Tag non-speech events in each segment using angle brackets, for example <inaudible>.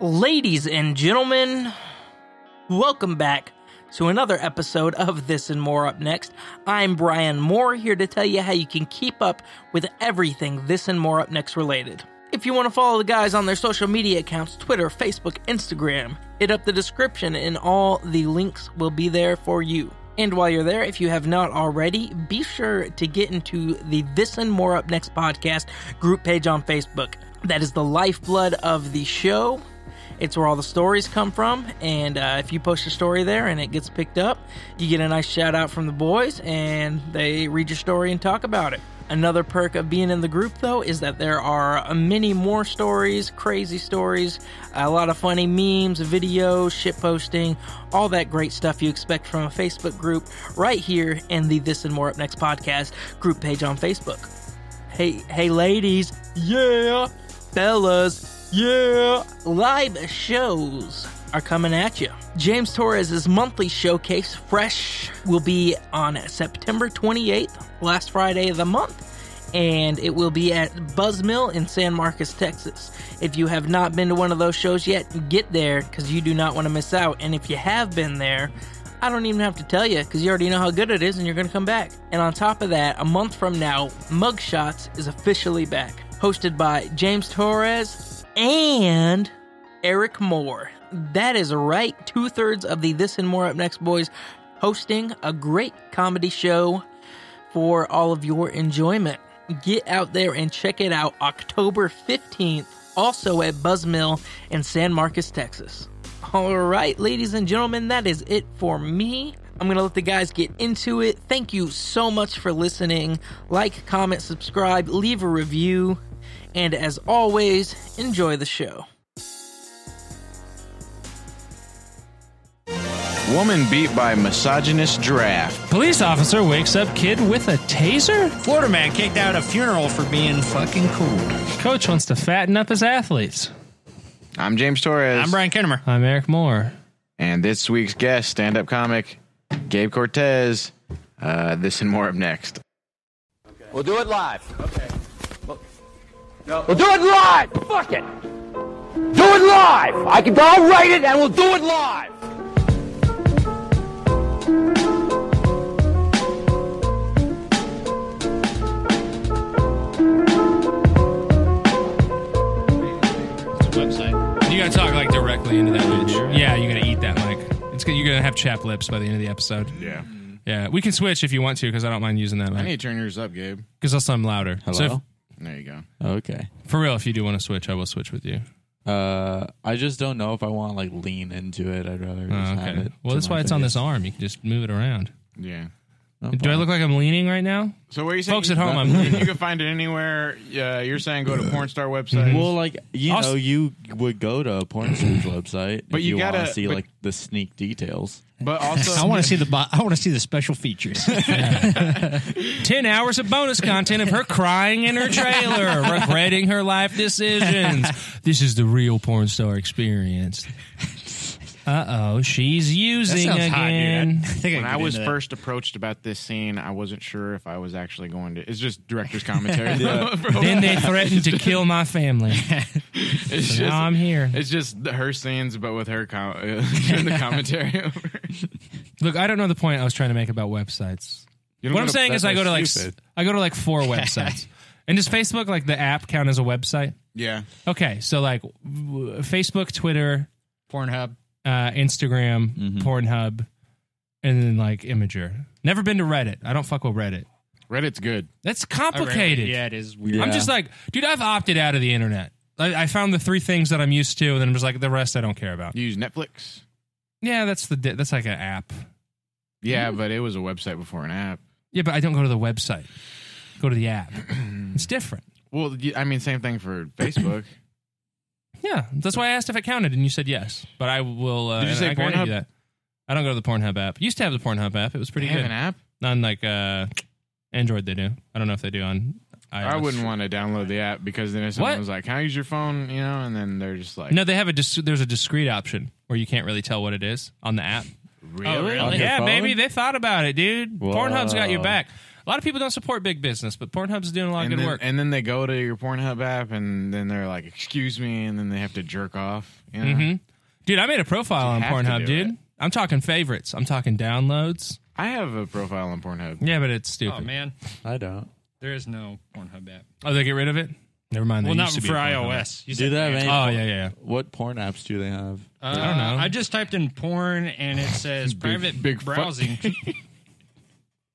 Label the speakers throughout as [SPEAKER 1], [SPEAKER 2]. [SPEAKER 1] Ladies and gentlemen, welcome back to another episode of This and More Up Next. I'm Brian Moore here to tell you how you can keep up with everything This and More Up Next related. If you want to follow the guys on their social media accounts Twitter, Facebook, Instagram hit up the description and all the links will be there for you. And while you're there, if you have not already, be sure to get into the This and More Up Next podcast group page on Facebook. That is the lifeblood of the show. It's where all the stories come from. And uh, if you post a story there and it gets picked up, you get a nice shout out from the boys and they read your story and talk about it. Another perk of being in the group, though, is that there are uh, many more stories, crazy stories, a lot of funny memes, videos, shit posting, all that great stuff you expect from a Facebook group right here in the This and More Up Next podcast group page on Facebook. Hey, hey, ladies, yeah, fellas, yeah. Live shows are coming at you. James Torres's monthly showcase, Fresh, will be on September 28th, last Friday of the month. And it will be at Buzzmill in San Marcos, Texas. If you have not been to one of those shows yet, get there because you do not want to miss out. And if you have been there, I don't even have to tell you because you already know how good it is and you're going to come back. And on top of that, a month from now, Mugshots is officially back, hosted by James Torres and Eric Moore. That is right, two thirds of the This and More Up Next Boys hosting a great comedy show for all of your enjoyment. Get out there and check it out October 15th, also at Buzzmill in San Marcos, Texas. All right, ladies and gentlemen, that is it for me. I'm going to let the guys get into it. Thank you so much for listening. Like, comment, subscribe, leave a review, and as always, enjoy the show.
[SPEAKER 2] Woman beat by misogynist draft.
[SPEAKER 3] Police officer wakes up kid with a taser?
[SPEAKER 4] Florida man kicked out of funeral for being fucking cool.
[SPEAKER 3] Coach wants to fatten up his athletes.
[SPEAKER 2] I'm James Torres.
[SPEAKER 4] I'm Brian Kinnemer.
[SPEAKER 3] I'm Eric Moore.
[SPEAKER 2] And this week's guest, stand up comic Gabe Cortez. Uh, this and more up next.
[SPEAKER 5] We'll do it live. Okay. We'll do it live. Fuck it. Do it live. I can. I'll write it, and we'll do it live.
[SPEAKER 6] website. You gotta talk like directly into that mic. Yeah, you gotta eat that mic. It's good. You're gonna have chap lips by the end of the episode.
[SPEAKER 2] Yeah.
[SPEAKER 6] Yeah, we can switch if you want to because I don't mind using that
[SPEAKER 2] I
[SPEAKER 6] mic
[SPEAKER 2] need to turn yours up, Gabe.
[SPEAKER 6] because also I'm louder. Hello.
[SPEAKER 2] There you go.
[SPEAKER 7] Okay.
[SPEAKER 6] for real, if you do want to switch, I will switch with you.
[SPEAKER 7] Uh, I just don't know if I want to like lean into it. I'd rather just
[SPEAKER 6] Oh,
[SPEAKER 7] have
[SPEAKER 6] okay.
[SPEAKER 7] it.
[SPEAKER 6] Well,
[SPEAKER 7] to
[SPEAKER 6] that's
[SPEAKER 7] my
[SPEAKER 6] why it's on
[SPEAKER 7] face.
[SPEAKER 6] this arm. You can just move it around.
[SPEAKER 2] Yeah.
[SPEAKER 7] I'm
[SPEAKER 6] Do I
[SPEAKER 7] fine.
[SPEAKER 6] look like I'm leaning right now?
[SPEAKER 2] So what are you saying?
[SPEAKER 6] Folks
[SPEAKER 2] you-
[SPEAKER 6] at home, I'm-
[SPEAKER 2] you can find it anywhere. Yeah, you're saying go to porn star websites.
[SPEAKER 7] Well, like you
[SPEAKER 6] I'll s-
[SPEAKER 7] know, you would go to a porn star's website,
[SPEAKER 2] But
[SPEAKER 7] if
[SPEAKER 2] you
[SPEAKER 7] you, want
[SPEAKER 2] gotta-
[SPEAKER 7] to see
[SPEAKER 2] but-
[SPEAKER 7] like the sneak details.
[SPEAKER 2] but also,
[SPEAKER 4] I want to see the bo- I want to see the special <laughs> features.
[SPEAKER 6] Ten hours of bonus content of her crying in
[SPEAKER 2] <laughs>
[SPEAKER 6] her trailer, regretting her life decisions. This is the real porn star experience. Uh oh, she's using again.
[SPEAKER 2] <laughs>
[SPEAKER 4] I think
[SPEAKER 2] when
[SPEAKER 4] could
[SPEAKER 2] I
[SPEAKER 4] get
[SPEAKER 2] was
[SPEAKER 4] into that.
[SPEAKER 2] first approached about this scene, I wasn't sure if I was actually going to. It's just director's commentary. <laughs>
[SPEAKER 6] Then they threatened to kill my family.
[SPEAKER 2] it's
[SPEAKER 6] So
[SPEAKER 2] just,
[SPEAKER 6] now I'm here.
[SPEAKER 2] It's just the- her scenes, but with her com- <laughs> doing the commentary. over.
[SPEAKER 6] Look, I don't know the point I was trying to make about websites.
[SPEAKER 2] You don't
[SPEAKER 6] What
[SPEAKER 2] go
[SPEAKER 6] I'm
[SPEAKER 2] to-
[SPEAKER 6] saying is,
[SPEAKER 7] that's
[SPEAKER 6] I go to like s-
[SPEAKER 7] stupid.
[SPEAKER 6] I go to
[SPEAKER 2] <laughs>
[SPEAKER 6] like four websites, and does Facebook like the app count as a website?
[SPEAKER 2] yeah,
[SPEAKER 6] Okay, so like w- Facebook, Twitter,
[SPEAKER 4] Pornhub.
[SPEAKER 6] uh, Instagram,
[SPEAKER 2] Mm-hmm.
[SPEAKER 6] Pornhub, and then like Imager. Never been to Reddit. I don't fuck with Reddit.
[SPEAKER 2] Reddit's good.
[SPEAKER 6] That's complicated.
[SPEAKER 4] Yeah, it is weird.
[SPEAKER 6] I'm just like, dude, I've opted out of the internet. I, I found the three things that I'm used to, and then I'm just like, the rest I don't care about.
[SPEAKER 2] You use Netflix.
[SPEAKER 6] Yeah, that's the di- that's like an app.
[SPEAKER 2] Yeah, but it was a website before an app.
[SPEAKER 6] Yeah, but I don't go to the website. Go to
[SPEAKER 2] <clears throat>
[SPEAKER 6] the app. it's different.
[SPEAKER 2] Well, y- I mean, same thing for Facebook.
[SPEAKER 6] Yeah, that's why I asked if it counted, and you said yes. But I will. Uh,
[SPEAKER 2] Did you
[SPEAKER 6] and
[SPEAKER 2] say
[SPEAKER 6] I grant
[SPEAKER 2] Pornhub?
[SPEAKER 6] that. I don't go to the Pornhub app. Used to have the Pornhub app. It was
[SPEAKER 2] Do
[SPEAKER 6] pretty
[SPEAKER 2] you have
[SPEAKER 6] good.
[SPEAKER 2] an app?
[SPEAKER 6] On like uh, Android, they do. I don't know if they do on. iOS.
[SPEAKER 2] I wouldn't want to download the app because then if someone
[SPEAKER 6] What?
[SPEAKER 2] was like, "Can I use your phone?" You know, and then they're just like,
[SPEAKER 6] No, they have a dis- there's a discrete option where you can't really tell what it is on the app. Oh,
[SPEAKER 2] really?
[SPEAKER 7] On your
[SPEAKER 6] Yeah,
[SPEAKER 7] phone?
[SPEAKER 6] baby, they thought about it, dude. Pornhub's got your
[SPEAKER 7] Whoa.
[SPEAKER 6] back. lot of people don't support big business, but Pornhub's doing a lot of
[SPEAKER 2] and
[SPEAKER 6] good
[SPEAKER 2] then,
[SPEAKER 6] work.
[SPEAKER 2] and then they go to your Pornhub app, and then they're like, "Excuse me," and then they have to jerk off. You know?
[SPEAKER 6] dude, I made a profile on
[SPEAKER 2] have to
[SPEAKER 6] Pornhub,
[SPEAKER 2] do
[SPEAKER 6] dude.
[SPEAKER 2] it.
[SPEAKER 6] I'm talking favorites. I'm talking downloads.
[SPEAKER 2] I have a profile on Pornhub.
[SPEAKER 6] Yeah, but it's stupid.
[SPEAKER 4] Oh man,
[SPEAKER 7] I don't.
[SPEAKER 4] there is no Pornhub app.
[SPEAKER 6] Oh, they get rid of it? Never mind.
[SPEAKER 4] Well,
[SPEAKER 6] there
[SPEAKER 4] not
[SPEAKER 6] used to
[SPEAKER 4] for
[SPEAKER 6] be a Pornhub.
[SPEAKER 4] iOS. You
[SPEAKER 7] Do
[SPEAKER 4] said
[SPEAKER 7] they have
[SPEAKER 4] Android.
[SPEAKER 7] any?
[SPEAKER 6] Oh, yeah, yeah, yeah.
[SPEAKER 7] What porn apps do they have?
[SPEAKER 6] I
[SPEAKER 4] Uh,
[SPEAKER 6] don't know.
[SPEAKER 4] I just typed in porn and it says private
[SPEAKER 2] big fuck.
[SPEAKER 4] browsing.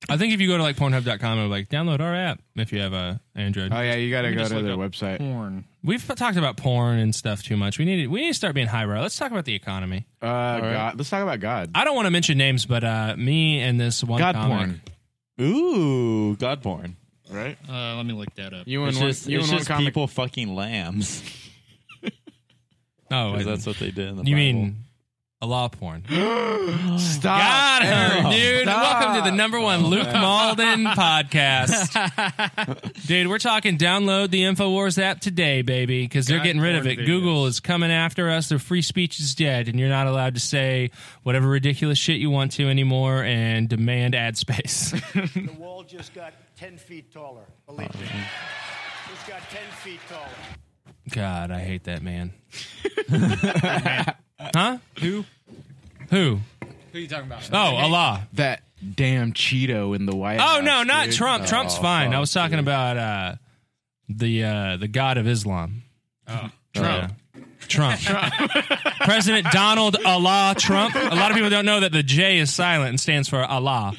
[SPEAKER 6] I think if you go to like Pornhub.com, it'll be like download our app if you have a Android.
[SPEAKER 2] Oh yeah, you got to go
[SPEAKER 4] just
[SPEAKER 2] to
[SPEAKER 4] look
[SPEAKER 2] their
[SPEAKER 4] up
[SPEAKER 2] website.
[SPEAKER 4] Mm. porn.
[SPEAKER 6] We've talked about porn and stuff too much. We need to, we need to start being highbrow. Let's talk about the economy.
[SPEAKER 2] Uh, God, let's talk about God.
[SPEAKER 6] I don't want to mention names, but uh, me and this one
[SPEAKER 2] God
[SPEAKER 6] comic-
[SPEAKER 2] porn,
[SPEAKER 7] Ooh, god porn.
[SPEAKER 2] right?
[SPEAKER 4] Uh, let me look that up.
[SPEAKER 2] You and
[SPEAKER 7] It's
[SPEAKER 2] one,
[SPEAKER 7] just,
[SPEAKER 2] you
[SPEAKER 7] it's
[SPEAKER 2] and one
[SPEAKER 7] just
[SPEAKER 2] comic.
[SPEAKER 7] people fucking lambs.
[SPEAKER 6] Oh,
[SPEAKER 7] 'Cause
[SPEAKER 6] wait.
[SPEAKER 7] that's what they did in the
[SPEAKER 6] Oh, you
[SPEAKER 7] Bible.
[SPEAKER 6] mean a law porn?
[SPEAKER 2] Stop.
[SPEAKER 6] Got her, dude. Welcome to the number one Luke Malden podcast. Dude, we're talking download the InfoWars app today, baby, because they're
[SPEAKER 4] God
[SPEAKER 6] getting rid of it.
[SPEAKER 4] porn videos.
[SPEAKER 6] Google is coming after us. Their free speech is dead, and you're not allowed to say whatever ridiculous shit you want to anymore and demand ad space.
[SPEAKER 8] The wall just got 10 feet taller, believe me. Just got 10 feet taller.
[SPEAKER 6] God, I hate that
[SPEAKER 4] <laughs>
[SPEAKER 6] man. huh? Who? Who?
[SPEAKER 4] Who are you talking about?
[SPEAKER 6] Oh, Allah.
[SPEAKER 2] That damn Cheeto in the White House.
[SPEAKER 6] Oh no, not
[SPEAKER 2] dude.
[SPEAKER 6] Trump. Trump's fine. I was talking about uh, the uh, the God of Islam.
[SPEAKER 4] Oh.
[SPEAKER 6] Trump.
[SPEAKER 4] <laughs>
[SPEAKER 6] Trump. <laughs> President Donald Allah Trump. A lot of people don't know that the J is silent and stands for Allah.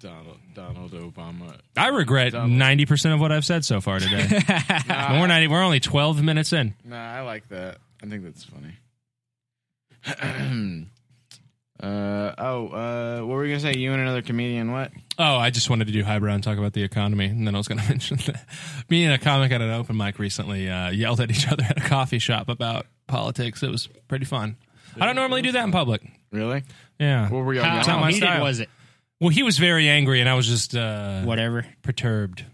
[SPEAKER 2] Donald Donald Obama.
[SPEAKER 6] I regret ninety percent of what I've said so far
[SPEAKER 4] <laughs>
[SPEAKER 6] today. But we're not. We're only twelve minutes in.
[SPEAKER 2] Nah, I like that. I think that's funny. <clears throat> uh oh, uh what were we gonna say? You and another comedian, what?
[SPEAKER 6] Oh, I just wanted to do highbrow and talk about the economy, and then I was going to <laughs> mention that me and a comic at an open mic recently uh, yelled at each other at a coffee shop about politics. It was pretty fun. I don't normally do that in public.
[SPEAKER 2] Really?
[SPEAKER 6] Yeah.
[SPEAKER 2] What were y'all
[SPEAKER 4] How,
[SPEAKER 2] yelling?
[SPEAKER 6] not
[SPEAKER 4] how
[SPEAKER 6] my
[SPEAKER 4] heated
[SPEAKER 6] style.
[SPEAKER 4] was it?
[SPEAKER 6] Well, he was very angry, and I was just uh,
[SPEAKER 4] Whatever.
[SPEAKER 2] <laughs>
[SPEAKER 6] perturbed.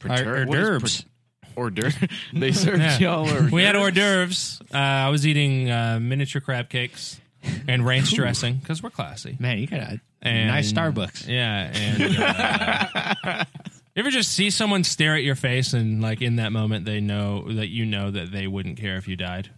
[SPEAKER 2] Pertur-
[SPEAKER 4] Hors
[SPEAKER 2] what is
[SPEAKER 4] d'oeuvres.
[SPEAKER 2] per- hors
[SPEAKER 6] <laughs>
[SPEAKER 2] d'oeuvres. they served
[SPEAKER 6] Yeah.
[SPEAKER 2] y'all hors
[SPEAKER 6] We had hors d'oeuvres. Uh, I was eating uh, miniature crab cakes and ranch dressing because we're classy.
[SPEAKER 4] Man, you got a
[SPEAKER 6] And-
[SPEAKER 4] nice Starbucks.
[SPEAKER 6] Yeah. And,
[SPEAKER 4] <laughs>
[SPEAKER 6] uh, you ever just see someone stare at your face and like in that moment they know that you know that they wouldn't care if you
[SPEAKER 4] <laughs>
[SPEAKER 6] died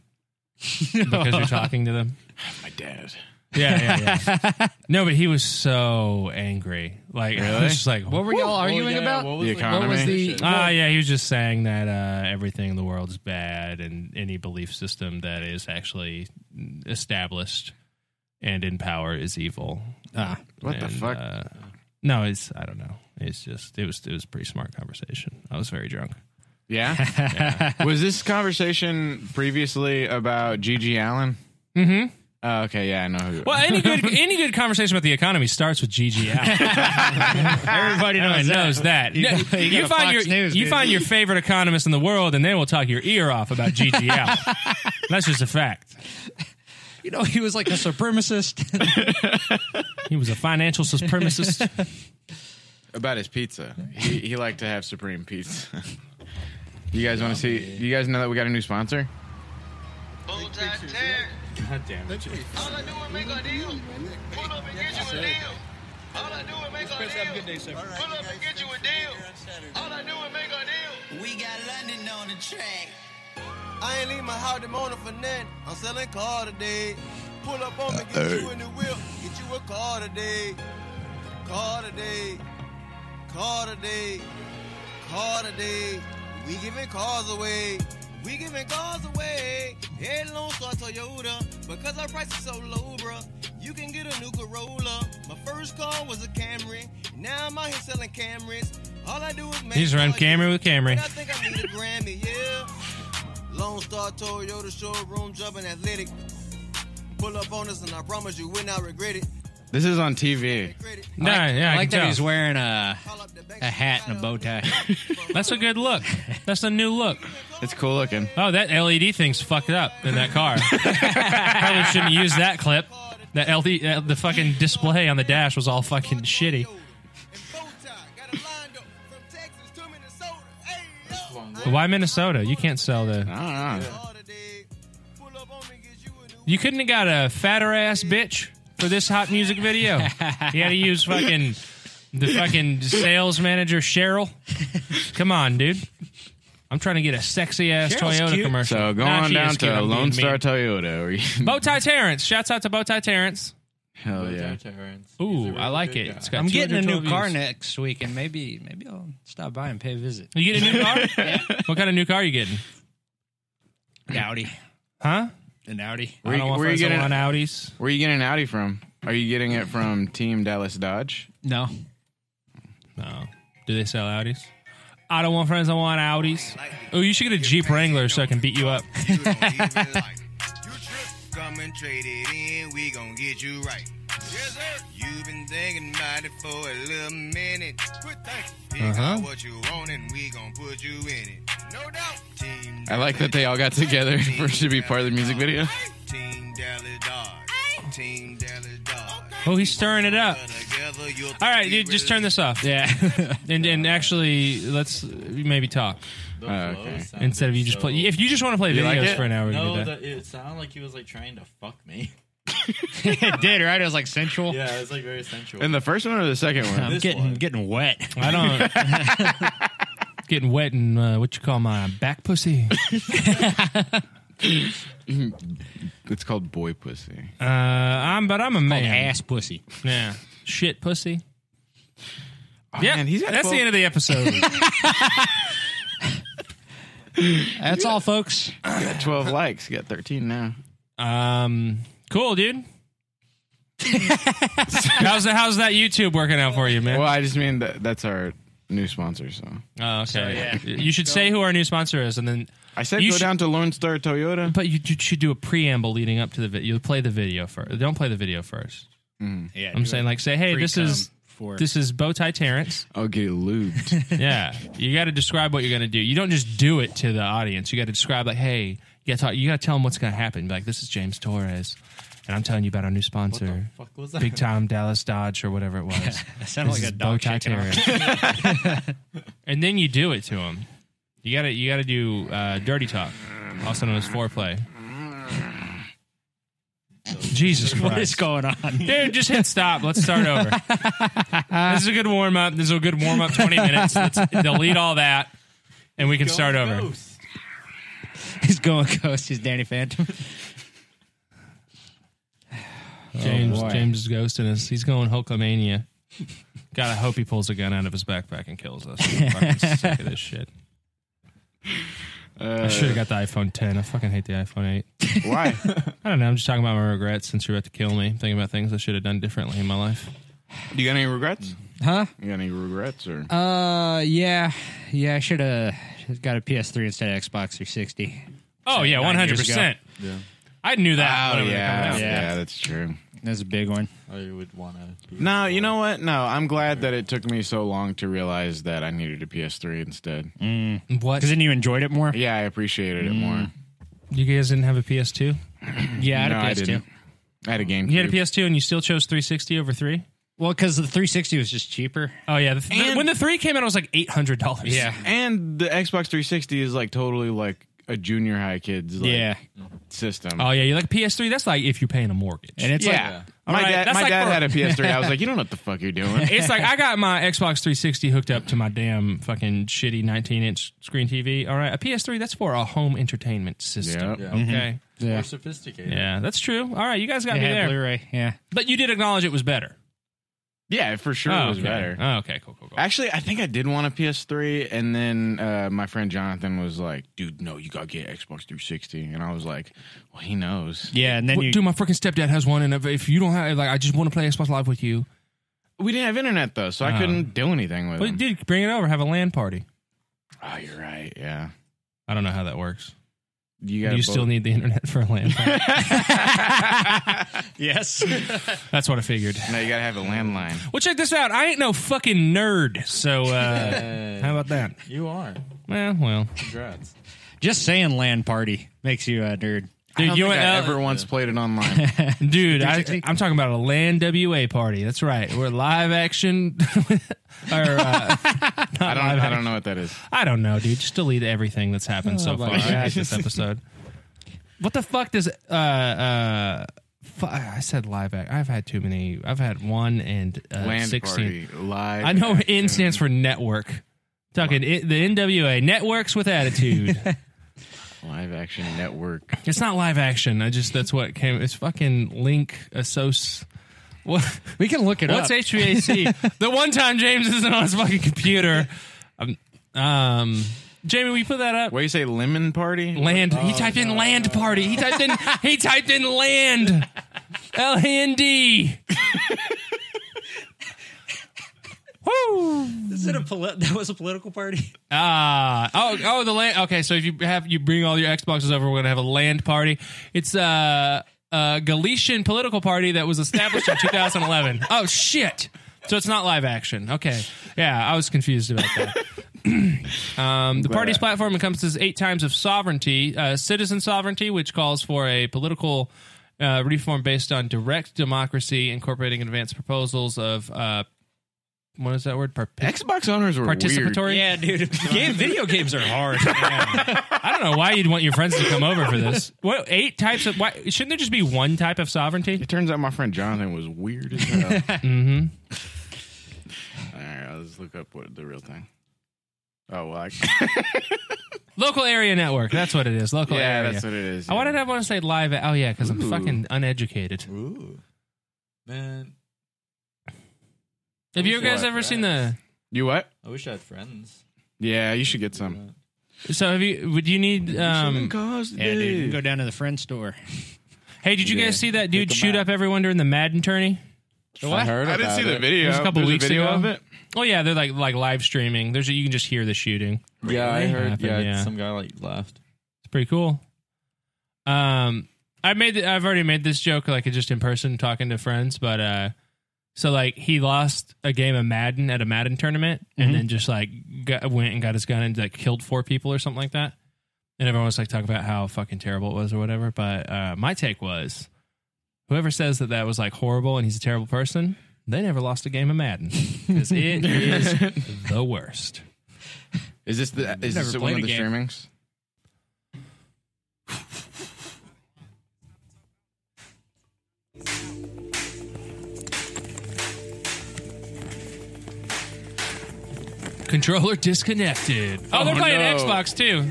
[SPEAKER 6] because you're talking to them.
[SPEAKER 2] My dad.
[SPEAKER 6] Yeah, yeah, yeah.
[SPEAKER 4] <laughs>
[SPEAKER 6] no, but he was so angry. Like I was just like,
[SPEAKER 4] What were y'all arguing about?
[SPEAKER 2] was The the- economy.
[SPEAKER 4] What was the?
[SPEAKER 6] Ah, yeah, he was just saying that uh, everything in the world is bad, and any belief system that is actually established and in power is evil.
[SPEAKER 4] Ah,
[SPEAKER 2] What the
[SPEAKER 6] And,
[SPEAKER 2] fuck?
[SPEAKER 6] uh, no, it's I don't know. It's just it was it was a pretty smart conversation. I was very drunk. <laughs>
[SPEAKER 2] yeah? Was this conversation previously about Gigi Allen? Mm-hmm. Oh, okay, yeah, I know who
[SPEAKER 6] Well, any <laughs> good any good conversation about the economy starts with GG <laughs> out.
[SPEAKER 4] everybody <laughs> knows that.
[SPEAKER 6] knows that.
[SPEAKER 4] You
[SPEAKER 6] No,
[SPEAKER 4] got- you
[SPEAKER 6] you
[SPEAKER 4] got a
[SPEAKER 6] find
[SPEAKER 4] Fox
[SPEAKER 6] your
[SPEAKER 4] News,
[SPEAKER 6] you
[SPEAKER 4] dude.
[SPEAKER 6] find your favorite economist in the world, and they will talk your ear off about <laughs> GG out. That's just a fact.
[SPEAKER 4] You know, he was like a supremacist.
[SPEAKER 6] He was a financial supremacist. <laughs>
[SPEAKER 2] about his pizza. He he liked to have supreme pizza. <laughs> you guys want to see? You guys know that we got a new sponsor. God damn it!
[SPEAKER 9] We got London on the track. I ain't leave my house the morning for nothing. I'm selling car today. Pull up on me, get you in the whip, get you a car today. Car today. Car today. Car today. We giving cars away. We giving cars away. Head loan car Toyota. Because our price is so low, bruh. You can get a new Corolla. My first car was a Camry. Now I'm out here selling Camrys. All I do is make
[SPEAKER 6] He's run
[SPEAKER 9] cars, yeah.
[SPEAKER 6] Camry with Camry.
[SPEAKER 9] And I think I need a Grammy, yeah. Lone Star Toyota showroom, jumping athletic. Pull up on us, and I promise you will not regret it.
[SPEAKER 2] This is on TV.
[SPEAKER 9] Credit.
[SPEAKER 6] No, yeah,
[SPEAKER 4] <laughs> I
[SPEAKER 6] I can
[SPEAKER 4] like that
[SPEAKER 6] tell.
[SPEAKER 4] he's wearing a
[SPEAKER 9] Call up the bank.
[SPEAKER 4] a hat and a bow tie.
[SPEAKER 6] That's a good look. That's a new look.
[SPEAKER 2] It's cool looking.
[SPEAKER 6] Oh, that LED thing's fucked up in
[SPEAKER 2] <laughs>
[SPEAKER 6] that car. Probably shouldn't use that clip. That LD, uh, the fucking display on the dash was all fucking shitty. But Why Minnesota? You can't sell the.
[SPEAKER 2] I don't know.
[SPEAKER 6] You couldn't have got a fatter ass bitch for this hot music video. You had to use fucking the fucking sales manager Cheryl. Come on, dude. I'm trying to get a sexy ass
[SPEAKER 2] Cheryl's
[SPEAKER 6] Toyota
[SPEAKER 2] cute.
[SPEAKER 6] commercial.
[SPEAKER 2] So go
[SPEAKER 6] Nah,
[SPEAKER 2] on
[SPEAKER 6] she is
[SPEAKER 2] down
[SPEAKER 6] cute.
[SPEAKER 2] to
[SPEAKER 6] I'm being
[SPEAKER 2] Lone
[SPEAKER 6] mean.
[SPEAKER 2] Star Toyota. Or you, <laughs>
[SPEAKER 6] <laughs> Bowtie Terrence. Shouts out to Bowtie Terrence.
[SPEAKER 7] Oh,
[SPEAKER 2] hell yeah.
[SPEAKER 6] Ooh, I like it. It's got
[SPEAKER 4] I'm getting a new
[SPEAKER 6] 212
[SPEAKER 4] car
[SPEAKER 6] views.
[SPEAKER 4] next week, and maybe maybe I'll stop by and pay a visit.
[SPEAKER 6] You get
[SPEAKER 2] <laughs>
[SPEAKER 6] a new car? What kind of new car are you getting?
[SPEAKER 4] An Audi,
[SPEAKER 6] Huh?
[SPEAKER 4] an Audi.
[SPEAKER 6] I don't want
[SPEAKER 2] where
[SPEAKER 6] to
[SPEAKER 2] you
[SPEAKER 6] find someone
[SPEAKER 2] getting-
[SPEAKER 6] on Audis.
[SPEAKER 2] Where are you getting an Audi from? Are you getting it from Team Dallas Dodge?
[SPEAKER 4] No,
[SPEAKER 6] No. Do they sell Audis? I don't want friends. I want Audis. Oh, you should get a Jeep Wrangler so I can beat
[SPEAKER 2] <laughs>
[SPEAKER 6] you up.
[SPEAKER 9] You <laughs> don't even like it. You trip, come and trade it in. We gon' get you right. Yes, sir. You've been thinking about it for a little minute. Quit thinking. Pick
[SPEAKER 2] Uh-huh.
[SPEAKER 9] out what you want and we gon' put you in it. No doubt. Team
[SPEAKER 2] I like that they all got together for to be part of the music video.
[SPEAKER 9] Team Dallas Dodge. Team Dallas Dodge.
[SPEAKER 6] Oh, he's stirring it up.
[SPEAKER 9] Together you'll
[SPEAKER 6] All right, dude, just turn this off. Yeah. <laughs> and and actually, let's maybe talk
[SPEAKER 2] Oh, okay.
[SPEAKER 6] instead of you just play. If you just want to play
[SPEAKER 2] You
[SPEAKER 6] videos
[SPEAKER 2] like it?
[SPEAKER 6] for an hour, we can
[SPEAKER 7] No,
[SPEAKER 6] do that.
[SPEAKER 7] the, it sounded like he was like trying to fuck me.
[SPEAKER 4] it did right. It was like sensual.
[SPEAKER 7] Yeah, it was like very sensual.
[SPEAKER 2] In the first one or the second one?
[SPEAKER 6] <laughs>
[SPEAKER 4] I'm
[SPEAKER 7] This
[SPEAKER 4] getting
[SPEAKER 7] one.
[SPEAKER 4] getting wet.
[SPEAKER 6] I don't.
[SPEAKER 2] <laughs>
[SPEAKER 6] <laughs> getting wet in uh, what you call my back pussy.
[SPEAKER 2] It's called Boy Pussy.
[SPEAKER 6] <laughs> Uh, I'm, but I'm a man.
[SPEAKER 4] Ass pussy.
[SPEAKER 6] Yeah. Shit pussy.
[SPEAKER 2] Oh,
[SPEAKER 6] Yeah,
[SPEAKER 2] man, he's got
[SPEAKER 6] that's the
[SPEAKER 2] twelve-
[SPEAKER 6] end of the <laughs> episode.
[SPEAKER 4] That's all, folks.
[SPEAKER 2] got 12 likes. He got 13 now.
[SPEAKER 6] Um, cool,
[SPEAKER 4] <laughs>
[SPEAKER 6] dude. how's that? How's that YouTube working out for you, man?
[SPEAKER 2] Well, I just mean that that's our new sponsor. So
[SPEAKER 6] Oh, okay. You should say who our new sponsor is, and then,
[SPEAKER 2] I said
[SPEAKER 6] You
[SPEAKER 2] go
[SPEAKER 6] should-
[SPEAKER 2] down to Lone Star Toyota.
[SPEAKER 6] but you, you should do a preamble leading up to the video. You play the video first. Don't play the video first.
[SPEAKER 4] Yeah,
[SPEAKER 6] I'm saying, like, say, hey, this is
[SPEAKER 4] for
[SPEAKER 6] this is Bowtie Terrence.
[SPEAKER 2] I'll get it
[SPEAKER 6] <laughs>
[SPEAKER 2] lubed.
[SPEAKER 6] yeah, you got to describe what you're gonna do. You don't just do it to the audience. You got to describe, like, hey, you got to you got to tell them what's gonna happen. Be like, this is James Torres, and I'm telling you about our new sponsor.
[SPEAKER 7] fuck was that?
[SPEAKER 6] Big time Dallas Dodge or whatever it
[SPEAKER 4] <laughs>
[SPEAKER 6] was.
[SPEAKER 4] sounded
[SPEAKER 6] This
[SPEAKER 4] like
[SPEAKER 6] is
[SPEAKER 4] a dog
[SPEAKER 6] Bowtie
[SPEAKER 4] shaking off.
[SPEAKER 6] Terror. <laughs> and then you do it to him. You gotta you gotta do uh, dirty talk, also known as foreplay.
[SPEAKER 4] <laughs>
[SPEAKER 6] Jesus Christ,
[SPEAKER 4] what <laughs> is going on?
[SPEAKER 6] dude! Just hit stop. Let's start over. this is a good warm up. This is a good warm up. Twenty minutes. Let's delete all that, and we can start over.
[SPEAKER 4] He's going ghost. He's Danny Phantom.
[SPEAKER 6] James
[SPEAKER 4] boy.
[SPEAKER 6] James is ghosting us. He's going Hulkamania. God, I hope he pulls a gun out of his backpack and kills us. I'm <laughs> fucking sick of this shit.
[SPEAKER 2] Uh,
[SPEAKER 6] I should have got the iPhone 10. I fucking hate the iPhone 8.
[SPEAKER 2] Why?
[SPEAKER 6] I don't know. I'm just talking about my regrets since you're about to kill me. I'm thinking about things I should have done differently in my life.
[SPEAKER 2] Do you got any regrets?
[SPEAKER 4] Huh?
[SPEAKER 2] You got any regrets or?
[SPEAKER 4] Uh, yeah, yeah. I should have got a PS3 instead of Xbox 360.
[SPEAKER 6] Oh, yeah,
[SPEAKER 4] Nine years
[SPEAKER 6] 100%. I knew that.
[SPEAKER 2] Oh
[SPEAKER 6] when it
[SPEAKER 2] yeah,
[SPEAKER 6] was coming out.
[SPEAKER 2] yeah, that's true.
[SPEAKER 4] That's a big one.
[SPEAKER 7] I Oh, would want to.
[SPEAKER 2] No, you know what? No, I'm glad that it took me so long to realize that I needed a PS3 instead.
[SPEAKER 6] Mm. What?
[SPEAKER 4] Because then you enjoyed it more.
[SPEAKER 2] Yeah, I appreciated
[SPEAKER 6] Mm.
[SPEAKER 2] it more.
[SPEAKER 6] You guys didn't have a <clears throat> PS2?
[SPEAKER 4] Yeah, I had
[SPEAKER 2] no,
[SPEAKER 4] a
[SPEAKER 2] I
[SPEAKER 4] PS2.
[SPEAKER 2] didn't. I had a GameCube.
[SPEAKER 6] You had a PS2 and you still chose 360 over 3?
[SPEAKER 4] Well, because the 360 was just cheaper.
[SPEAKER 6] Oh, yeah. The th-
[SPEAKER 2] And-
[SPEAKER 6] when the 3 came out, it was like $800.
[SPEAKER 2] and the Xbox 360 is like totally like a junior high kids like,
[SPEAKER 4] yeah,
[SPEAKER 2] system.
[SPEAKER 6] Oh, yeah. You're like PS3? That's like if you're paying a mortgage.
[SPEAKER 4] and it's like
[SPEAKER 2] yeah. my
[SPEAKER 6] All right,
[SPEAKER 2] dad,
[SPEAKER 6] that's
[SPEAKER 2] my
[SPEAKER 6] like
[SPEAKER 2] dad
[SPEAKER 6] for- <laughs>
[SPEAKER 2] had a PS3. I was like, you don't know what the fuck you're doing.
[SPEAKER 6] it's like I got my Xbox 360 hooked up to my damn fucking shitty 19 inch screen TV. All right, a PS3 that's for a home entertainment system.
[SPEAKER 2] Yep.
[SPEAKER 7] Yeah.
[SPEAKER 6] Okay,
[SPEAKER 4] Yeah.
[SPEAKER 7] More sophisticated.
[SPEAKER 6] Mm-hmm. yeah, that's true. All right, you guys got
[SPEAKER 4] it
[SPEAKER 6] me
[SPEAKER 4] had
[SPEAKER 6] there,
[SPEAKER 4] Blu-ray. Yeah,
[SPEAKER 6] but you did acknowledge it was better.
[SPEAKER 2] Yeah, for sure it was
[SPEAKER 6] okay.
[SPEAKER 2] better.
[SPEAKER 6] Oh, okay, cool, cool, cool.
[SPEAKER 2] Actually, I think I did want a PS3, and then uh, my friend Jonathan was like, "Dude, no, you gotta get Xbox 360." And I was like, "Well, he knows."
[SPEAKER 4] yeah. And then
[SPEAKER 6] What-
[SPEAKER 4] you
[SPEAKER 6] dude, my freaking stepdad has one, and if, if you don't have, like, I just want to play Xbox Live with you.
[SPEAKER 2] We didn't have internet though, so I couldn't do anything with
[SPEAKER 6] Uh-huh. But
[SPEAKER 2] it.
[SPEAKER 6] dude, bring it over, have a LAN party.
[SPEAKER 2] oh, you're right. Yeah,
[SPEAKER 6] I don't know how that works.
[SPEAKER 2] you
[SPEAKER 6] You,
[SPEAKER 2] got.
[SPEAKER 6] still need the internet for a
[SPEAKER 2] <laughs>
[SPEAKER 6] LAN party.
[SPEAKER 4] <laughs> yes,
[SPEAKER 6] that's what I figured.
[SPEAKER 2] No, you gotta have a landline.
[SPEAKER 6] Well, check this out. I ain't no fucking nerd,
[SPEAKER 2] <laughs>
[SPEAKER 6] so uh, how about that?
[SPEAKER 7] You are.
[SPEAKER 6] Well, well.
[SPEAKER 7] Congrats.
[SPEAKER 4] <laughs> just saying land party makes you a nerd.
[SPEAKER 2] I
[SPEAKER 6] Dude,
[SPEAKER 2] don't
[SPEAKER 6] you
[SPEAKER 2] think
[SPEAKER 6] went
[SPEAKER 2] I
[SPEAKER 6] out-
[SPEAKER 2] ever once played it
[SPEAKER 6] <laughs>
[SPEAKER 2] online.
[SPEAKER 6] Dude, I, I'm talking about a land WA party. That's right. We're live action. <laughs> or uh,
[SPEAKER 2] I don't. I don't know what that
[SPEAKER 6] <laughs>
[SPEAKER 2] is.
[SPEAKER 6] I don't know, dude. Just delete everything
[SPEAKER 2] Oh <laughs>
[SPEAKER 6] that's happened so far
[SPEAKER 4] my
[SPEAKER 6] I hate this episode. What the fuck does uh, uh, Fu- I said live act. I've had too many. I've had one and uh,
[SPEAKER 2] Land
[SPEAKER 6] sixteen.
[SPEAKER 2] party live.
[SPEAKER 6] I know N stands for network. Talking it, the NWA networks
[SPEAKER 10] <laughs>
[SPEAKER 6] with attitude.
[SPEAKER 2] Live action network.
[SPEAKER 6] it's not live action. I just that's what came. It's fucking Link Assos. What?
[SPEAKER 10] We can look it
[SPEAKER 6] What's
[SPEAKER 10] up. <laughs>
[SPEAKER 6] HVAC? the one time James isn't on his fucking computer. Um, um, Jamie, will you put that up?
[SPEAKER 2] What do you say, lemon party?
[SPEAKER 6] Land. he typed in land party. He typed in. he typed in land. L A N D. Woo.
[SPEAKER 4] Is it a poli- that was a political party?
[SPEAKER 6] Ah, oh, oh, the land. Okay, so if you have you bring all your Xboxes over, we're gonna have a land party. It's a, a Galician political party that was established in 2011. Oh shit! So it's not live action. Okay, yeah, I was confused about that. <clears throat> um, the party's platform encompasses eight times of sovereignty, uh, citizen sovereignty, which calls for a political. Uh, reform based on direct democracy, incorporating advanced proposals of uh, what is that word? Participatory.
[SPEAKER 2] Xbox owners were
[SPEAKER 6] Participatory?
[SPEAKER 10] <laughs>
[SPEAKER 4] Yeah, dude. Game, video games are hard.
[SPEAKER 6] I don't know why you'd want your friends to come over for this. What eight types of? Why shouldn't there just be one type of sovereignty?
[SPEAKER 2] It turns out my friend Jonathan was weird as hell. mm-hmm. All right, let's look up what the real thing. Oh, <laughs> well, I,
[SPEAKER 6] Local area network. That's what it is. Local
[SPEAKER 2] yeah,
[SPEAKER 6] area.
[SPEAKER 2] that's what it is.
[SPEAKER 6] Oh, why did I want to say live? Oh yeah, because I'm
[SPEAKER 2] Ooh.
[SPEAKER 6] fucking uneducated.
[SPEAKER 7] Ooh, man.
[SPEAKER 6] Have you
[SPEAKER 7] wish I
[SPEAKER 6] guys
[SPEAKER 7] had
[SPEAKER 6] ever
[SPEAKER 7] friends.
[SPEAKER 6] seen the?
[SPEAKER 2] You what?
[SPEAKER 7] I wish I had friends.
[SPEAKER 2] Yeah, you should get some.
[SPEAKER 6] So have you? Would you need? Um,
[SPEAKER 10] Yeah, dude, you can go down to the friend store.
[SPEAKER 6] hey, did you
[SPEAKER 2] Yeah.
[SPEAKER 6] guys see that dude
[SPEAKER 7] Pick 'em
[SPEAKER 6] shoot up
[SPEAKER 7] up.
[SPEAKER 6] everyone during the Madden tourney?
[SPEAKER 7] I heard.
[SPEAKER 2] I didn't
[SPEAKER 7] about
[SPEAKER 2] see the
[SPEAKER 7] it.
[SPEAKER 2] video.
[SPEAKER 6] It was a couple
[SPEAKER 2] There's
[SPEAKER 6] weeks
[SPEAKER 2] video
[SPEAKER 6] ago.
[SPEAKER 2] of it.
[SPEAKER 6] Oh yeah, they're like like live streaming. There's a, you can just hear the shooting.
[SPEAKER 7] Yeah, I heard.
[SPEAKER 6] Happened,
[SPEAKER 7] yeah,
[SPEAKER 6] yeah.
[SPEAKER 7] some guy like left.
[SPEAKER 6] It's pretty cool. Um, I made the, I've already made this joke like just in person talking to friends, but uh, so like he lost a game of Madden at a Madden tournament, and then just like got, went and got his gun and like killed four people or something like that, and everyone was like talking about how fucking terrible it was or whatever. But uh, my take was, whoever says that that was like horrible and he's a terrible person, they never lost a game of Madden 'Cause it is the worst.
[SPEAKER 2] Is this the is
[SPEAKER 10] Never
[SPEAKER 2] this
[SPEAKER 10] played
[SPEAKER 2] one of
[SPEAKER 10] a
[SPEAKER 2] the
[SPEAKER 10] game.
[SPEAKER 2] streamings?
[SPEAKER 6] Controller disconnected. Oh, they're
[SPEAKER 2] Oh,
[SPEAKER 6] playing
[SPEAKER 2] no.
[SPEAKER 6] Xbox too.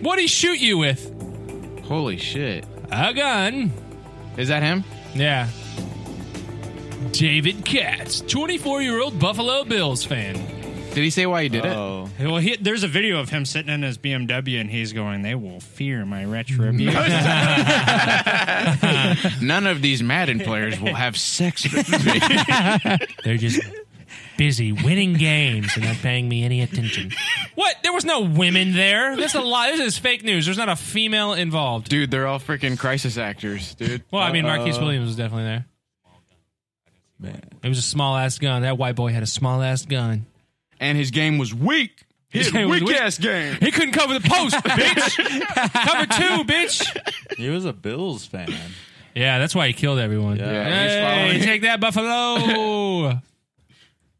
[SPEAKER 6] What would he shoot you with?
[SPEAKER 2] Holy shit!
[SPEAKER 6] A gun.
[SPEAKER 2] Is that him?
[SPEAKER 6] Yeah. David Katz, 24 year old Buffalo Bills fan.
[SPEAKER 2] Did he say why he did
[SPEAKER 7] Oh,
[SPEAKER 10] Well, he, there's a video of him sitting in his BMW, and he's going, "They will fear my
[SPEAKER 4] Mm-hmm.
[SPEAKER 10] retribution."
[SPEAKER 2] it? None of these Madden players will have sex <laughs> with me.
[SPEAKER 6] They're just busy winning games and not paying me any attention. What? There was no women there. That's a lie. This is fake news. There's not a female involved.
[SPEAKER 2] dude, they're all freaking crisis actors, dude.
[SPEAKER 6] Well, I mean, Marquise Williams was definitely there.
[SPEAKER 7] man.
[SPEAKER 6] It was a small ass gun. That white boy had a small ass gun.
[SPEAKER 2] Uh, And his game was weak. His,
[SPEAKER 6] His game was
[SPEAKER 2] weak,
[SPEAKER 6] weak.
[SPEAKER 2] ass game.
[SPEAKER 6] He couldn't cover
[SPEAKER 2] <laughs>
[SPEAKER 6] the post, bitch. cover two, bitch.
[SPEAKER 7] He was a Bills
[SPEAKER 6] <laughs>
[SPEAKER 7] fan.
[SPEAKER 6] Yeah, that's why he killed everyone.
[SPEAKER 2] Yeah, he's
[SPEAKER 6] Hey,
[SPEAKER 2] following-
[SPEAKER 6] take that, Buffalo.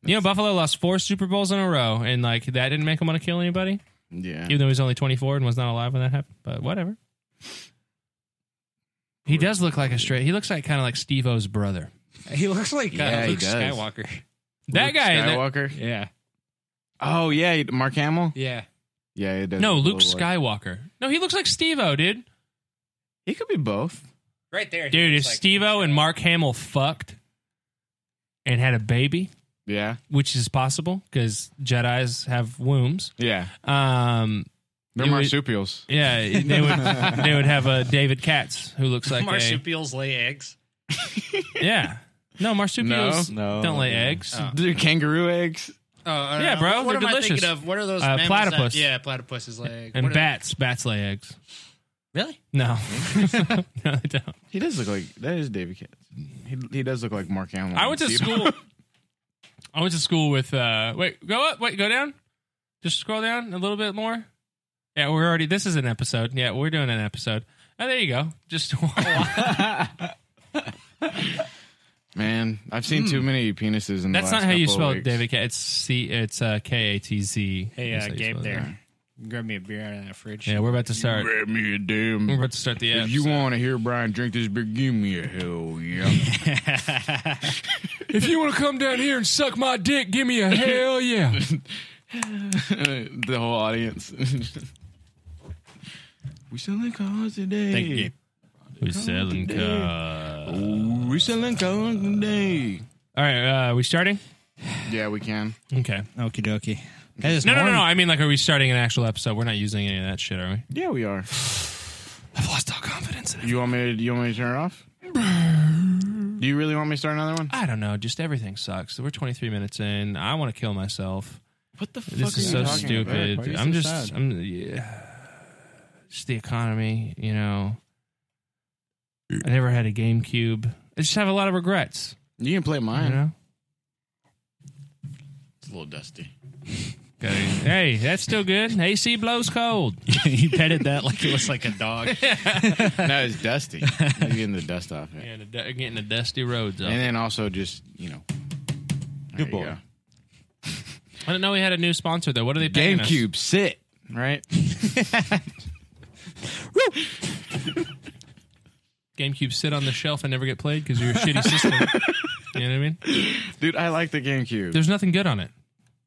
[SPEAKER 6] you know, Buffalo lost four Super Bowls in a row, and like that didn't make him want to kill anybody,
[SPEAKER 2] Yeah.
[SPEAKER 6] even though he was only 24 and was not alive when that happened. But whatever. He does look like a straight. He looks like kind of like Steve O's brother.
[SPEAKER 10] he looks like
[SPEAKER 2] Yeah,
[SPEAKER 10] uh,
[SPEAKER 2] he
[SPEAKER 10] Luke
[SPEAKER 2] does.
[SPEAKER 10] Skywalker.
[SPEAKER 6] That guy. that-
[SPEAKER 2] Skywalker.
[SPEAKER 10] Yeah,
[SPEAKER 2] Oh yeah, he- Mark Hamill.
[SPEAKER 10] yeah.
[SPEAKER 2] Yeah, it does.
[SPEAKER 6] no,
[SPEAKER 2] look a
[SPEAKER 6] Luke
[SPEAKER 2] little like-
[SPEAKER 6] Skywalker. No, he looks like Steve O, dude.
[SPEAKER 2] He could be both.
[SPEAKER 10] Right there,
[SPEAKER 6] Dude, if Steve
[SPEAKER 7] oh,
[SPEAKER 6] O and Mark Hamill fucked and had a baby,
[SPEAKER 2] Yeah.
[SPEAKER 6] which is possible because Jedi's have wombs.
[SPEAKER 2] Yeah.
[SPEAKER 6] Um,
[SPEAKER 2] They're
[SPEAKER 6] You would-
[SPEAKER 2] marsupials.
[SPEAKER 6] Yeah, they
[SPEAKER 7] <laughs>
[SPEAKER 6] would they would have a David Katz who looks like a
[SPEAKER 4] Marsupials lay eggs.
[SPEAKER 6] yeah. No marsupials
[SPEAKER 7] No,
[SPEAKER 6] don't lay
[SPEAKER 7] Yeah.
[SPEAKER 6] eggs.
[SPEAKER 2] Dude, kangaroo eggs.
[SPEAKER 4] Oh,
[SPEAKER 6] Yeah, bro,
[SPEAKER 4] What
[SPEAKER 6] they're
[SPEAKER 4] am I
[SPEAKER 6] delicious.
[SPEAKER 4] thinking of? What are those?
[SPEAKER 6] Uh,
[SPEAKER 4] mammals
[SPEAKER 6] platypus.
[SPEAKER 4] That, yeah, platypuses lay eggs.
[SPEAKER 6] And
[SPEAKER 4] What are-
[SPEAKER 6] bats, bats lay eggs.
[SPEAKER 4] Really?
[SPEAKER 6] No,
[SPEAKER 4] <laughs>
[SPEAKER 6] <laughs> no, they don't.
[SPEAKER 2] He does look like that is David Katz. He, he does look like Mark Hamill.
[SPEAKER 6] I went to
[SPEAKER 2] Steve-
[SPEAKER 6] <laughs> school. I went to school with. Uh, wait, go up. Wait, go down. Just scroll down a little bit more. Yeah, we're already. This is an episode. Yeah, we're doing an episode. Oh, there you go. Just <laughs>
[SPEAKER 2] Man, I've seen too many penises in the
[SPEAKER 6] Hmm. that's
[SPEAKER 2] last
[SPEAKER 6] not how you
[SPEAKER 2] couple of
[SPEAKER 6] spell
[SPEAKER 2] weeks.
[SPEAKER 6] it, David Katz. It's C. It's uh, K A T Z.
[SPEAKER 10] Hey,
[SPEAKER 6] That's
[SPEAKER 10] uh,
[SPEAKER 6] how you
[SPEAKER 10] Gabe,
[SPEAKER 6] spell it.
[SPEAKER 10] there.
[SPEAKER 4] Grab me a beer out of that fridge.
[SPEAKER 6] Yeah, we're about to start.
[SPEAKER 2] Grab me a damn.
[SPEAKER 6] We're about to start the
[SPEAKER 2] If you want to hear Brian drink this beer, give me a hell
[SPEAKER 6] <laughs>
[SPEAKER 2] yeah.
[SPEAKER 6] If you want to come down here and suck my dick, give me a hell yeah.
[SPEAKER 2] the whole audience. <laughs> we selling cars today.
[SPEAKER 6] <laughs> Thank you.
[SPEAKER 2] We selling
[SPEAKER 6] Uh,
[SPEAKER 2] cars. Ooh, we selling cars today.
[SPEAKER 6] All right, uh, we starting?
[SPEAKER 2] Yeah, we can.
[SPEAKER 6] Okay.
[SPEAKER 4] Okie dokie.
[SPEAKER 6] No, no, no, no. I mean, like, are we starting an actual episode? We're not using any of that shit, are we?
[SPEAKER 2] Yeah, we are.
[SPEAKER 6] I've lost all confidence in it.
[SPEAKER 2] You want me? To, you want me to turn it off? Do you really want me to start another one?
[SPEAKER 6] I don't know. Just everything sucks. We're 23 minutes in. I want to kill myself.
[SPEAKER 2] What the fuck
[SPEAKER 6] This
[SPEAKER 2] are
[SPEAKER 6] is
[SPEAKER 2] you
[SPEAKER 6] so
[SPEAKER 2] talking
[SPEAKER 6] stupid.
[SPEAKER 2] about? Why are you
[SPEAKER 6] I'm
[SPEAKER 2] so
[SPEAKER 6] just,
[SPEAKER 2] sad?
[SPEAKER 6] I'm, yeah. Just the economy, you know. I never had a GameCube. I just have a lot of regrets.
[SPEAKER 2] You can play mine.
[SPEAKER 6] You know?
[SPEAKER 2] It's a little dusty.
[SPEAKER 6] Gotta- hey, that's still good. AC blows cold.
[SPEAKER 4] you petted that like it was like a
[SPEAKER 2] <laughs>
[SPEAKER 4] dog.
[SPEAKER 2] no, it's
[SPEAKER 6] <laughs>
[SPEAKER 2] dusty. You're getting the dust off it.
[SPEAKER 6] And the, <laughs> getting the dusty roads up.
[SPEAKER 2] And then also just, you know. there
[SPEAKER 6] Good
[SPEAKER 2] you
[SPEAKER 6] boy.
[SPEAKER 2] go.
[SPEAKER 6] I didn't know we had a new sponsor though. What are they paying us?
[SPEAKER 2] GameCube, sit. Right?
[SPEAKER 6] GameCube sit on the shelf and never get played because you're a shitty system. you know what I mean?
[SPEAKER 2] Dude, I like the GameCube.
[SPEAKER 6] There's nothing good on it.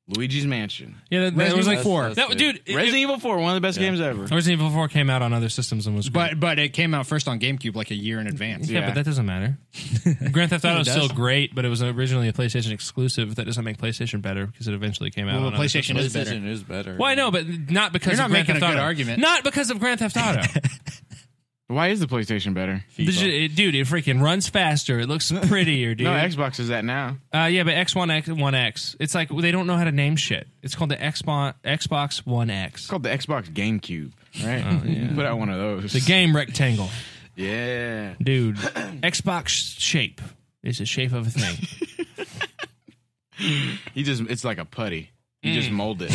[SPEAKER 2] Luigi's Mansion.
[SPEAKER 6] Yeah, that, that
[SPEAKER 2] Resident
[SPEAKER 6] was like
[SPEAKER 2] Evil-
[SPEAKER 6] four.
[SPEAKER 2] that's- that's
[SPEAKER 6] That- dude, it-
[SPEAKER 2] Resident Evil 4, one of the best games ever.
[SPEAKER 6] it- Resident Evil Four came out on other systems and was great.
[SPEAKER 4] But but it came out first on GameCube like a year in advance.
[SPEAKER 6] yeah, but that doesn't
[SPEAKER 4] <laughs>
[SPEAKER 6] matter. Grand Theft Auto is
[SPEAKER 4] It does.
[SPEAKER 6] still great, but it was originally a PlayStation exclusive. That doesn't make PlayStation better because it eventually came out.
[SPEAKER 4] Well,
[SPEAKER 6] on
[SPEAKER 4] the
[SPEAKER 6] other
[SPEAKER 4] PlayStation
[SPEAKER 6] systems.
[SPEAKER 4] is better.
[SPEAKER 7] PlayStation is better.
[SPEAKER 6] Well, I know, but not because
[SPEAKER 4] You're not
[SPEAKER 6] of Grand
[SPEAKER 4] making a
[SPEAKER 6] Theft
[SPEAKER 4] good
[SPEAKER 6] Auto.
[SPEAKER 4] argument.
[SPEAKER 6] Not because of Grand Theft
[SPEAKER 4] <laughs>
[SPEAKER 6] Auto.
[SPEAKER 2] Why is the PlayStation better?
[SPEAKER 6] This shit- it- dude, it freaking runs faster. It looks
[SPEAKER 4] <laughs>
[SPEAKER 6] prettier, dude.
[SPEAKER 2] No, Xbox is that now.
[SPEAKER 6] Uh, yeah, but X One X One X. It's like they don't know how to name shit. It's called the Xbox Xbox One X.
[SPEAKER 2] It's called the Xbox GameCube, right?
[SPEAKER 6] Oh,
[SPEAKER 2] <laughs>
[SPEAKER 6] yeah.
[SPEAKER 2] Put out one of those.
[SPEAKER 6] The game rectangle,
[SPEAKER 2] Yeah. <clears throat>
[SPEAKER 6] dude. Xbox shape is the shape of a
[SPEAKER 2] <laughs>
[SPEAKER 6] thing.
[SPEAKER 2] You just, it's like a putty. You just mold
[SPEAKER 6] <laughs>
[SPEAKER 2] it.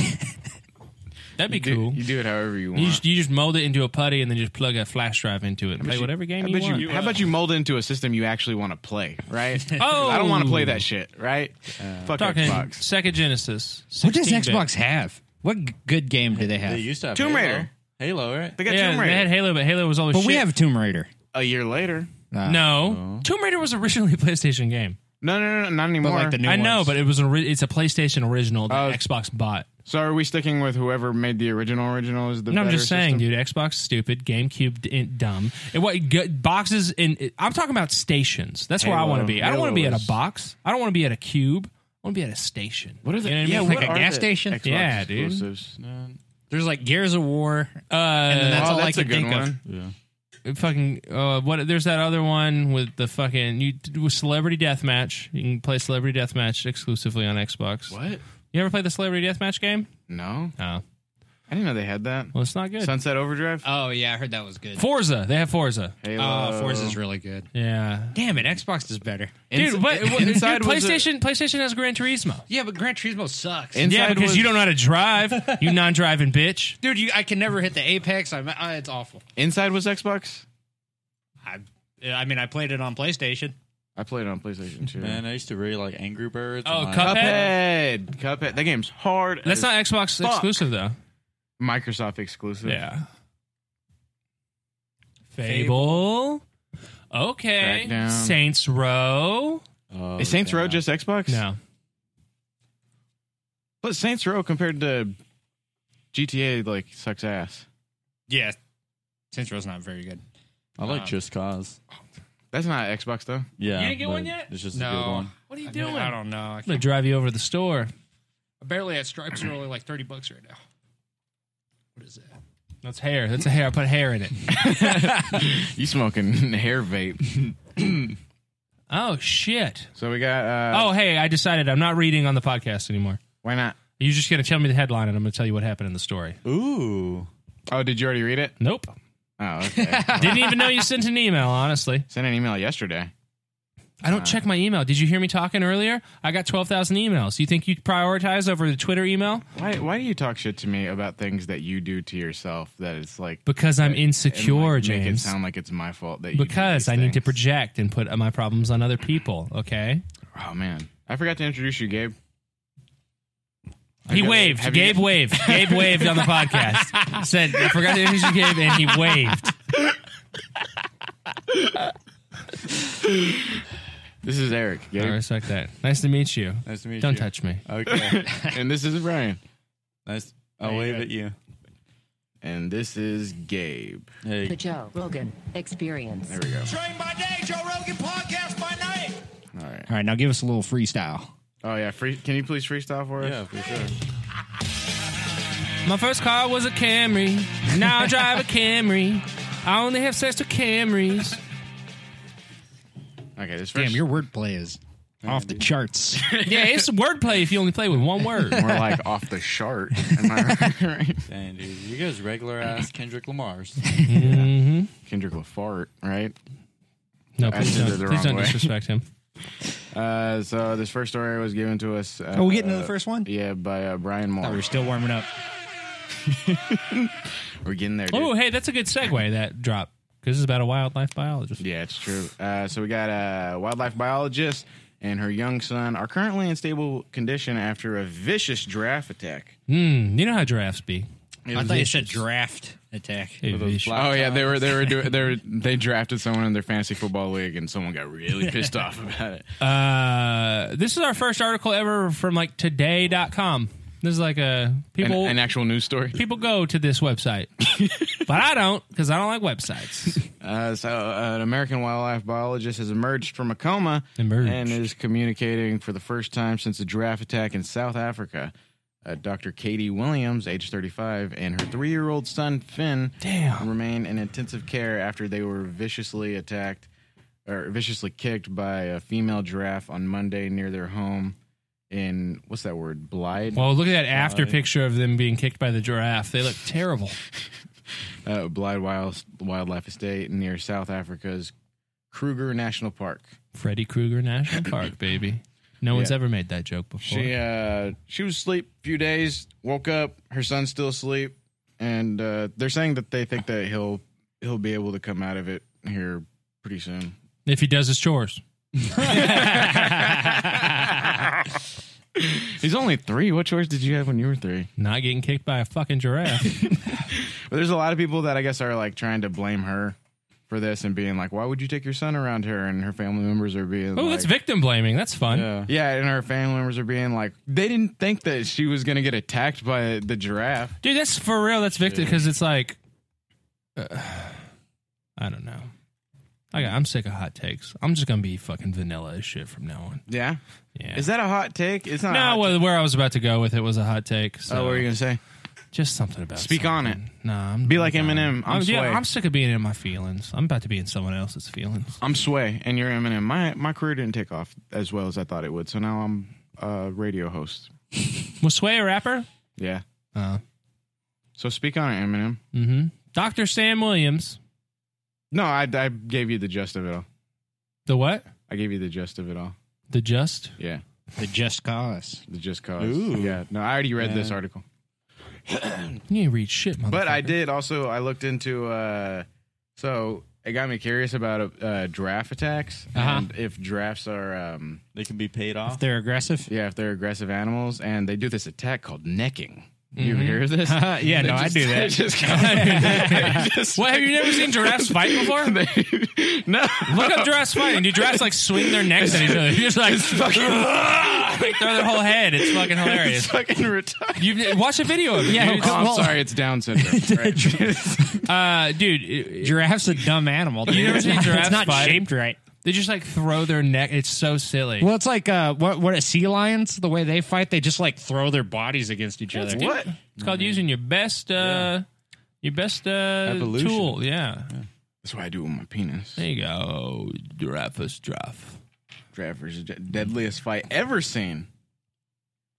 [SPEAKER 6] That'd be
[SPEAKER 2] You do-
[SPEAKER 6] Mm. cool.
[SPEAKER 2] You do it however you want.
[SPEAKER 6] You just, you just mold it into a putty and then just plug a flash drive into it and
[SPEAKER 2] bet
[SPEAKER 6] play
[SPEAKER 2] you-
[SPEAKER 6] whatever game
[SPEAKER 2] I
[SPEAKER 6] you
[SPEAKER 2] bet
[SPEAKER 6] want.
[SPEAKER 2] how about you mold it into a system you actually want to play, right?
[SPEAKER 6] <laughs> Oh. Uh,
[SPEAKER 2] I don't want to play that shit, right? Fuck
[SPEAKER 6] Talking
[SPEAKER 2] Xbox.
[SPEAKER 6] Sega Genesis.
[SPEAKER 4] What does
[SPEAKER 6] 16-bit.
[SPEAKER 4] Xbox have? What g- good game do they
[SPEAKER 7] They
[SPEAKER 4] have?
[SPEAKER 7] used to have
[SPEAKER 2] Tomb
[SPEAKER 7] Halo.
[SPEAKER 2] Raider.
[SPEAKER 7] Halo, right?
[SPEAKER 2] They got
[SPEAKER 6] Yeah,
[SPEAKER 2] Tomb
[SPEAKER 6] they
[SPEAKER 2] Raider.
[SPEAKER 6] had Halo, but Halo was always.
[SPEAKER 4] But we
[SPEAKER 6] shit.
[SPEAKER 4] have Tomb Raider.
[SPEAKER 2] a year later.
[SPEAKER 4] Uh,
[SPEAKER 2] Oh.
[SPEAKER 6] no. Tomb Raider was originally a PlayStation game.
[SPEAKER 2] No, no, no, no not
[SPEAKER 4] But
[SPEAKER 2] anymore.
[SPEAKER 4] like the new
[SPEAKER 6] I know,
[SPEAKER 4] ones.
[SPEAKER 6] but it was a it's a PlayStation original that
[SPEAKER 2] Oh.
[SPEAKER 6] Xbox bought.
[SPEAKER 2] so are we sticking with whoever made the original? Original is the.
[SPEAKER 6] No, I'm
[SPEAKER 2] better
[SPEAKER 6] just saying,
[SPEAKER 2] system?
[SPEAKER 6] dude. Xbox stupid, GameCube d- in- dumb. And what g- boxes in? I'm talking about stations. That's where I
[SPEAKER 2] Halo.
[SPEAKER 6] want to be. I don't want to be at
[SPEAKER 2] Halo
[SPEAKER 6] a
[SPEAKER 2] is-
[SPEAKER 6] box. I don't want to be at a cube. I want to be at a station.
[SPEAKER 2] What are the
[SPEAKER 6] You know what I
[SPEAKER 2] yeah,
[SPEAKER 6] mean?
[SPEAKER 2] what
[SPEAKER 4] Like a
[SPEAKER 2] are
[SPEAKER 4] gas
[SPEAKER 2] the
[SPEAKER 4] station?
[SPEAKER 2] Xbox
[SPEAKER 6] Yeah, dude.
[SPEAKER 2] exclusives?
[SPEAKER 4] There's like Gears of War.
[SPEAKER 6] Uh,
[SPEAKER 4] then that's
[SPEAKER 2] oh,
[SPEAKER 4] all I
[SPEAKER 2] that's
[SPEAKER 4] could
[SPEAKER 2] a good
[SPEAKER 4] think of.
[SPEAKER 2] one.
[SPEAKER 7] Yeah.
[SPEAKER 6] fucking uh, what? There's that other one with the fucking you with celebrity deathmatch. You can play celebrity deathmatch exclusively on Xbox.
[SPEAKER 2] What?
[SPEAKER 6] You ever play the celebrity deathmatch game?
[SPEAKER 2] No,
[SPEAKER 6] No.
[SPEAKER 2] I didn't know they had that.
[SPEAKER 6] Well, it's not good.
[SPEAKER 2] Sunset Overdrive.
[SPEAKER 6] Uh,
[SPEAKER 4] Oh yeah, I heard that was good.
[SPEAKER 6] Forza. They have Forza.
[SPEAKER 2] Halo.
[SPEAKER 4] Oh, Forza's really good.
[SPEAKER 6] Yeah.
[SPEAKER 4] Damn it, Xbox is better.
[SPEAKER 6] Dude, what, what dude,
[SPEAKER 2] eh, Inside was a-
[SPEAKER 6] PlayStation PlayStation has Gran Turismo.
[SPEAKER 4] Yeah, but Gran Turismo sucks.
[SPEAKER 2] Inside
[SPEAKER 6] yeah, because
[SPEAKER 2] was,
[SPEAKER 6] you don't know how to drive. <laughs> You non-driving bitch.
[SPEAKER 4] Dude, you, I can never hit the apex. I'm, uh, it's awful.
[SPEAKER 2] Inside was Xbox.
[SPEAKER 4] I, I mean, I played it on PlayStation.
[SPEAKER 2] I played it on PlayStation 2.
[SPEAKER 7] Man, I used to really like Angry Birds.
[SPEAKER 6] Oh,
[SPEAKER 7] and, like,
[SPEAKER 6] Cuphead?
[SPEAKER 2] Cuphead, Cuphead. That game's hard. as
[SPEAKER 6] That's not Xbox
[SPEAKER 2] fuck.
[SPEAKER 6] exclusive though.
[SPEAKER 2] Microsoft exclusive.
[SPEAKER 6] Fable. Okay.
[SPEAKER 2] Crackdown.
[SPEAKER 6] Saints Row.
[SPEAKER 7] Oh,
[SPEAKER 2] Is Saints Row
[SPEAKER 7] damn.
[SPEAKER 2] just Xbox?
[SPEAKER 6] No.
[SPEAKER 2] But Saints Row compared to GTA like sucks ass.
[SPEAKER 4] Yeah, Saints Row's not very good.
[SPEAKER 7] I like Just Cause.
[SPEAKER 2] That's not Xbox though.
[SPEAKER 7] Yeah.
[SPEAKER 6] You didn't get
[SPEAKER 7] but
[SPEAKER 6] one yet?
[SPEAKER 7] It's just a
[SPEAKER 4] No.
[SPEAKER 7] good one.
[SPEAKER 6] What are you
[SPEAKER 4] I,
[SPEAKER 6] doing?
[SPEAKER 4] mean, I don't know. I
[SPEAKER 6] I'm gonna drive you over to the store.
[SPEAKER 4] Barely at stripes are only like thirty bucks right now. What is that?
[SPEAKER 6] That's hair. That's a hair. I put hair in it.
[SPEAKER 2] You smoking <laughs> hair vape.
[SPEAKER 6] Oh shit.
[SPEAKER 2] So we got. Uh,
[SPEAKER 6] oh hey, I decided I'm not reading on the podcast anymore.
[SPEAKER 2] why not?
[SPEAKER 6] You're just gonna tell me the headline, and I'm gonna tell you what happened in the story.
[SPEAKER 7] Ooh.
[SPEAKER 2] Oh, did you already read it?
[SPEAKER 6] Nope.
[SPEAKER 2] Oh, okay.
[SPEAKER 6] <laughs> Didn't even know you sent an email. Honestly,
[SPEAKER 2] Sent an email yesterday.
[SPEAKER 6] I don't check my email. Did you hear me talking earlier? I got twelve thousand emails. You think you prioritize over the Twitter email
[SPEAKER 2] Why? Why do you talk shit to me about things that you do to yourself? That it's like
[SPEAKER 6] because I'm
[SPEAKER 2] and, like,
[SPEAKER 6] insecure,
[SPEAKER 2] Make it
[SPEAKER 6] James.
[SPEAKER 2] sound like it's my fault that you. do
[SPEAKER 6] Because
[SPEAKER 2] these
[SPEAKER 6] I need to
[SPEAKER 2] things.
[SPEAKER 6] project and put my problems on other people. Okay.
[SPEAKER 2] Oh man, I forgot to introduce you, Gabe.
[SPEAKER 6] He waved.
[SPEAKER 11] have you-
[SPEAKER 6] Gabe waved. Gabe
[SPEAKER 2] <laughs>
[SPEAKER 6] waved on the podcast. Said, I forgot the image you gave, and he waved.
[SPEAKER 2] This is Eric. Gabe.
[SPEAKER 6] I respect that. Nice to meet you.
[SPEAKER 7] Nice to meet
[SPEAKER 6] Don't
[SPEAKER 7] you.
[SPEAKER 6] touch me.
[SPEAKER 7] Okay.
[SPEAKER 2] <laughs>
[SPEAKER 6] <laughs>
[SPEAKER 2] and this is Brian.
[SPEAKER 7] Nice. I'll wave at you.
[SPEAKER 2] And this is Gabe.
[SPEAKER 6] <laughs>
[SPEAKER 7] Hey.
[SPEAKER 12] The Joe Rogan Experience.
[SPEAKER 2] There we go.
[SPEAKER 9] Train by day, Joe Rogan podcast by night.
[SPEAKER 2] All right.
[SPEAKER 4] All right, now give us a little freestyle.
[SPEAKER 2] Oh yeah. Free, can you please freestyle for us? Yeah, for sure.
[SPEAKER 6] My first car was a Camry. Now I drive a Camry. I only have sex with Camrys.
[SPEAKER 2] Okay, this
[SPEAKER 4] Damn, your wordplay is off the <laughs> charts.
[SPEAKER 6] Yeah, it's wordplay if you only play with one
[SPEAKER 2] <laughs>
[SPEAKER 6] word.
[SPEAKER 2] More like off the chart. <laughs>
[SPEAKER 7] Dang, dude. You guys regular ass Kendrick
[SPEAKER 4] <laughs>
[SPEAKER 7] Lamar's.
[SPEAKER 2] Kendrick Lafart, right?
[SPEAKER 6] <laughs> No,
[SPEAKER 2] I
[SPEAKER 6] please
[SPEAKER 2] did it
[SPEAKER 6] don't,
[SPEAKER 2] the
[SPEAKER 6] please
[SPEAKER 2] wrong
[SPEAKER 6] don't
[SPEAKER 2] way.
[SPEAKER 6] disrespect him.
[SPEAKER 2] Uh, so this first story was given to us. Uh,
[SPEAKER 4] Oh, we getting to the first one?
[SPEAKER 2] Yeah, by uh, Brian Moore.
[SPEAKER 4] Thought we were still warming up.
[SPEAKER 2] We're getting there. dude.
[SPEAKER 6] <laughs> Oh, hey, that's a good segue, that drop. Because it's about a wildlife biologist.
[SPEAKER 2] Yeah, it's true. Uh, so we got a wildlife biologist and her young son are currently in stable condition after a vicious giraffe attack.
[SPEAKER 6] Hmm, you know how giraffes be.
[SPEAKER 4] I thought you said draft attack.
[SPEAKER 2] oh yeah, they were they were doing they were, they drafted someone in their fantasy football league and someone got
[SPEAKER 4] <laughs>
[SPEAKER 2] really pissed off about it.
[SPEAKER 6] Uh, this is our first article ever from like today.com. This is like a
[SPEAKER 2] An,
[SPEAKER 6] people
[SPEAKER 2] an actual news story.
[SPEAKER 6] people go to this
[SPEAKER 2] <laughs>
[SPEAKER 6] website. but I don't because I don't like websites.
[SPEAKER 2] Uh, so, uh, an American wildlife biologist has emerged from a coma
[SPEAKER 6] Emerged.
[SPEAKER 2] and is communicating for the first time since the giraffe attack in South Africa. Uh, Dr. Katie Williams, age 35, and her three year old son, Finn,
[SPEAKER 6] Damn.
[SPEAKER 2] remain in intensive care after they were viciously attacked or viciously kicked by a female giraffe on Monday near their home in, what's that word? Blyde?
[SPEAKER 6] Well, look at that after
[SPEAKER 2] Blyde.
[SPEAKER 6] picture of them being kicked by the giraffe. They look terrible.
[SPEAKER 2] uh, Blyde Wild, Wildlife Estate near South Africa's Kruger National Park.
[SPEAKER 6] Freddy Krueger National Park, baby. No one's
[SPEAKER 2] Yeah.
[SPEAKER 6] ever made that joke before.
[SPEAKER 2] She uh she was asleep a few days, woke up, her son's still asleep, and uh they're saying that they think that he'll he'll be able to come out of it here pretty soon.
[SPEAKER 6] if he does his chores.
[SPEAKER 2] He's only three. What choice did you have when you were three?
[SPEAKER 6] Not getting kicked by a fucking
[SPEAKER 2] <laughs>
[SPEAKER 6] giraffe.
[SPEAKER 2] But there's a lot of people that I guess are like trying to blame her for this and being like, Why would you take your son around her? And her family members are being
[SPEAKER 6] oh,
[SPEAKER 2] like,
[SPEAKER 6] that's victim blaming. That's fun.
[SPEAKER 2] Yeah, and her family members are being like they didn't think that she was gonna get attacked by the giraffe.
[SPEAKER 6] Dude, that's for real. That's victim because it's like, uh, I don't know. I got, I'm sick of hot takes. I'm just gonna be fucking vanilla as shit from now on.
[SPEAKER 2] Yeah.
[SPEAKER 6] Yeah.
[SPEAKER 2] Is that a hot take? It's not a
[SPEAKER 6] no,
[SPEAKER 2] hot
[SPEAKER 6] well, where I was about to go with it was a hot take. So
[SPEAKER 2] Oh, what were you gonna say?
[SPEAKER 6] just something about
[SPEAKER 2] Speak on it.
[SPEAKER 6] No, I'm
[SPEAKER 2] Be like Eminem. I'm
[SPEAKER 6] I'm, yeah,
[SPEAKER 2] Sway.
[SPEAKER 6] I'm sick of being in my feelings. I'm about to be in someone else's feelings.
[SPEAKER 2] I'm Sway, and you're Eminem. My my career didn't take off as well as I thought it would, so now I'm a radio host.
[SPEAKER 6] Was Sway a rapper?
[SPEAKER 2] Yeah.
[SPEAKER 6] Uh,
[SPEAKER 2] So speak on it, Eminem.
[SPEAKER 6] mm-hmm. Doctor Sam Williams.
[SPEAKER 2] No, I, I gave you the gist of it all.
[SPEAKER 6] The what?
[SPEAKER 2] I gave you the gist of it all.
[SPEAKER 6] The Just.
[SPEAKER 2] Yeah,
[SPEAKER 4] The just cause.
[SPEAKER 2] the just cause.
[SPEAKER 7] Ooh.
[SPEAKER 2] Yeah. No, I already read this
[SPEAKER 7] Yeah.
[SPEAKER 2] article,
[SPEAKER 6] You ain't read shit, motherfucker.
[SPEAKER 2] but I did also. I looked into. uh So it got me curious about uh, giraffe attacks
[SPEAKER 6] Uh-huh.
[SPEAKER 2] and if giraffes are. um
[SPEAKER 7] They can be paid
[SPEAKER 4] If
[SPEAKER 7] off.
[SPEAKER 6] <laughs>
[SPEAKER 4] they're aggressive.
[SPEAKER 2] Yeah, if they're aggressive animals, and they do this attack called necking. You
[SPEAKER 6] Mhm.
[SPEAKER 2] hear this?
[SPEAKER 4] Mm-hmm. <laughs> yeah, no,
[SPEAKER 2] <laughs>
[SPEAKER 4] I do that.
[SPEAKER 6] <laughs> What have you never
[SPEAKER 2] <laughs>
[SPEAKER 6] seen giraffes fight before?
[SPEAKER 2] no.
[SPEAKER 6] Look up giraffes fighting. Do giraffes like swing their necks at each other? You're just like, <laughs> like throw their whole head. It's fucking
[SPEAKER 2] <laughs> It's
[SPEAKER 6] hilarious.
[SPEAKER 2] fucking retarded.
[SPEAKER 6] You watch a video of it.
[SPEAKER 2] Yeah,
[SPEAKER 6] dude.
[SPEAKER 2] oh, I'm sorry, it's Down <laughs> syndrome. Right?
[SPEAKER 6] Uh, dude, it-
[SPEAKER 4] Giraffe's a dumb animal. dude.
[SPEAKER 6] You never
[SPEAKER 4] <laughs> It's
[SPEAKER 6] seen
[SPEAKER 4] not-
[SPEAKER 6] giraffes
[SPEAKER 4] It's not
[SPEAKER 6] fight?
[SPEAKER 4] shaped right.
[SPEAKER 6] they just like throw their neck. It's so silly.
[SPEAKER 4] Well, it's like uh, what what are sea lions? The way they fight, they just like throw their bodies against each
[SPEAKER 6] That's
[SPEAKER 4] other.
[SPEAKER 6] good.
[SPEAKER 2] What? Oh,
[SPEAKER 6] It's called using your best, uh, your best uh,
[SPEAKER 7] Evolution.
[SPEAKER 6] tool. Yeah.
[SPEAKER 2] That's what I do with my penis.
[SPEAKER 6] There you go. Giraffes giraffe.
[SPEAKER 2] Giraffe versus gi- deadliest fight ever seen.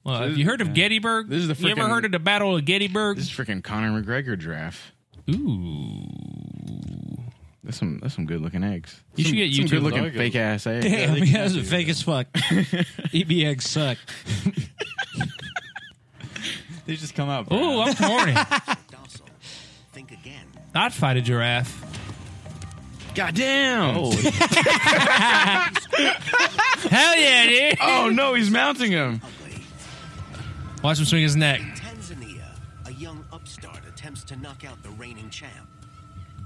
[SPEAKER 6] Well, have you heard of Gettysburg?
[SPEAKER 2] This is the
[SPEAKER 6] you ever
[SPEAKER 2] freaking-
[SPEAKER 6] heard of the Battle of Gettysburg?
[SPEAKER 2] This is freaking Conor McGregor giraffe.
[SPEAKER 6] Ooh.
[SPEAKER 2] That's some that's some good looking eggs.
[SPEAKER 6] You should
[SPEAKER 2] Some-
[SPEAKER 6] get
[SPEAKER 2] some
[SPEAKER 6] YouTube
[SPEAKER 2] good looking
[SPEAKER 7] logos.
[SPEAKER 2] fake ass eggs.
[SPEAKER 4] Damn, yeah, that's fake as fuck.
[SPEAKER 2] <laughs>
[SPEAKER 4] EB eggs suck.
[SPEAKER 7] They just come out.
[SPEAKER 6] Ooh, I'm
[SPEAKER 4] <laughs>
[SPEAKER 6] horny.
[SPEAKER 8] Also, think again.
[SPEAKER 6] I'd fight a giraffe.
[SPEAKER 2] God damn.
[SPEAKER 4] <laughs>
[SPEAKER 2] Oh.
[SPEAKER 6] Hell yeah, dude.
[SPEAKER 2] Oh. no, he's mounting him.
[SPEAKER 6] Watch him swing his neck.
[SPEAKER 8] In Tanzania, a young upstart attempts to knock out the reigning champ.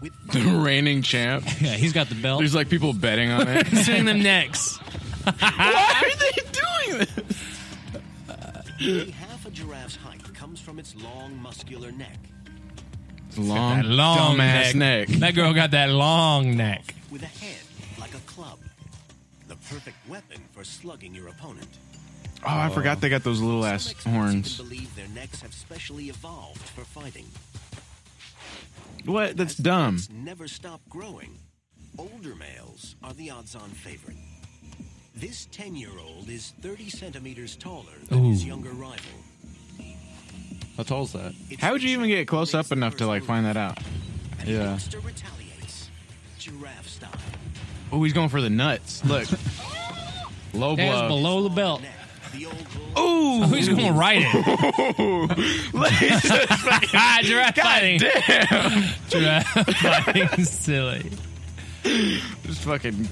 [SPEAKER 8] With
[SPEAKER 2] The reigning champ.
[SPEAKER 13] Yeah, he's got the belt.
[SPEAKER 2] There's like people betting on <laughs> it.
[SPEAKER 6] <laughs> swing them necks.
[SPEAKER 2] Why are they doing this?
[SPEAKER 9] <laughs>
[SPEAKER 8] nearly half a giraffe's height comes from its long, muscular neck.
[SPEAKER 2] long,
[SPEAKER 6] that long
[SPEAKER 2] dumbass
[SPEAKER 6] neck. That girl got that long neck.
[SPEAKER 8] with a head like a club. The perfect weapon for slugging your opponent.
[SPEAKER 2] Oh, I forgot they got those little ass horns.
[SPEAKER 8] Even believe their necks have specially evolved for fighting.
[SPEAKER 2] What? That's dumb.
[SPEAKER 8] It's never stop growing. Older males are the odds-on favorite. This 10-year-old is 30 centimeters taller than his
[SPEAKER 2] Ooh.
[SPEAKER 8] younger rival.
[SPEAKER 7] How tall's that?
[SPEAKER 2] How would you even get close up enough to like find that out?
[SPEAKER 7] Yeah.
[SPEAKER 8] Monster retaliates, giraffe style.
[SPEAKER 2] Oh, he's going for the nuts. Look. Low
[SPEAKER 8] Hands
[SPEAKER 2] blow.
[SPEAKER 8] below
[SPEAKER 2] the belt. <laughs>
[SPEAKER 6] Ooh, he's going right in. Giraffe fighting. Giraffe fighting. Silly.
[SPEAKER 2] Just fucking.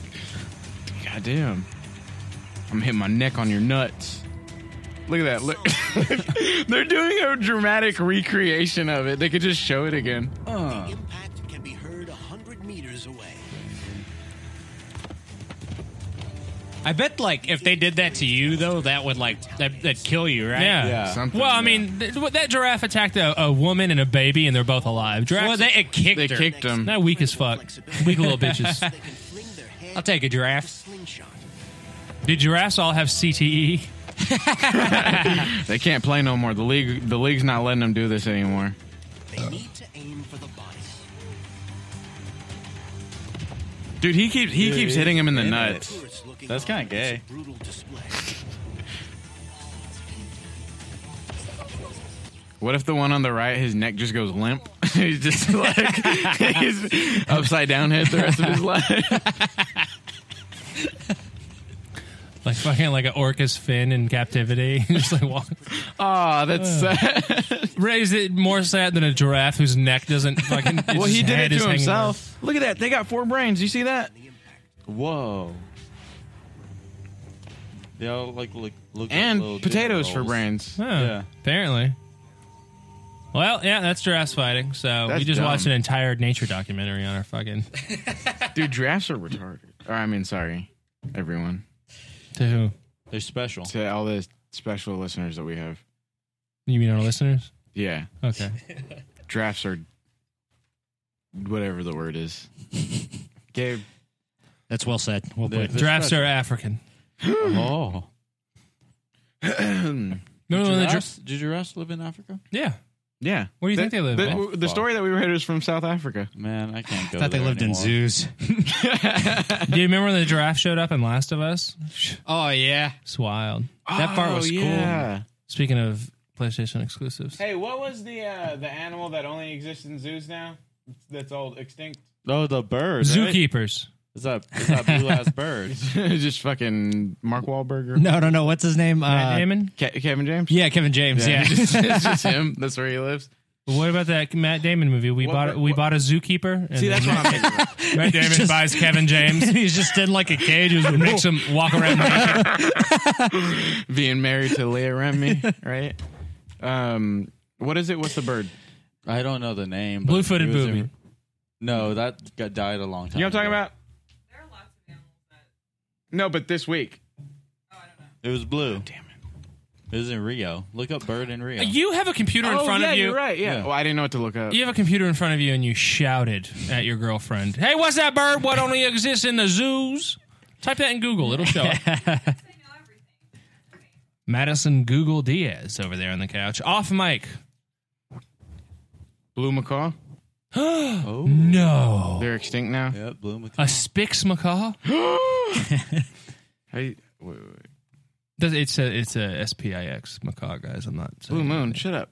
[SPEAKER 2] Goddamn. I'm gonna hit my neck on your nuts. Look <laughs> at that. Look. They're doing a dramatic recreation of it. They could just show it again.
[SPEAKER 8] The impact can be heard 100 meters away.
[SPEAKER 13] I bet like if they did that to you though, that would like that that'd kill you, right?
[SPEAKER 6] Yeah. well, I mean, th- what- that giraffe attacked a, a woman and a baby, and they're both alive. Giraffes,
[SPEAKER 13] Well, they- it kicked They her. kicked 'em.
[SPEAKER 6] Not weak as fuck. Weak
[SPEAKER 13] <laughs>
[SPEAKER 6] little bitches.
[SPEAKER 13] I'll take a giraffe.
[SPEAKER 6] Do giraffes all have E? CTE?
[SPEAKER 2] They can't play no more. The league, the league's not letting them do this anymore.
[SPEAKER 8] They need to aim for the body.
[SPEAKER 2] Dude, he keeps he
[SPEAKER 7] Dude,
[SPEAKER 2] keeps hitting him in the
[SPEAKER 7] he's in
[SPEAKER 2] nuts.
[SPEAKER 7] it. That's kind of gay.
[SPEAKER 8] Brutal display.
[SPEAKER 2] What if the one on the right, his neck just goes limp? <laughs> he's just like <laughs> he's upside down head the rest of his life.
[SPEAKER 6] Like fucking like an orca's fin in captivity, <laughs> just like walk.
[SPEAKER 2] Aw, that's sad.
[SPEAKER 6] Raise it more sad than a giraffe whose
[SPEAKER 2] <laughs>
[SPEAKER 6] neck doesn't fucking.
[SPEAKER 2] well, he
[SPEAKER 6] his
[SPEAKER 2] did
[SPEAKER 6] head
[SPEAKER 2] it
[SPEAKER 6] is
[SPEAKER 2] to
[SPEAKER 6] hanging
[SPEAKER 2] himself. Look at that. They got four brains. You see that? Whoa.
[SPEAKER 7] They all like look, look
[SPEAKER 2] And
[SPEAKER 7] like little
[SPEAKER 2] potatoes
[SPEAKER 7] dinner
[SPEAKER 2] for
[SPEAKER 7] rolls.
[SPEAKER 2] brains.
[SPEAKER 6] Huh, Apparently. Well, yeah, that's giraffes fighting. So
[SPEAKER 2] That's
[SPEAKER 6] we just
[SPEAKER 2] dumb.
[SPEAKER 6] watched an entire nature documentary on our fucking.
[SPEAKER 2] <laughs> Dude, giraffes are retarded. Or I mean, sorry, everyone.
[SPEAKER 6] To who?
[SPEAKER 7] They're special.
[SPEAKER 2] To all the special listeners that we have.
[SPEAKER 6] You mean our listeners?
[SPEAKER 2] Yeah.
[SPEAKER 6] Okay.
[SPEAKER 2] Drafts are whatever the word is. <laughs> Gabe.
[SPEAKER 4] That's well said. Well
[SPEAKER 2] They're-
[SPEAKER 4] put.
[SPEAKER 2] they're
[SPEAKER 6] Giraffes are African.
[SPEAKER 7] oh.
[SPEAKER 2] no,
[SPEAKER 6] no,
[SPEAKER 7] do
[SPEAKER 6] the gir-
[SPEAKER 7] giraffes, do giraffes live in Africa?
[SPEAKER 6] Yeah.
[SPEAKER 2] Yeah.
[SPEAKER 6] Where do you think they live?
[SPEAKER 2] The,
[SPEAKER 6] Paul?
[SPEAKER 2] the story that we read is from South Africa.
[SPEAKER 7] Man, I can't go.
[SPEAKER 4] Thought they
[SPEAKER 7] there
[SPEAKER 4] lived in
[SPEAKER 7] anymore.
[SPEAKER 4] zoos.
[SPEAKER 6] <laughs> Do you remember when the giraffe showed up in Last of Us?
[SPEAKER 4] Oh yeah.
[SPEAKER 6] It's wild. That part
[SPEAKER 2] Oh,
[SPEAKER 6] was
[SPEAKER 2] yeah. <laughs>
[SPEAKER 6] cool. Speaking of PlayStation exclusives,
[SPEAKER 2] Hey, what was the uh, the animal that only exists in zoos now? That's all extinct.
[SPEAKER 7] No, Oh, the birds.
[SPEAKER 6] zookeepers.
[SPEAKER 7] Is that is that
[SPEAKER 2] <laughs>
[SPEAKER 7] blue ass bird?
[SPEAKER 2] Just fucking Mark Wahlberg.
[SPEAKER 4] No, no, no. What's his name?
[SPEAKER 6] Matt
[SPEAKER 4] Uh,
[SPEAKER 6] Damon.
[SPEAKER 2] Ke- Kevin
[SPEAKER 6] <laughs>
[SPEAKER 2] James. <laughs>
[SPEAKER 4] yeah, Kevin James. Yeah.
[SPEAKER 2] it's just him. That's where he lives.
[SPEAKER 6] But What about that Matt Damon movie? We
[SPEAKER 2] What-
[SPEAKER 6] bought we
[SPEAKER 2] what-
[SPEAKER 6] bought a zookeeper. And
[SPEAKER 2] See, that's what I'm thinking.
[SPEAKER 6] then Matt Damon
[SPEAKER 4] Just-
[SPEAKER 6] buys Kevin James.
[SPEAKER 4] He's just in like a cage. It was-
[SPEAKER 6] makes him walk around. naked.
[SPEAKER 2] <laughs> Being married to Leah Remy, right? Um, what is it? What's the bird?
[SPEAKER 7] I don't know the name. but
[SPEAKER 6] Blue-footed
[SPEAKER 7] he was in-
[SPEAKER 6] booby.
[SPEAKER 7] No, that got died a long time.
[SPEAKER 2] You know what I'm talking
[SPEAKER 7] ago.
[SPEAKER 2] about? There are lots of animals that. No, but this week.
[SPEAKER 7] It was blue. damn it! It was in Rio. Look up bird in
[SPEAKER 2] Uh,
[SPEAKER 7] Rio.
[SPEAKER 6] <laughs> You have a computer in
[SPEAKER 2] oh,
[SPEAKER 6] front
[SPEAKER 2] yeah,
[SPEAKER 6] of you.
[SPEAKER 2] are right. Yeah. Well, I didn't know what to look up.
[SPEAKER 6] You have a computer in front of you, and you shouted at your girlfriend, "Hey, what's that bird? What only exists in the zoos?" Type that in Google; it'll show up. Madison Google Diaz over there on the couch, off mic.
[SPEAKER 2] Blue macaw.
[SPEAKER 7] oh,
[SPEAKER 6] No,
[SPEAKER 2] They're extinct
[SPEAKER 7] <gasps>
[SPEAKER 2] now. <gasps>
[SPEAKER 7] yeah, blue macaw.
[SPEAKER 6] a Spix macaw.
[SPEAKER 2] How you- wait, wait, wait.
[SPEAKER 6] Does- It's a it's a SPIX macaw, guys. I'm not.
[SPEAKER 2] Blue
[SPEAKER 6] saying-
[SPEAKER 2] moon. Shut up.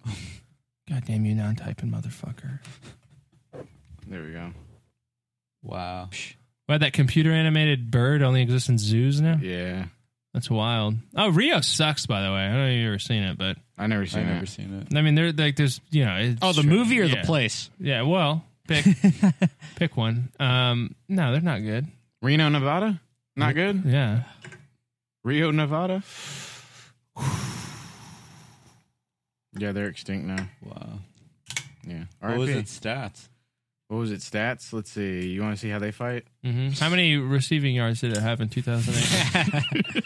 [SPEAKER 6] God damn you, non-typing motherfucker.
[SPEAKER 2] There we go.
[SPEAKER 7] Wow.
[SPEAKER 6] Why that computer animated bird only exists in zoos now?
[SPEAKER 2] Yeah.
[SPEAKER 6] That's wild. Oh, Rio sucks, by the way. I don't know if you've ever seen it, but
[SPEAKER 2] I never seen
[SPEAKER 7] I've
[SPEAKER 2] that.
[SPEAKER 7] never seen it.
[SPEAKER 6] I mean, there like there's you know. It's
[SPEAKER 4] oh, the movie or
[SPEAKER 6] yeah.
[SPEAKER 4] the place?
[SPEAKER 6] Yeah, well,
[SPEAKER 4] <laughs>
[SPEAKER 6] pick pick one. Um, no, they're not good.
[SPEAKER 2] Reno, Nevada. Not good.
[SPEAKER 6] Yeah,
[SPEAKER 2] Rio, Nevada. <sighs> Yeah, they're extinct now.
[SPEAKER 7] Wow.
[SPEAKER 2] Yeah.
[SPEAKER 7] What was
[SPEAKER 2] RIP.
[SPEAKER 7] its stats?
[SPEAKER 2] What was it stats? Let's see. You want to see how they fight?
[SPEAKER 6] hmm How many receiving yards did it have in 2008?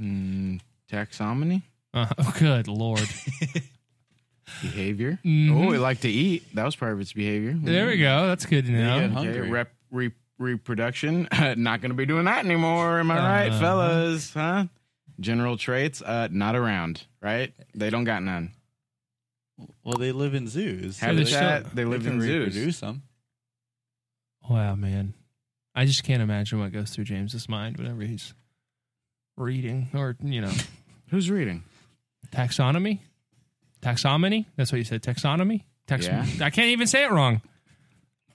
[SPEAKER 2] Mm, taxonomy,
[SPEAKER 6] <laughs> uh, oh, good lord!
[SPEAKER 2] behavior.
[SPEAKER 6] Mhm.
[SPEAKER 2] Oh, it liked to eat. That was part of its behavior.
[SPEAKER 6] There we go. That's good to know.
[SPEAKER 2] Yeah, okay, rep, re, reproduction. <laughs> not going to be doing that anymore. Am I right,
[SPEAKER 6] Uh-huh.
[SPEAKER 2] fellas? Huh? General traits. Uh, not around. Right? They don't got none.
[SPEAKER 7] Well, they live in zoos.
[SPEAKER 2] Habitat, they live
[SPEAKER 7] can
[SPEAKER 2] in zoos.
[SPEAKER 7] reproduce them.
[SPEAKER 6] Wow, man. I just can't imagine what goes through James's mind whenever he's reading or, you know,
[SPEAKER 2] Who's reading?
[SPEAKER 6] taxonomy? Taxonomy? That's what you said. Taxonomy? Tax-
[SPEAKER 2] Yeah.
[SPEAKER 6] I can't even say it wrong.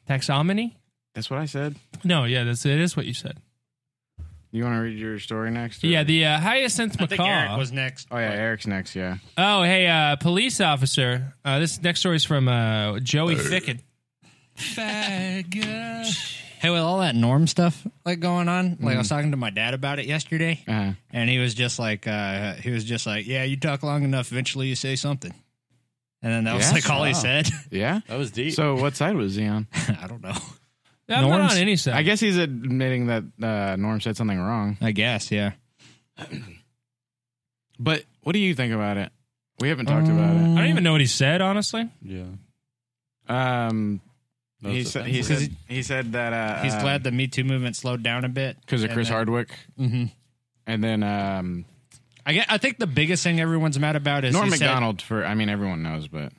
[SPEAKER 6] Taxonomy?
[SPEAKER 2] That's what I said.
[SPEAKER 6] No, yeah, that's it is what you said.
[SPEAKER 2] You want to read your story next? or-
[SPEAKER 6] Yeah, the uh, hyacinth macaw.
[SPEAKER 13] next.
[SPEAKER 2] Oh yeah, Eric's next. Yeah.
[SPEAKER 6] Oh, hey, uh, police officer. Uh, this next story is from uh, Joey Thicket.
[SPEAKER 4] Hey, with all that norm stuff like going on, like I was talking to my dad about it yesterday,
[SPEAKER 2] Uh-huh.
[SPEAKER 4] and he was just like, uh, he was just like, yeah, you talk long enough, eventually you say something, and then that was
[SPEAKER 2] Yeah?
[SPEAKER 4] like all he
[SPEAKER 2] Wow.
[SPEAKER 4] <laughs> said.
[SPEAKER 2] Yeah.
[SPEAKER 7] That was deep.
[SPEAKER 2] So what side was he on?
[SPEAKER 4] I don't know.
[SPEAKER 6] I'm not
[SPEAKER 2] Norm's-
[SPEAKER 6] on any side.
[SPEAKER 2] I guess he's admitting that uh, Norm said something wrong.
[SPEAKER 4] I guess, yeah.
[SPEAKER 2] but what do you think about it? We haven't talked about it.
[SPEAKER 6] I don't even know what he said, honestly.
[SPEAKER 7] Yeah.
[SPEAKER 6] Mm.
[SPEAKER 2] Um,
[SPEAKER 7] That's
[SPEAKER 2] he said, he
[SPEAKER 7] offensive.
[SPEAKER 2] said he said that uh,
[SPEAKER 4] He's glad the Me Too movement slowed down a bit
[SPEAKER 2] because of
[SPEAKER 4] and
[SPEAKER 2] Chris
[SPEAKER 4] then-
[SPEAKER 2] Hardwick,
[SPEAKER 4] Mhm.
[SPEAKER 2] and then um,
[SPEAKER 4] I get. I think the biggest thing everyone's mad about is
[SPEAKER 2] Norm
[SPEAKER 4] he said-
[SPEAKER 2] Macdonald. For I mean, everyone knows, but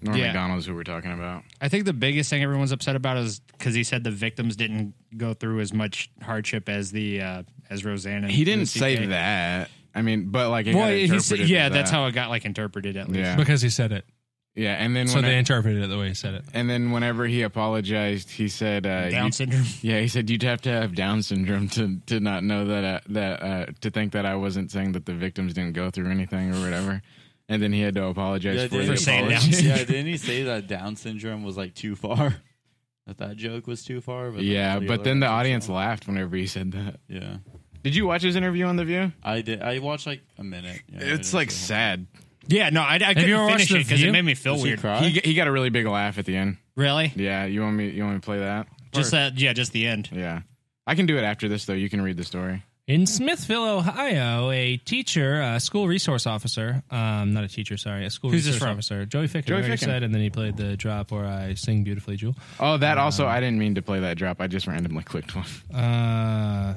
[SPEAKER 2] Norm
[SPEAKER 4] Yeah.
[SPEAKER 2] Macdonald's who we're talking about.
[SPEAKER 4] I think the biggest thing everyone's upset about is because he said the victims didn't go through as much hardship as the uh, as Roseanne. And
[SPEAKER 2] He didn't
[SPEAKER 4] Lucy
[SPEAKER 2] say
[SPEAKER 4] Kay.
[SPEAKER 2] that. I mean, but like, it
[SPEAKER 4] Well,
[SPEAKER 2] got
[SPEAKER 4] he said,
[SPEAKER 2] interpreted
[SPEAKER 4] yeah,
[SPEAKER 2] as
[SPEAKER 4] that's
[SPEAKER 2] that.
[SPEAKER 4] how it got like interpreted at least.
[SPEAKER 2] Yeah,
[SPEAKER 6] Because he said it.
[SPEAKER 2] yeah, and then
[SPEAKER 6] so
[SPEAKER 2] when
[SPEAKER 6] they
[SPEAKER 2] I-
[SPEAKER 6] interpreted it the way he said it.
[SPEAKER 2] and then whenever he apologized, he said uh,
[SPEAKER 4] Down
[SPEAKER 2] you-
[SPEAKER 4] syndrome.
[SPEAKER 2] Yeah, he said you'd have to have Down syndrome to to not know that uh, that uh, to think that I wasn't saying that the victims didn't go through anything or whatever. And then he had to apologize
[SPEAKER 7] Yeah,
[SPEAKER 2] for,
[SPEAKER 7] didn't
[SPEAKER 2] the
[SPEAKER 7] he-
[SPEAKER 2] apology. <laughs>
[SPEAKER 7] yeah, didn't he say that Down syndrome was like too far? <laughs> That that joke was too far. But
[SPEAKER 2] Yeah,
[SPEAKER 7] all the
[SPEAKER 2] but
[SPEAKER 7] other
[SPEAKER 2] then the
[SPEAKER 7] ones-
[SPEAKER 2] audience laughed whenever he said that.
[SPEAKER 7] Yeah,
[SPEAKER 2] Did you watch his interview on The View?
[SPEAKER 7] I did. I watched like a minute. Yeah, I
[SPEAKER 2] It's
[SPEAKER 7] didn't
[SPEAKER 2] like
[SPEAKER 7] see the
[SPEAKER 2] sad.
[SPEAKER 4] Yeah, no, I, I couldn't
[SPEAKER 6] you ever
[SPEAKER 4] finish
[SPEAKER 6] watched The
[SPEAKER 4] it because it
[SPEAKER 6] View?
[SPEAKER 4] made me feel
[SPEAKER 7] Does he
[SPEAKER 4] weird.
[SPEAKER 7] cry?
[SPEAKER 2] He g- he got a really big laugh at the end.
[SPEAKER 4] Really?
[SPEAKER 2] Yeah, you want me you want me to play that?
[SPEAKER 4] Just that? Yeah, just the end.
[SPEAKER 2] Yeah. I can do it after this though. You can read the story.
[SPEAKER 6] In Smithville, Ohio, a teacher, a school resource officer, um, not a teacher, sorry, a school
[SPEAKER 4] Who's this
[SPEAKER 6] resource
[SPEAKER 4] from?
[SPEAKER 6] officer, Joey Ficken,
[SPEAKER 2] Joey
[SPEAKER 6] I already
[SPEAKER 2] Ficken.
[SPEAKER 6] said, and then he played the drop where I sing beautifully, Jewel.
[SPEAKER 2] Oh, that also I didn't mean to play that drop. I just randomly clicked one.
[SPEAKER 6] Uh,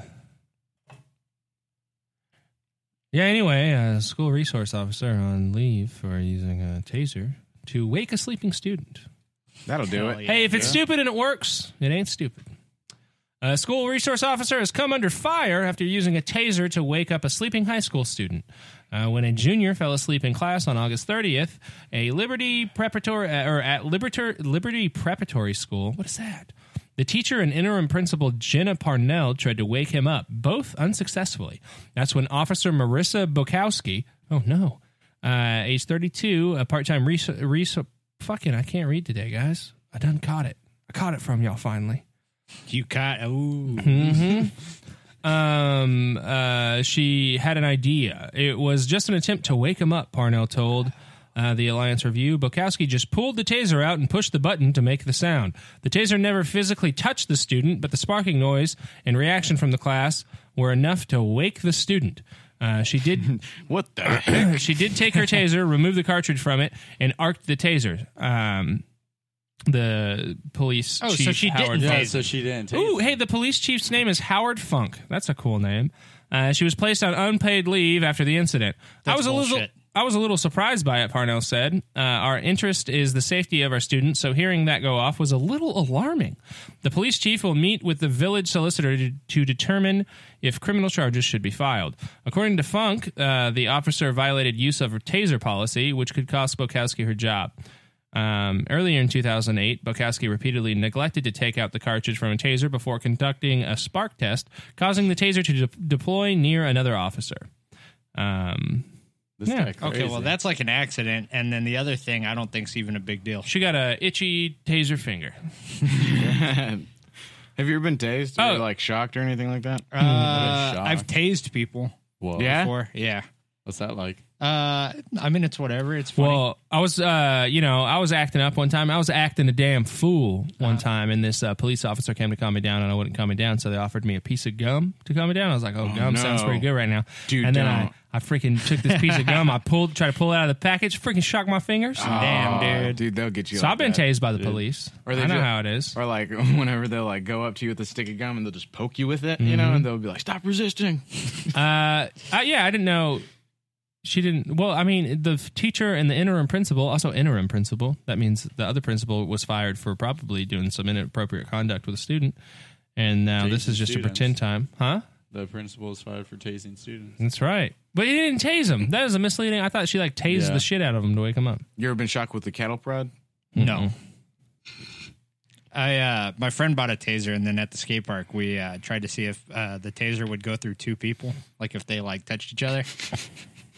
[SPEAKER 6] yeah, anyway, a school resource officer on leave for using a taser to wake a sleeping student.
[SPEAKER 2] <laughs> That'll do it.
[SPEAKER 6] Hey, if it's stupid and it works, it ain't stupid. A school resource officer has come under fire after using a taser to wake up a sleeping high school student. Uh, when a junior fell asleep in class on August 30th, a Liberty Preparatory uh, or at Libertor, Liberty Preparatory School, what is that? The teacher and interim principal Jenna Parnell tried to wake him up, both unsuccessfully. That's when Officer Marissa Bukowski, oh no, uh, age 32, a part-time res- res- fucking I can't read today, guys. I done caught it. I caught it from y'all finally.
[SPEAKER 4] You caught. Ooh.
[SPEAKER 6] Um, uh, she had an idea. It was just an attempt to wake him up, Parnell told uh, the Alliance Review. Bukowski just pulled the taser out and pushed the button to make the sound. The taser never physically touched the student, but the sparking noise and reaction from the class were enough to wake the student. Uh, she did. <coughs>
[SPEAKER 2] What the heck?
[SPEAKER 6] she did take her taser, remove the cartridge from it, and arced the taser. Um, the police.
[SPEAKER 4] Oh, so
[SPEAKER 6] chief
[SPEAKER 4] she
[SPEAKER 6] Howard
[SPEAKER 4] didn't
[SPEAKER 7] Yeah,
[SPEAKER 4] Amazing.
[SPEAKER 7] so she didn't. Take
[SPEAKER 6] Ooh, hey, the police chief's name is Howard Funk. That's a cool name. Uh, she was placed on unpaid leave after the incident. I
[SPEAKER 4] That's
[SPEAKER 6] was a little.
[SPEAKER 4] bullshit.
[SPEAKER 6] I was a little surprised by it, Parnell said. Uh, our interest is the safety of our students, so hearing that go off was a little alarming. The police chief will meet with the village solicitor to, to determine if criminal charges should be filed. According to Funk, uh, the officer violated use of a taser policy, which could cost Bokowski her job. Um, earlier in 2008, Bukowski repeatedly neglected to take out the cartridge from a taser before conducting a spark test, causing the taser to de- deploy near another officer. Um,
[SPEAKER 7] This
[SPEAKER 6] yeah.
[SPEAKER 7] guy
[SPEAKER 4] Okay, well
[SPEAKER 7] crazy.
[SPEAKER 4] that's like an accident, and then the other thing I don't think's even a big deal.
[SPEAKER 6] she got a itchy taser finger.
[SPEAKER 2] <laughs> Have you ever been tased? Or
[SPEAKER 6] Oh.
[SPEAKER 2] like shocked or
[SPEAKER 7] Hmm.
[SPEAKER 2] anything like that?
[SPEAKER 4] Uh, I've tased people
[SPEAKER 7] Whoa.
[SPEAKER 2] Yeah?
[SPEAKER 4] before. Yeah,
[SPEAKER 7] What's that like?
[SPEAKER 4] Uh, I mean, it's whatever. It's funny.
[SPEAKER 6] Well, I was, uh, you know, I was acting up one time. I was acting a damn fool one time, and this uh, police officer came to calm me down, and I wouldn't calm me down, so they offered me a piece of gum to calm me down. I was like, "Oh,
[SPEAKER 11] Oh,
[SPEAKER 6] gum sounds
[SPEAKER 11] no.
[SPEAKER 6] pretty good right now."
[SPEAKER 11] Dude,
[SPEAKER 6] and then
[SPEAKER 11] don't.
[SPEAKER 6] I, I freaking took this piece of gum. I pulled, tried to pull it out of the package, freaking shocked my fingers.
[SPEAKER 2] Oh,
[SPEAKER 6] damn, dude.
[SPEAKER 2] Dude, they'll get you.
[SPEAKER 6] So
[SPEAKER 2] like
[SPEAKER 6] I've been
[SPEAKER 2] that,
[SPEAKER 6] tased by the
[SPEAKER 2] dude.
[SPEAKER 6] police.
[SPEAKER 2] Or they
[SPEAKER 6] I know
[SPEAKER 2] ju-
[SPEAKER 6] how it is.
[SPEAKER 2] Or like <laughs> whenever they'll like go up to you with a stick of gum and they'll just poke you with it, you know,
[SPEAKER 6] Mhm.
[SPEAKER 2] and they'll be like, "Stop resisting."
[SPEAKER 6] uh, uh, yeah, I didn't know. She didn't. Well, I mean, the f- teacher and the interim principal, also interim principal, that means the other principal was fired for probably doing some inappropriate conduct with a student. And now this
[SPEAKER 7] Tasing
[SPEAKER 6] is just a
[SPEAKER 7] students.
[SPEAKER 6] pretend time. Huh?
[SPEAKER 7] The principal is fired for tasing students.
[SPEAKER 6] That's right. But he didn't tase him. That is a misleading. I thought she like tased
[SPEAKER 7] Yeah.
[SPEAKER 6] the shit out of him to wake him up.
[SPEAKER 2] You ever been shocked with the cattle prod?
[SPEAKER 4] No. I uh, my friend bought a taser, and then at the skate park, we uh, tried to see if uh, the taser would go through two people, like if they like touched each
[SPEAKER 7] <laughs>
[SPEAKER 4] other,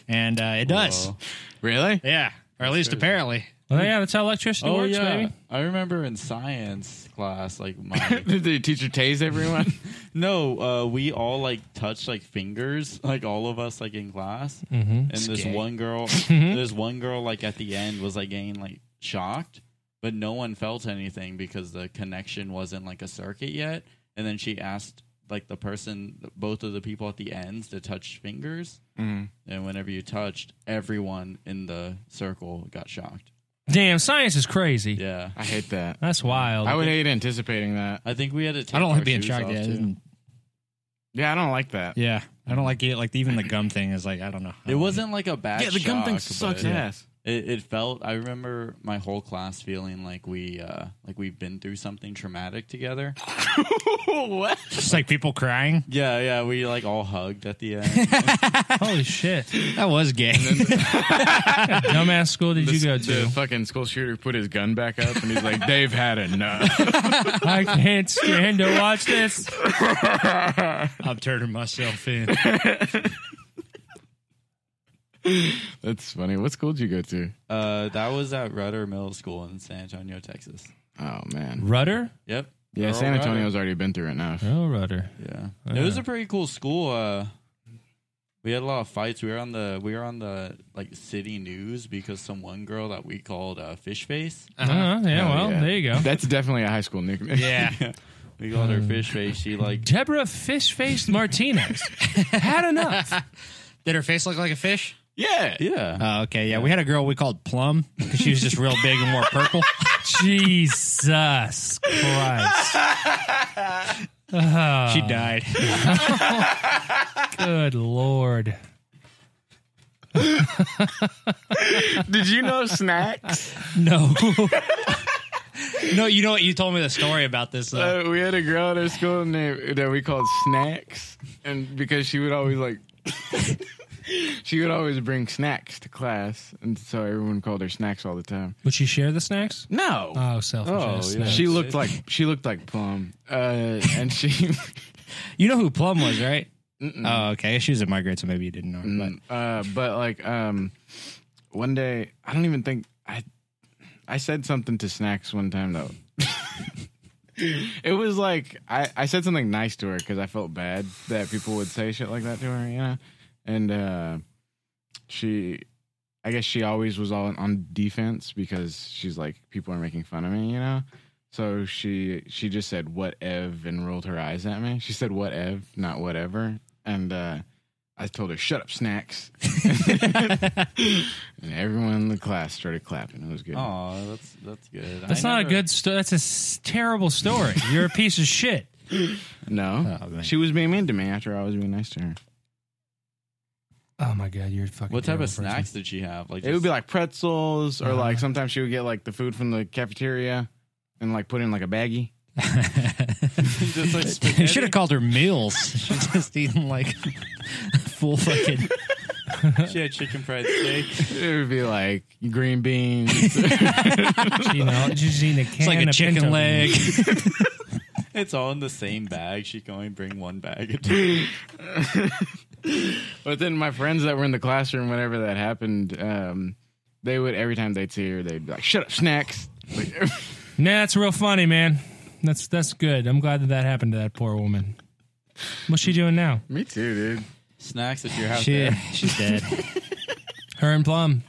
[SPEAKER 4] and uh, it does.
[SPEAKER 7] Whoa.
[SPEAKER 2] Really?
[SPEAKER 4] Yeah, or at least apparently.
[SPEAKER 6] Well, yeah, that's how
[SPEAKER 7] Oh,
[SPEAKER 6] electricity works, baby.
[SPEAKER 7] I remember in science class,
[SPEAKER 2] <laughs>
[SPEAKER 7] like my
[SPEAKER 2] Did the teacher tase everyone? <laughs>
[SPEAKER 7] no, uh, we all like touched like fingers, like all of us like in class.
[SPEAKER 11] Mhm.
[SPEAKER 7] And this
[SPEAKER 11] Skag.
[SPEAKER 7] one girl,
[SPEAKER 11] Mhm.
[SPEAKER 7] this one girl, like at the end was like getting like shocked, but no one felt anything because the connection wasn't like a circuit yet. And then she asked like the person, both of the people at the ends to touch fingers.
[SPEAKER 2] Mhm.
[SPEAKER 7] And whenever you touched, everyone in the circle got shocked.
[SPEAKER 6] Damn, science is crazy.
[SPEAKER 7] Yeah,
[SPEAKER 2] I hate that.
[SPEAKER 6] That's wild.
[SPEAKER 2] I would hate anticipating that.
[SPEAKER 7] I think we had to. Take
[SPEAKER 4] I don't
[SPEAKER 7] our
[SPEAKER 4] like being
[SPEAKER 7] shoes
[SPEAKER 4] shocked.
[SPEAKER 7] off,
[SPEAKER 4] Yeah,
[SPEAKER 7] too.
[SPEAKER 2] Yeah, I don't like that.
[SPEAKER 4] yeah, I don't like it. Like even the gum thing is like I don't know.
[SPEAKER 7] It wasn't like a bad.
[SPEAKER 2] Yeah, the gum thing
[SPEAKER 7] shock,
[SPEAKER 2] sucks
[SPEAKER 7] but
[SPEAKER 2] ass.
[SPEAKER 7] It, it felt. I remember my whole class feeling like we, uh like we've been through something traumatic together.
[SPEAKER 2] what?
[SPEAKER 4] Just like people crying.
[SPEAKER 7] Yeah, yeah. We like all hugged at the <laughs> end.
[SPEAKER 6] Holy shit.
[SPEAKER 4] That was gay. <laughs>
[SPEAKER 6] Dumbass school did you go to?
[SPEAKER 2] The fucking school shooter put his gun back up and he's
[SPEAKER 6] <laughs>
[SPEAKER 2] like, "They've had enough." <laughs>
[SPEAKER 6] I can't stand to watch this.
[SPEAKER 4] <laughs> I'm turning myself in.
[SPEAKER 2] That's funny. What school did you go to?
[SPEAKER 7] Uh, that was at Rudder Middle School in San Antonio, Texas.
[SPEAKER 2] Oh man,
[SPEAKER 6] Rudder.
[SPEAKER 7] Yep.
[SPEAKER 2] Yeah,
[SPEAKER 7] Earl
[SPEAKER 2] San
[SPEAKER 7] Rudder.
[SPEAKER 2] Antonio's already been through enough.
[SPEAKER 6] Oh, Rudder.
[SPEAKER 7] Yeah. It was a pretty cool school. Uh, we had a lot of fights. We were on the we were on the like city news because some one girl that we called uh, Fish Face.
[SPEAKER 6] Uh-huh. Yeah,
[SPEAKER 4] Oh,
[SPEAKER 2] Hell
[SPEAKER 6] well, there you go.
[SPEAKER 2] <laughs> That's definitely a high school nickname.
[SPEAKER 7] Yeah. we called
[SPEAKER 6] Hmm.
[SPEAKER 7] her Fish Face. She like
[SPEAKER 6] Deborah Fish Faced Martinez. Had enough.
[SPEAKER 4] Did her face look like a fish?
[SPEAKER 2] <laughs> yeah.
[SPEAKER 7] <laughs> Yeah.
[SPEAKER 4] Oh, okay. Yeah, we had a girl we called Plum because she was just real big and
[SPEAKER 13] <laughs>
[SPEAKER 4] wore purple.
[SPEAKER 6] Jesus Christ. Oh,
[SPEAKER 4] She died.
[SPEAKER 6] <laughs> good Lord.
[SPEAKER 2] Did you know snacks?
[SPEAKER 4] No. no, you know what? You told me the story about this. Though.
[SPEAKER 2] Uh, we had a girl at our school named that we called Snacks, and because she would always like, <laughs> she would always bring snacks to class, and so everyone called her Snacks all the time.
[SPEAKER 6] Would she share the snacks?
[SPEAKER 2] No.
[SPEAKER 6] Oh, selfish. ass snacks.
[SPEAKER 2] She looked like she looked like Plum, uh, and she. <laughs>
[SPEAKER 4] you know who Plum was, right?
[SPEAKER 13] Mm.
[SPEAKER 4] Oh, okay. She was a migrant, so maybe you didn't know. Her, but
[SPEAKER 2] uh, but like um, one day I don't even think I I said something to snacks one time though. <laughs> it was like I I said something nice to her because I felt bad that people would say shit like that to her, you know, and uh, she. I guess she always was all on defense because she's like people are making fun of me, you know. So she she just said what ev and rolled her eyes at me. She said what ev, not whatever. And uh I told her, "Shut up, snacks," <laughs> and everyone in the class started clapping. It was good.
[SPEAKER 7] Oh, that's that's good.
[SPEAKER 6] That's
[SPEAKER 7] I
[SPEAKER 6] not
[SPEAKER 7] never-
[SPEAKER 6] a good story. That's a s- terrible story. You're a piece of shit.
[SPEAKER 2] No, she was being mean to me after I was being nice to her.
[SPEAKER 6] Oh, my God. You're a fucking.
[SPEAKER 7] What type
[SPEAKER 6] terrible
[SPEAKER 7] of
[SPEAKER 6] person.
[SPEAKER 7] snacks did she have? Like
[SPEAKER 2] It would
[SPEAKER 7] just-
[SPEAKER 2] be like pretzels, or like sometimes she would get like the food from the cafeteria and like put it in like a baggie.
[SPEAKER 7] just like
[SPEAKER 4] you
[SPEAKER 7] spaghetti?
[SPEAKER 4] should have called her Mills. <laughs> She's just eating like <laughs> full fucking.
[SPEAKER 7] She had chicken fried steak.
[SPEAKER 2] It would be like green beans.
[SPEAKER 6] You know, <laughs> just eating a can
[SPEAKER 4] It's like a
[SPEAKER 6] of
[SPEAKER 4] chicken
[SPEAKER 6] pinto
[SPEAKER 4] leg.
[SPEAKER 6] beans.
[SPEAKER 4] <laughs>
[SPEAKER 7] It's all in the same bag. She can only bring one bag. at a time.
[SPEAKER 2] but then my friends that were in the classroom, whenever that happened, um, they would every time they'd see her, they'd be like, "Shut up, snacks." <laughs> Like,
[SPEAKER 6] Nah, that's real funny, man. That's that's good. I'm glad that that happened to that poor woman. What's she doing now?
[SPEAKER 2] me too, dude.
[SPEAKER 7] <laughs>
[SPEAKER 4] <laughs>
[SPEAKER 7] Snacks at your house.
[SPEAKER 4] She,
[SPEAKER 7] there.
[SPEAKER 4] she's dead.
[SPEAKER 6] <laughs> Her and Plum.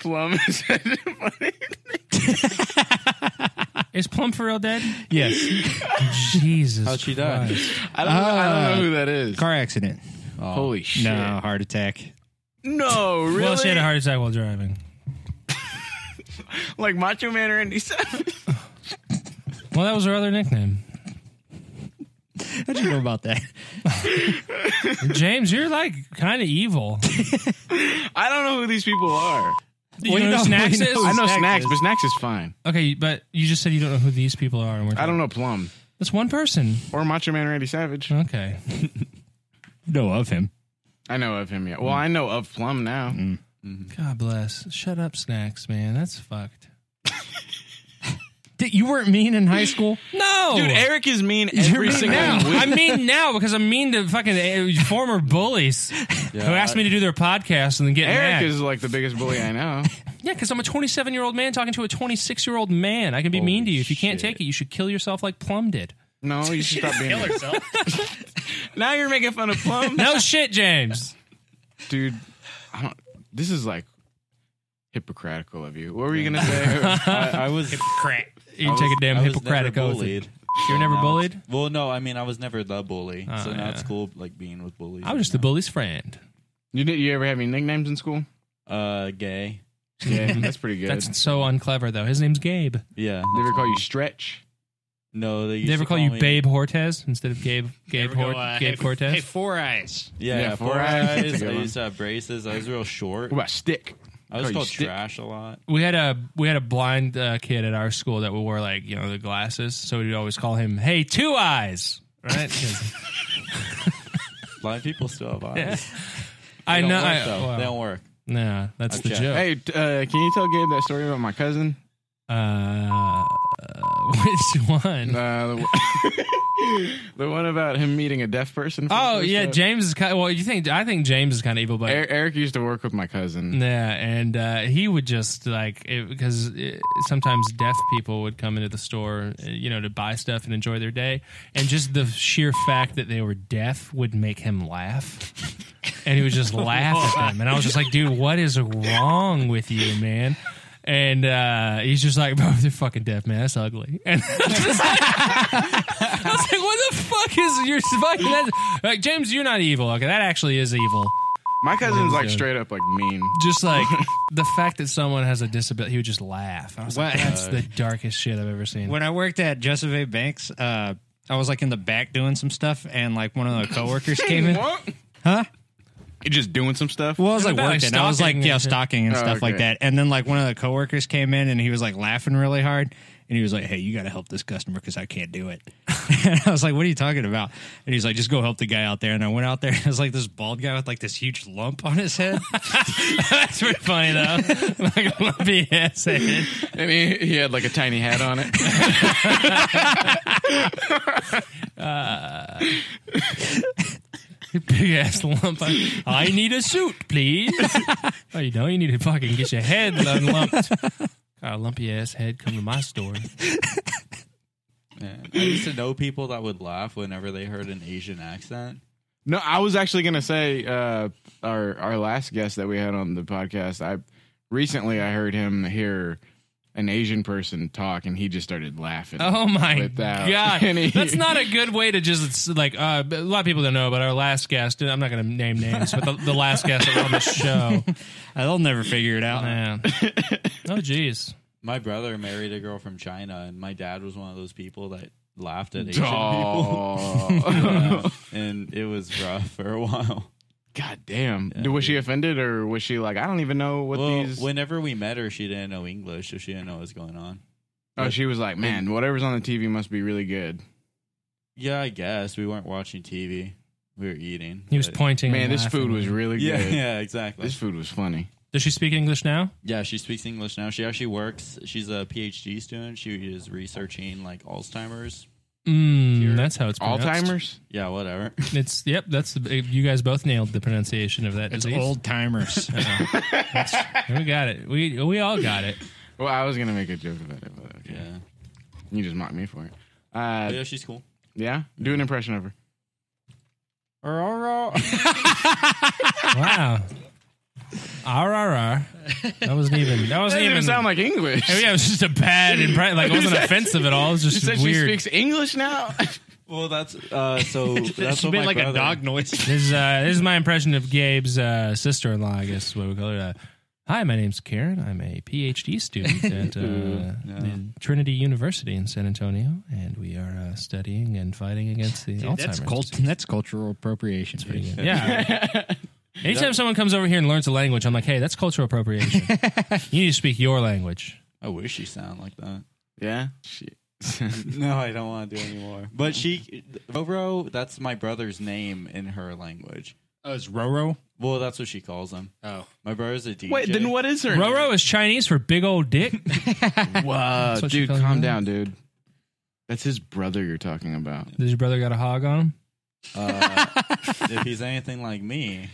[SPEAKER 2] Plum is <laughs>
[SPEAKER 6] Is Plum for real
[SPEAKER 4] <laughs>
[SPEAKER 6] dead?
[SPEAKER 4] Yes.
[SPEAKER 13] <laughs>
[SPEAKER 6] Jesus.
[SPEAKER 7] How'd she die?
[SPEAKER 2] I don't, know, I
[SPEAKER 6] Ah.
[SPEAKER 2] don't know who that
[SPEAKER 4] is. Car accident.
[SPEAKER 2] Holy shit.
[SPEAKER 4] No, heart attack.
[SPEAKER 2] No, really?
[SPEAKER 6] Well, she had a heart attack while driving.
[SPEAKER 2] like Macho Man or Andy Savage.
[SPEAKER 6] Well, that was her other nickname.
[SPEAKER 4] How'd you know about that?
[SPEAKER 6] <laughs> James, you're like kind of evil.
[SPEAKER 2] <laughs> I don't know who these people are.
[SPEAKER 6] You Well, you know who know- Snacks you know is? who
[SPEAKER 2] I know
[SPEAKER 6] Snacks
[SPEAKER 2] Snacks,
[SPEAKER 6] is.
[SPEAKER 2] but Snacks is fine.
[SPEAKER 6] Okay, but you just said you don't know who these people are. And we're
[SPEAKER 2] I don't know Plum.
[SPEAKER 6] That's one person.
[SPEAKER 2] Or Macho Man Randy Savage. <laughs>
[SPEAKER 6] Okay.
[SPEAKER 4] know of him.
[SPEAKER 2] I know of him, yeah. Well, I know of Plum now.
[SPEAKER 6] Mm. God bless. Shut up, Snacks, man. That's
[SPEAKER 4] <laughs>
[SPEAKER 6] fucked.
[SPEAKER 4] Did, you weren't mean in high school?
[SPEAKER 6] No,
[SPEAKER 2] Dude, Eric is mean
[SPEAKER 6] You're
[SPEAKER 2] every
[SPEAKER 6] mean
[SPEAKER 2] single
[SPEAKER 6] now. <laughs>
[SPEAKER 2] week.
[SPEAKER 6] I'm mean now because I'm mean to fucking uh, former bullies who asked me to do their podcast and then get
[SPEAKER 2] Eric
[SPEAKER 6] mad.
[SPEAKER 2] is like the biggest bully I know.
[SPEAKER 6] yeah, because I'm a 27 year old man talking to a 26 year old man. I can be mean to you. If you can't take it, you should kill yourself like Plum did.
[SPEAKER 2] No, you should stop being. mean. <laughs>
[SPEAKER 6] herself.
[SPEAKER 2] now you're making fun of
[SPEAKER 6] <laughs>
[SPEAKER 2] Plum.
[SPEAKER 7] <laughs>
[SPEAKER 6] no shit, James.
[SPEAKER 2] Dude, I don't, this is like hypocritical of you. What were you going to
[SPEAKER 6] <laughs>
[SPEAKER 2] say?
[SPEAKER 7] I, I was
[SPEAKER 6] Crap. You
[SPEAKER 7] I
[SPEAKER 6] can take
[SPEAKER 7] was-
[SPEAKER 6] a damn
[SPEAKER 7] I was
[SPEAKER 6] Hippocratic
[SPEAKER 7] never
[SPEAKER 6] oath.
[SPEAKER 7] bullied.
[SPEAKER 6] You were never
[SPEAKER 7] Now it's-
[SPEAKER 6] bullied?
[SPEAKER 7] Well, no. I mean, I was never the bully,
[SPEAKER 6] Oh,
[SPEAKER 7] so now
[SPEAKER 6] yeah.
[SPEAKER 7] it's cool like being with bullies.
[SPEAKER 6] I was just the bully's friend.
[SPEAKER 2] You did, you ever have any nicknames in school?
[SPEAKER 7] uh gay.
[SPEAKER 2] Yeah, <laughs> that's pretty good.
[SPEAKER 6] That's so unclever, though. His name's Gabe.
[SPEAKER 7] Yeah.
[SPEAKER 2] they ever call you Stretch?
[SPEAKER 7] No, they.
[SPEAKER 6] Did
[SPEAKER 7] Used
[SPEAKER 6] they ever
[SPEAKER 7] to
[SPEAKER 6] call you
[SPEAKER 7] me-
[SPEAKER 6] Babe Hortez instead of Gabe Gabe,
[SPEAKER 13] Ever go,
[SPEAKER 6] Hort-
[SPEAKER 13] uh, <laughs>
[SPEAKER 6] Gabe
[SPEAKER 13] hey,
[SPEAKER 6] Cortez?
[SPEAKER 13] Hey, four eyes.
[SPEAKER 7] Yeah,
[SPEAKER 2] Yeah,
[SPEAKER 7] four,
[SPEAKER 2] four eyes. That's a
[SPEAKER 7] eyes.
[SPEAKER 2] good
[SPEAKER 7] I
[SPEAKER 2] one.
[SPEAKER 7] used to have braces. I was real short.
[SPEAKER 2] What about Stick?
[SPEAKER 6] Oh,
[SPEAKER 7] I was
[SPEAKER 2] Call you
[SPEAKER 7] called
[SPEAKER 2] Stick?
[SPEAKER 7] trash a lot.
[SPEAKER 6] we had a we had a blind uh, kid at our school that would wear like you know the glasses, so we'd always call him "Hey Two Eyes,"
[SPEAKER 7] <laughs>
[SPEAKER 6] right? 'Cause-
[SPEAKER 7] Blind people still have eyes. They
[SPEAKER 6] I
[SPEAKER 7] don't
[SPEAKER 6] know.
[SPEAKER 7] work,
[SPEAKER 6] I,
[SPEAKER 7] though.
[SPEAKER 6] well,
[SPEAKER 7] They don't work.
[SPEAKER 6] Nah, that's
[SPEAKER 7] I've
[SPEAKER 6] the
[SPEAKER 7] checked.
[SPEAKER 6] joke.
[SPEAKER 2] Hey, t- uh, can you tell Gabe that story about my cousin?
[SPEAKER 6] Uh, <laughs> which one?
[SPEAKER 2] Uh, the, one- <laughs> the one about him meeting a deaf person. for the
[SPEAKER 6] oh
[SPEAKER 2] first
[SPEAKER 6] yeah,
[SPEAKER 2] time.
[SPEAKER 6] James is kind. Of, well, you think I think James is kind of evil, but
[SPEAKER 2] Er- Eric used to work with my cousin.
[SPEAKER 6] Yeah, and uh, he would just like because sometimes deaf people would come into the store, uh, you know, to buy stuff and enjoy their day, and just the sheer fact that they were deaf would make him laugh, and he would just laugh at them, and I was just like, dude, what is wrong with you, man? And uh, he's just like, bro, they're fucking deaf, man. That's ugly. <laughs> And I was just like, I was like, what the fuck is your fucking? That's, like, James, you're not evil. Okay, that actually is evil
[SPEAKER 2] My cousin's like
[SPEAKER 6] Yeah.
[SPEAKER 2] straight up like mean.
[SPEAKER 6] just like the fact that someone has a disability, he would just laugh. I was like,
[SPEAKER 4] Wow.
[SPEAKER 6] that's the darkest shit I've ever
[SPEAKER 4] <laughs>
[SPEAKER 6] seen.
[SPEAKER 4] When I worked at Joseph A. Banks, uh, I was like in the back doing some stuff, and like one of the
[SPEAKER 13] <laughs>
[SPEAKER 4] coworkers came in.
[SPEAKER 2] What?
[SPEAKER 4] Huh?
[SPEAKER 2] You just doing some stuff?
[SPEAKER 4] Well, I was
[SPEAKER 6] What
[SPEAKER 4] like
[SPEAKER 6] about, like,
[SPEAKER 4] working. I was like,
[SPEAKER 6] stalking
[SPEAKER 4] yeah,
[SPEAKER 6] and shit?
[SPEAKER 4] stocking and
[SPEAKER 2] Oh,
[SPEAKER 4] stuff like
[SPEAKER 2] okay.
[SPEAKER 4] that. And then like one of the coworkers came in and he was like laughing really hard. And he was like, hey, you got to help this customer because I can't do it. <laughs> and I was like, what are you talking about? And he's like, just go help the guy out there. And I went out there and <laughs> it was like this bald guy with like this huge lump on his <laughs> head.
[SPEAKER 6] That's pretty funny
[SPEAKER 4] <laughs>
[SPEAKER 6] though. like lumpy ass head.
[SPEAKER 2] And he, he had like a tiny hat on it.
[SPEAKER 6] <laughs> big ass lump. I, I need a suit, please. oh, you know, you need to fucking get your head unlumped. Got a lumpy ass head. Come to my store.
[SPEAKER 7] Yeah. I used to know people that would laugh whenever they heard an Asian accent.
[SPEAKER 2] No, I was actually gonna say uh, our our last guest that we had on the podcast. I recently I heard him hear an Asian person talk, and he just started laughing.
[SPEAKER 6] Oh my
[SPEAKER 2] without
[SPEAKER 6] god,
[SPEAKER 2] any-
[SPEAKER 6] that's not a good way to just like. Uh, a lot of people don't know, but our last guest. and I'm not going to name names, but the, the last guest that was on the show.
[SPEAKER 4] They'll never figure it out.
[SPEAKER 6] Man. Oh jeez.
[SPEAKER 7] My brother married a girl from China, and my dad was one of those people that laughed at Asian
[SPEAKER 2] Oh.
[SPEAKER 7] people, Yeah. and it was rough for a while.
[SPEAKER 2] <laughs> God damn! was she offended, or was she like, I don't even know what
[SPEAKER 7] well,
[SPEAKER 2] these?
[SPEAKER 7] whenever we met her, she didn't know English, so she didn't know what was going on.
[SPEAKER 2] oh, she was like, man, whatever's on the TV must be really good.
[SPEAKER 7] Yeah, I guess we weren't watching TV; we were eating.
[SPEAKER 6] He was
[SPEAKER 7] but-
[SPEAKER 6] pointing.
[SPEAKER 2] Man,
[SPEAKER 6] and
[SPEAKER 2] this
[SPEAKER 6] laughing.
[SPEAKER 2] food was really
[SPEAKER 7] <laughs> Yeah,
[SPEAKER 2] good.
[SPEAKER 7] yeah, exactly.
[SPEAKER 2] This food was funny.
[SPEAKER 6] Does she speak English now?
[SPEAKER 7] Yeah, she speaks English now. She actually works. She's a PhD student. She is researching like Alzheimer's.
[SPEAKER 6] Mm, that's how it's pronounced.
[SPEAKER 2] Alzheimer's.
[SPEAKER 7] Yeah, whatever. <laughs>
[SPEAKER 6] It's yep. That's the, you guys both nailed the pronunciation of that
[SPEAKER 4] It's
[SPEAKER 6] disease. <laughs>
[SPEAKER 4] old timers.
[SPEAKER 6] We got it. We we all got it.
[SPEAKER 2] Well, I was gonna make a joke about it, but okay.
[SPEAKER 7] Yeah,
[SPEAKER 2] you just mocked me for it. Uh,
[SPEAKER 7] yeah, she's cool.
[SPEAKER 2] Mm-hmm. yeah, do an impression of her. <laughs>
[SPEAKER 6] wow. RRR. That wasn't even. That
[SPEAKER 2] Doesn't
[SPEAKER 6] wasn't
[SPEAKER 2] even
[SPEAKER 6] even
[SPEAKER 2] sound like English. <laughs>
[SPEAKER 6] Yeah, it was just a bad impression. Like it wasn't offensive at all. It was
[SPEAKER 2] you
[SPEAKER 6] just
[SPEAKER 2] said
[SPEAKER 6] weird.
[SPEAKER 2] She speaks English now. <laughs>
[SPEAKER 7] Well, that's uh, so.
[SPEAKER 6] That's what my brother- <laughs> This is, uh, this is my impression of Gabe's uh, sister-in-law. I guess is what we call her. Uh, Hi, my name's Karen. I'm a PhD
[SPEAKER 4] <laughs>
[SPEAKER 6] student at uh,
[SPEAKER 7] Ooh,
[SPEAKER 6] the Trinity University in San Antonio, and we are uh, studying and fighting against the
[SPEAKER 4] Dude,
[SPEAKER 6] Alzheimer's.
[SPEAKER 4] that's, cult- <laughs> that's cultural appropriation.
[SPEAKER 6] disease. Yeah. Anytime someone comes over here and learns a language, I'm like, hey, that's cultural
[SPEAKER 4] <laughs>
[SPEAKER 6] appropriation. you need to speak your language.
[SPEAKER 7] I wish you sound like that.
[SPEAKER 2] Yeah.
[SPEAKER 7] <laughs> no, I don't want to do anymore. But she, Roro, that's my brother's name in her language.
[SPEAKER 4] Oh, it's Roro?
[SPEAKER 7] Well, that's what she calls him.
[SPEAKER 4] Oh.
[SPEAKER 7] My brother's a DJ.
[SPEAKER 2] Wait, then what is her?
[SPEAKER 6] Roro is Chinese for big old
[SPEAKER 4] <laughs>
[SPEAKER 6] dick.
[SPEAKER 2] Wow,
[SPEAKER 6] That's what she
[SPEAKER 2] dude,
[SPEAKER 6] calls
[SPEAKER 2] calm
[SPEAKER 6] him.
[SPEAKER 2] down, dude. That's his brother you're talking about.
[SPEAKER 6] Does your brother got a hog on him?
[SPEAKER 7] Uh, if he's anything like me,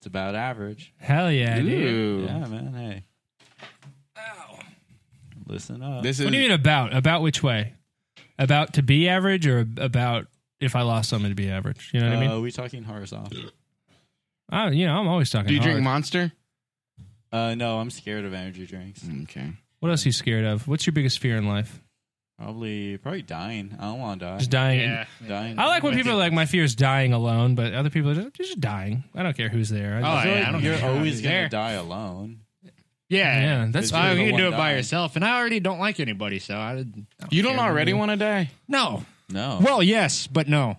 [SPEAKER 7] it's about average.
[SPEAKER 6] Hell yeah, dude.
[SPEAKER 7] Yeah, man. Hey. Listen up.
[SPEAKER 6] what do you mean about? About which way? About to be average or about if I lost someone to be average? You know what I
[SPEAKER 7] Uh,
[SPEAKER 6] mean?
[SPEAKER 7] we talking horizontal?
[SPEAKER 6] I, you know, I'm always talking.
[SPEAKER 7] Do you drink
[SPEAKER 2] Monster?
[SPEAKER 7] Uh, no, I'm scared of energy drinks.
[SPEAKER 2] Okay.
[SPEAKER 6] What else are you scared of? What's your biggest fear in life?
[SPEAKER 7] Probably, probably dying. I don't want to die.
[SPEAKER 6] Just dying.
[SPEAKER 7] dying.
[SPEAKER 6] I like when people are like, my fear is dying alone, but other people are just, just dying. I don't care who's there.
[SPEAKER 4] Oh,
[SPEAKER 6] I, just-
[SPEAKER 4] yeah, I don't
[SPEAKER 7] You're
[SPEAKER 4] care.
[SPEAKER 7] always
[SPEAKER 4] I'm
[SPEAKER 7] gonna
[SPEAKER 4] there.
[SPEAKER 7] die alone.
[SPEAKER 4] Yeah,
[SPEAKER 6] Yeah, that's-
[SPEAKER 4] Oh,
[SPEAKER 6] You're the
[SPEAKER 4] you can
[SPEAKER 6] one
[SPEAKER 4] do it by
[SPEAKER 6] dying.
[SPEAKER 4] yourself, and I already don't like anybody, so I didn't.
[SPEAKER 2] You don't already want to die?
[SPEAKER 4] No.
[SPEAKER 7] No.
[SPEAKER 4] Well, yes, but no.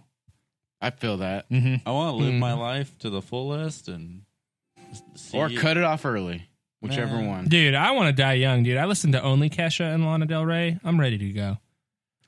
[SPEAKER 2] I feel that.
[SPEAKER 7] I want to live my life to the fullest and s- see
[SPEAKER 2] Or cut it off early, whichever
[SPEAKER 7] Nah.
[SPEAKER 2] one.
[SPEAKER 6] Dude, I want to die young, dude. I listen to only Kesha and Lana Del Rey. I'm ready to go.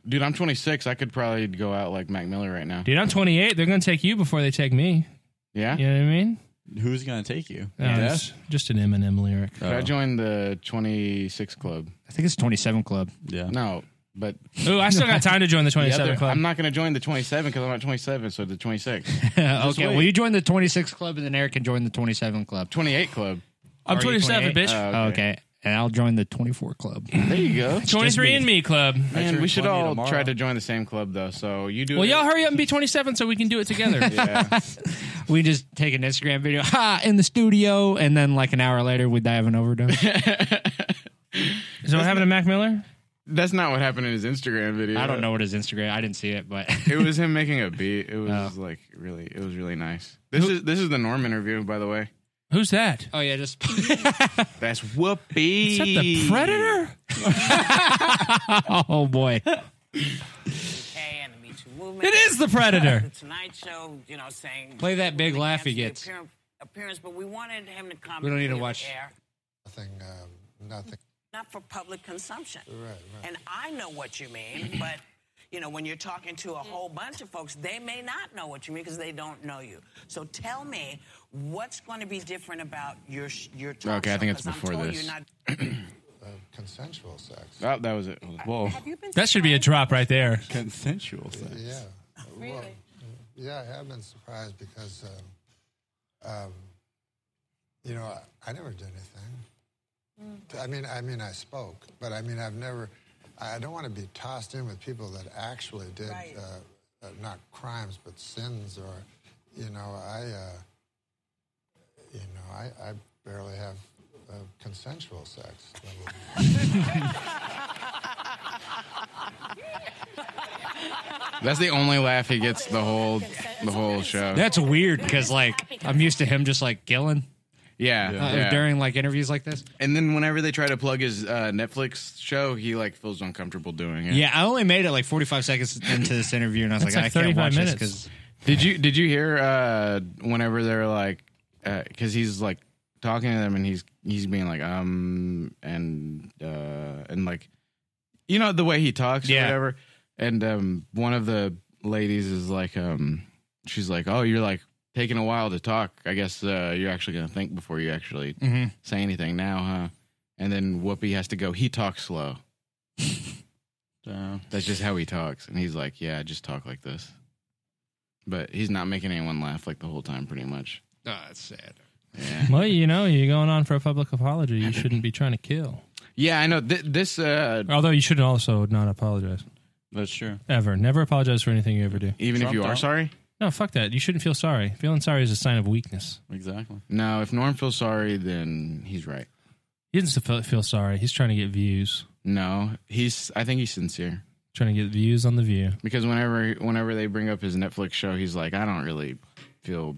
[SPEAKER 2] Dude, I'm 26. I could probably go out like Mac Miller right now.
[SPEAKER 6] Dude, I'm 28. They're going to take you before they take me.
[SPEAKER 2] Yeah?
[SPEAKER 6] You know what I mean?
[SPEAKER 7] Who's gonna take you?
[SPEAKER 6] Oh, it's just an Eminem lyric.
[SPEAKER 2] Could I join the 26 club?
[SPEAKER 4] I think it's 27 Club.
[SPEAKER 7] Yeah.
[SPEAKER 2] No, but
[SPEAKER 6] Ooh, I still got time to join the 27
[SPEAKER 2] other-
[SPEAKER 6] club.
[SPEAKER 2] I'm not going to join the 27 because I'm not 27, so the 26.
[SPEAKER 6] Uh,
[SPEAKER 2] Just
[SPEAKER 4] okay,
[SPEAKER 2] wait.
[SPEAKER 4] well, you join the 26 Club, and then Eric can join the 27 Club.
[SPEAKER 2] 28 Uh, <laughs> Club. Uh,
[SPEAKER 6] I'm
[SPEAKER 4] Are you
[SPEAKER 6] 27, bitch.
[SPEAKER 4] Oh, okay. And I'll join the 24 Club.
[SPEAKER 2] There you go.
[SPEAKER 6] 23 and me club.
[SPEAKER 2] Man, we should all try to join the same club though. So you do.
[SPEAKER 6] Well,
[SPEAKER 2] it.
[SPEAKER 6] y'all hurry up and be 27 so we can do it together. <laughs>
[SPEAKER 2] Yeah.
[SPEAKER 4] we just take an Instagram video, ha, in the studio, and then like an hour later, we die of an overdose.
[SPEAKER 6] Is that what happened to Mac Miller?
[SPEAKER 2] That's not what happened in his Instagram video.
[SPEAKER 4] I don't know what his Instagram. I didn't see it, but
[SPEAKER 2] It was him making a beat. <laughs> It was like really. It was really nice. This is this is the Norm interview, by the way.
[SPEAKER 6] <laughs> Who's that?
[SPEAKER 4] oh
[SPEAKER 6] <laughs>
[SPEAKER 4] yeah, just
[SPEAKER 2] That's Whoopi.
[SPEAKER 6] Is that the Predator? <laughs>
[SPEAKER 4] oh boy,
[SPEAKER 6] It is the Predator.
[SPEAKER 8] The <laughs> Tonight Show, you know, saying
[SPEAKER 4] Play that big
[SPEAKER 8] we
[SPEAKER 4] laugh he
[SPEAKER 8] canceled
[SPEAKER 4] gets.
[SPEAKER 8] the appear- Appearance, but we wanted him to come.
[SPEAKER 4] We don't need to
[SPEAKER 8] clear the
[SPEAKER 4] watch-
[SPEAKER 8] air,
[SPEAKER 9] Nothing, um, nothing.
[SPEAKER 8] not for public consumption.
[SPEAKER 9] Right, right.
[SPEAKER 8] And I know what you mean, but you know, when you're talking to a whole bunch of folks, they may not know what you mean because they don't know you. So tell me, what's going to be different about your sh- your talk
[SPEAKER 2] Okay, I
[SPEAKER 8] show?
[SPEAKER 2] think it's
[SPEAKER 8] 'Cause I'm
[SPEAKER 2] before
[SPEAKER 8] telling
[SPEAKER 2] this.
[SPEAKER 8] You not-
[SPEAKER 9] Uh, consensual sex.
[SPEAKER 2] Oh, that was it. Whoa.
[SPEAKER 6] That should be a drop right there.
[SPEAKER 7] Consensual sex.
[SPEAKER 9] Yeah. <laughs> Well, yeah, I have been surprised because, um, um, you know, I, I never did anything. I mean, I mean, I spoke, but I mean, I've never. I don't want to be tossed in with people that actually did
[SPEAKER 8] Right.
[SPEAKER 9] uh, uh, not crimes but sins, or you know, I, uh, you know, I, I barely have uh, consensual sex.
[SPEAKER 2] That's the only laugh he gets the whole the whole show.
[SPEAKER 4] that's weird because like I'm used to him just like killing
[SPEAKER 2] yeah.
[SPEAKER 4] uh,
[SPEAKER 2] yeah.
[SPEAKER 4] during like interviews like this.
[SPEAKER 2] and then whenever they try to plug his uh, Netflix show, he like feels uncomfortable doing
[SPEAKER 4] Yeah.
[SPEAKER 2] it.
[SPEAKER 4] I only made it like 45 seconds into this interview, and I was
[SPEAKER 2] That's
[SPEAKER 4] like,
[SPEAKER 2] like
[SPEAKER 4] I can't
[SPEAKER 2] 35
[SPEAKER 4] watch this
[SPEAKER 2] minutes.
[SPEAKER 4] because
[SPEAKER 2] Did you did you hear uh whenever they're like because he's like talking to them and he's he's being like um and uh and like you know the way he talks or
[SPEAKER 4] Yeah.
[SPEAKER 2] whatever and um one of the ladies is like um she's like oh you're like taking a while to talk I guess uh you're actually gonna think before you actually
[SPEAKER 4] Mhm.
[SPEAKER 2] say anything now huh and then Whoopi has to go he talks slow
[SPEAKER 7] So,
[SPEAKER 2] that's just how he talks. And he's like, yeah, I just talk like this. But he's not making anyone laugh like the whole time, pretty much.
[SPEAKER 4] oh, that's sad.
[SPEAKER 6] Well, you know, you're going on for a public apology. You shouldn't be trying to kill.
[SPEAKER 2] Yeah, I know. Th- this, uh,
[SPEAKER 6] Although you should also not apologize
[SPEAKER 7] That's true.
[SPEAKER 6] ever. Never apologize for anything you ever do.
[SPEAKER 2] even if
[SPEAKER 7] Trump
[SPEAKER 2] you are
[SPEAKER 7] don't.
[SPEAKER 2] sorry,
[SPEAKER 6] No, fuck that. You shouldn't feel sorry. Feeling sorry is a sign of weakness.
[SPEAKER 7] Exactly.
[SPEAKER 2] No, if Norm feels sorry, then he's right.
[SPEAKER 6] He doesn't feel, feel sorry. He's trying to get views.
[SPEAKER 2] No, he's. I think he's sincere.
[SPEAKER 6] Trying to get views on the view.
[SPEAKER 2] Because whenever whenever they bring up his Netflix show, he's like, I don't really feel.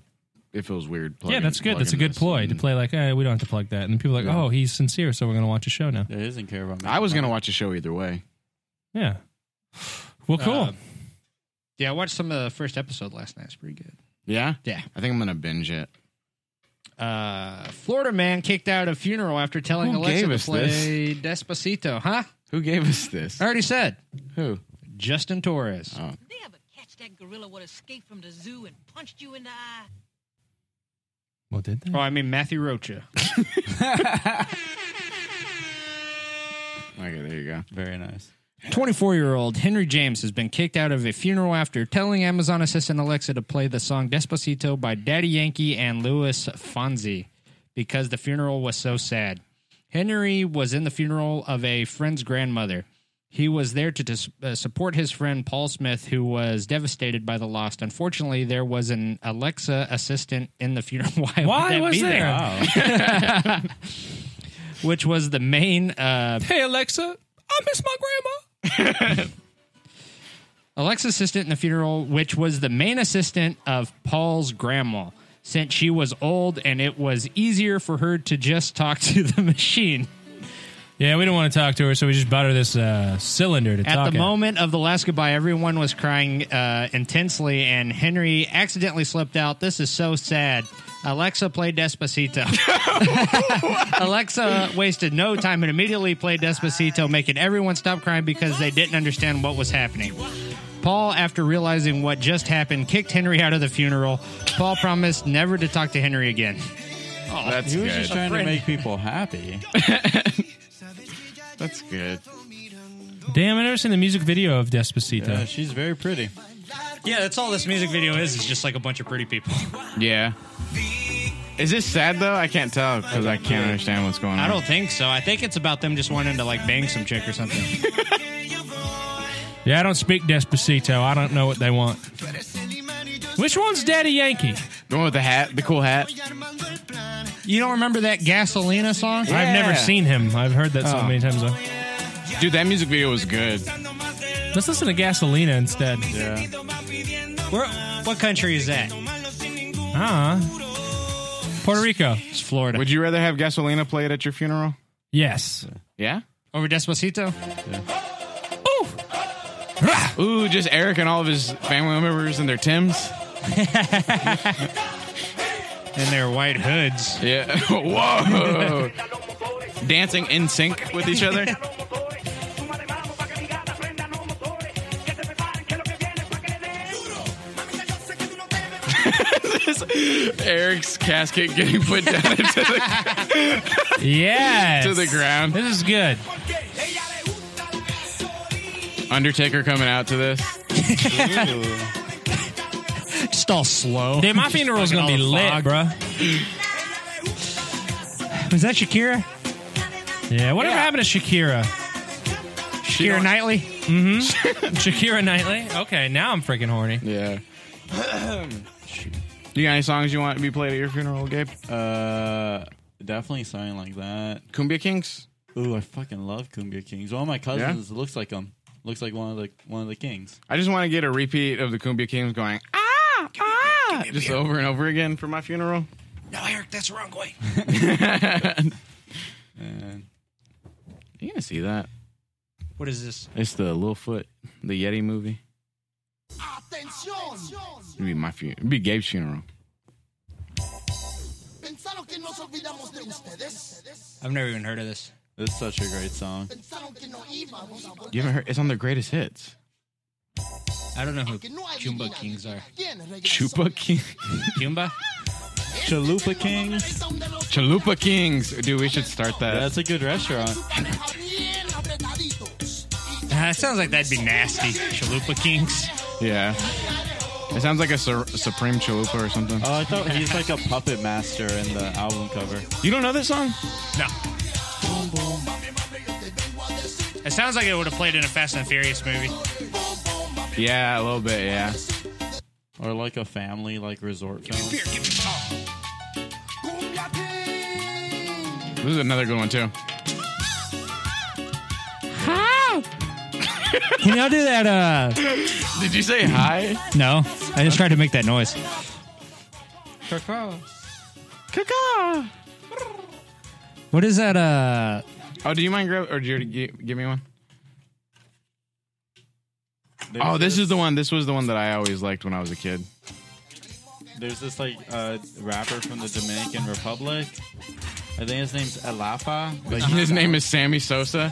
[SPEAKER 2] It feels weird.
[SPEAKER 6] yeah,
[SPEAKER 2] plugging-
[SPEAKER 6] that's good. That's a
[SPEAKER 2] plugging
[SPEAKER 6] good
[SPEAKER 2] this."
[SPEAKER 6] ploy to play like, hey, we don't have to plug that. And people are like,
[SPEAKER 2] Yeah.
[SPEAKER 6] oh, he's sincere, so we're going to watch a show now.
[SPEAKER 7] It doesn't care about me.
[SPEAKER 2] I was gonna watch a show either way.
[SPEAKER 6] Yeah. Well, cool.
[SPEAKER 4] Uh, yeah, I watched some of the first episode last night. It's pretty good.
[SPEAKER 2] Yeah,
[SPEAKER 4] Yeah.
[SPEAKER 2] I think I'm gonna binge it.
[SPEAKER 4] Uh, Florida man kicked out of funeral after telling
[SPEAKER 2] Who
[SPEAKER 4] Alexa
[SPEAKER 2] gave
[SPEAKER 4] to
[SPEAKER 2] us
[SPEAKER 4] play Despacito, huh?
[SPEAKER 2] Who gave us this?
[SPEAKER 4] <laughs> I already said.
[SPEAKER 2] Who?
[SPEAKER 4] Justin Torres.
[SPEAKER 2] Oh.
[SPEAKER 14] They ever catch that gorilla what escaped from the zoo and punched you in the eye?
[SPEAKER 6] Well, did they?
[SPEAKER 4] Oh, I mean Matthew Rocha.
[SPEAKER 2] Okay, there you go.
[SPEAKER 7] Very nice.
[SPEAKER 4] 24 year old Henry James has been kicked out of a funeral after telling Amazon Assistant Alexa to play the song Despacito by Daddy Yankee and Louis Fonzi because the funeral was so sad. Henry was in the funeral of a friend's grandmother. He was there to dis- uh, support his friend Paul Smith, who was devastated by the loss. Unfortunately, there was an Alexa assistant in the funeral. <laughs> Why, would
[SPEAKER 6] Why
[SPEAKER 4] that
[SPEAKER 6] was
[SPEAKER 4] be
[SPEAKER 6] there?
[SPEAKER 4] there? Which was the main uh,
[SPEAKER 6] Hey, Alexa, I miss my grandma.
[SPEAKER 4] Alexa assistant in the funeral, which was the main assistant of Paul's grandma, since she was old and it was easier for her to just talk <laughs> to the machine.
[SPEAKER 6] Yeah, we don't want to talk to her, so we just bought her this uh, cylinder to
[SPEAKER 4] At
[SPEAKER 6] talk
[SPEAKER 4] the moment of the last goodbye, everyone was crying uh, intensely, and Henry accidentally slipped out. This is so sad. Alexa played Despacito. <laughs> Alexa wasted no time and immediately played Despacito, making everyone stop crying because they didn't understand what was happening. Paul, after realizing what just happened, kicked Henry out of the funeral. Paul promised never to talk to Henry again.
[SPEAKER 7] Oh, that's he was
[SPEAKER 4] good.
[SPEAKER 7] just trying to
[SPEAKER 4] Friend.
[SPEAKER 7] make people happy.
[SPEAKER 2] that's good.
[SPEAKER 6] Damn, I've never seen the music video of Despacito.
[SPEAKER 7] <laughs> Yeah, she's very pretty.
[SPEAKER 4] Yeah, that's all this music video is, is just like a bunch of pretty people.
[SPEAKER 2] Yeah. Is this sad though? I can't tell because I can't understand what's going on.
[SPEAKER 4] I don't think so. I think it's about them just wanting to like bang some chick or something.
[SPEAKER 6] Yeah, I don't speak Despacito. I don't know what they want. Which one's Daddy Yankee?
[SPEAKER 2] The one with the hat, the cool hat.
[SPEAKER 4] You don't remember that Gasolina song?
[SPEAKER 6] I've never
[SPEAKER 2] Yeah.
[SPEAKER 6] seen him. I've heard that so
[SPEAKER 2] Oh.
[SPEAKER 6] many times. though.
[SPEAKER 2] Dude, that music video was good.
[SPEAKER 6] Let's listen to Gasolina instead.
[SPEAKER 2] Yeah.
[SPEAKER 4] Where, what country is that?
[SPEAKER 6] Ah. Puerto Rico.
[SPEAKER 4] It's Florida.
[SPEAKER 2] Would you rather have Gasolina play it at your funeral?
[SPEAKER 6] Yes.
[SPEAKER 2] Yeah.
[SPEAKER 4] Over Despacito?
[SPEAKER 2] Ooh, just Eric and all of his family members in their Tims.
[SPEAKER 4] and their white hoods.
[SPEAKER 2] Yeah. <laughs> Whoa. Dancing in sync with each other. <laughs> This- Eric's casket getting put down <laughs> into the <laughs>
[SPEAKER 6] Yes.
[SPEAKER 2] to the ground.
[SPEAKER 6] This is good.
[SPEAKER 2] Undertaker coming out to this.
[SPEAKER 4] Just all slow.
[SPEAKER 6] Dude, my funeral's gonna be lit, bruh.
[SPEAKER 4] Was that Shakira?
[SPEAKER 6] Yeah, whatever happened to Shakira?
[SPEAKER 4] Shakira Knightley?
[SPEAKER 6] Mm hmm. Shakira Knightley? Okay, now I'm freaking horny.
[SPEAKER 2] <clears throat> Yeah. You got any songs you want to be played at your funeral, Gabe?
[SPEAKER 7] Uh, definitely something like that.
[SPEAKER 2] Cumbia Kings.
[SPEAKER 7] Ooh, I fucking love Cumbia Kings. One of my cousins looks like him. Looks like one of the one of the kings.
[SPEAKER 2] I just want to get a repeat of the Cumbia Kings going ah ah just over and over again for my funeral.
[SPEAKER 8] No, Eric, that's the wrong way.
[SPEAKER 2] Man. <laughs> You gonna see that?
[SPEAKER 4] What is this?
[SPEAKER 2] It's the Littlefoot, the Yeti movie. It'd be my funeral. It'd be Gabe's funeral.
[SPEAKER 4] I've never even heard of this.
[SPEAKER 7] This is such a great song.
[SPEAKER 2] You haven't heard? It's on their greatest hits.
[SPEAKER 4] I don't know who Chumba Kings are.
[SPEAKER 2] Chupa King,
[SPEAKER 4] Chumba?
[SPEAKER 7] Chalupa Kings.
[SPEAKER 2] Chalupa Kings. Dude, we should start that.
[SPEAKER 7] That's a good restaurant.
[SPEAKER 4] That Uh, sounds like that'd be nasty. Chalupa Kings.
[SPEAKER 2] Yeah. It sounds like a Sur- Supreme Chalupa or something.
[SPEAKER 7] Oh, I thought he's like a puppet master in the album cover.
[SPEAKER 2] You don't know this song?
[SPEAKER 4] No. It sounds like it would have played in a Fast and Furious movie.
[SPEAKER 2] Yeah, a little bit. Yeah.
[SPEAKER 7] or like a family like resort film.
[SPEAKER 2] This is another good one too.
[SPEAKER 4] Can y'all do that? Uh,
[SPEAKER 2] Did you say hi?
[SPEAKER 4] no, I just tried to make that noise.
[SPEAKER 2] Caca.
[SPEAKER 4] What is that? Uh,
[SPEAKER 2] Oh, do you mind grab or do you already gi- give me one? oh, this, is the one. This was the one that I always liked when I was a kid.
[SPEAKER 7] There's this like uh, rapper from the Dominican Republic. I think his name's Alapa.
[SPEAKER 2] Like, his name is Sammy Sosa.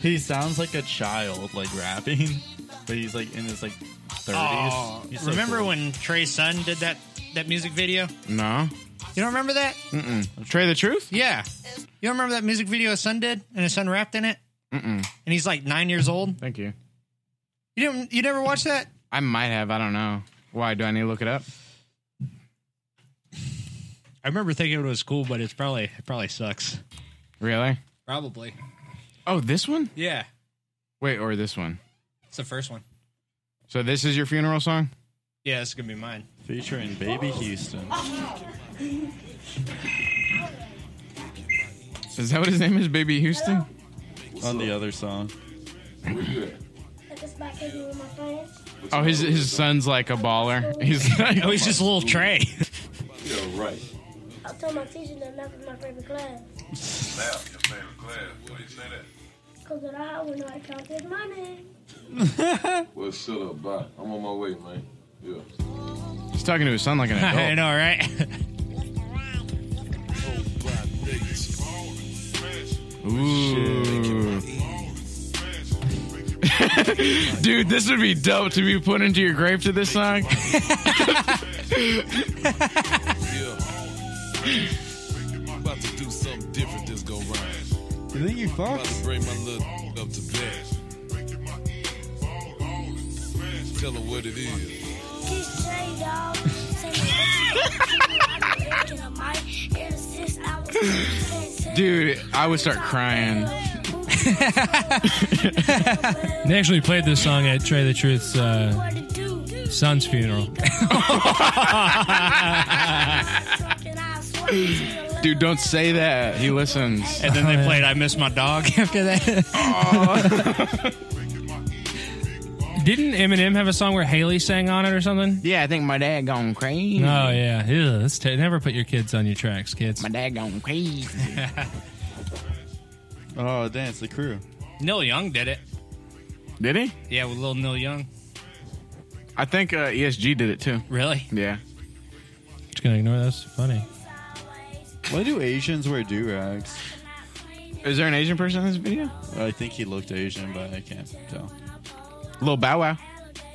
[SPEAKER 7] He sounds like a child, like rapping, but he's like in his like 30s.
[SPEAKER 13] Oh,
[SPEAKER 7] He's so
[SPEAKER 13] remember
[SPEAKER 7] cool.
[SPEAKER 13] when Trey Sun did that that music video?
[SPEAKER 2] No.
[SPEAKER 13] You don't remember that?
[SPEAKER 2] Mm-mm. Trey the Truth?
[SPEAKER 13] Yeah. You don't remember that music video his son did and his son rapped in it?
[SPEAKER 2] Mm-mm.
[SPEAKER 13] And he's like nine years old.
[SPEAKER 2] Thank you.
[SPEAKER 13] You didn't? You never watched that?
[SPEAKER 2] I might have. I don't know. Why? Do I need to look it up?
[SPEAKER 4] I remember thinking it was cool, but it's probably it probably sucks.
[SPEAKER 2] Really?
[SPEAKER 4] Probably.
[SPEAKER 2] Oh, this one?
[SPEAKER 4] Yeah,
[SPEAKER 2] Wait, or this one?
[SPEAKER 4] it's the first one.
[SPEAKER 2] So this is your funeral song?
[SPEAKER 4] Yeah, it's gonna be mine.
[SPEAKER 7] Featuring Baby Houston.
[SPEAKER 2] Is that what his name is? Baby Houston?
[SPEAKER 7] On the other song.
[SPEAKER 2] Oh, his his son's like a baller. He's <laughs> like,
[SPEAKER 4] Oh, he's just a little Trey. <laughs>
[SPEAKER 2] Yeah, right.
[SPEAKER 15] I told my teacher that math was my favorite class.
[SPEAKER 16] Math, your favorite class. Why do you say that?
[SPEAKER 15] Because without I would not count this money.
[SPEAKER 16] Well, shut up. Bye. I'm on my way, man. Yeah.
[SPEAKER 2] He's talking to his son like <laughs> an adult.
[SPEAKER 4] I know, right? <laughs>
[SPEAKER 2] Ooh. Dude, this would be dope to be put into your grave to this song.
[SPEAKER 16] About to do something different this go round.
[SPEAKER 17] You think you
[SPEAKER 16] About to bring my little <laughs> up to bed. Tell her what it is.
[SPEAKER 15] Kiss J, dog. Say my
[SPEAKER 2] Dude, I would start
[SPEAKER 15] <laughs>
[SPEAKER 2] crying.
[SPEAKER 6] They actually played this song at Trey the Truth's uh, son's funeral.
[SPEAKER 2] <laughs> Dude, don't say that. He listens.
[SPEAKER 4] And then they played "I Miss My Dog" <laughs> after that.
[SPEAKER 6] Didn't Eminem have a song where Haley sang on it or something?
[SPEAKER 2] Yeah, I think my dad gone crazy.
[SPEAKER 6] Oh yeah, Ew, that's ter- never put your kids on your tracks, kids.
[SPEAKER 2] My dad gone crazy.
[SPEAKER 7] Oh, dance the crew.
[SPEAKER 13] Neil Young did it.
[SPEAKER 2] Did he?
[SPEAKER 13] Yeah, with little Neil Young.
[SPEAKER 2] I think uh, ESG did it too.
[SPEAKER 13] Really?
[SPEAKER 2] Yeah.
[SPEAKER 6] Just gonna ignore that's funny.
[SPEAKER 7] Why do Asians wear do rags?
[SPEAKER 2] Is there an Asian person in this video?
[SPEAKER 7] I think he looked Asian, but I can't tell.
[SPEAKER 2] Lil Bow Wow.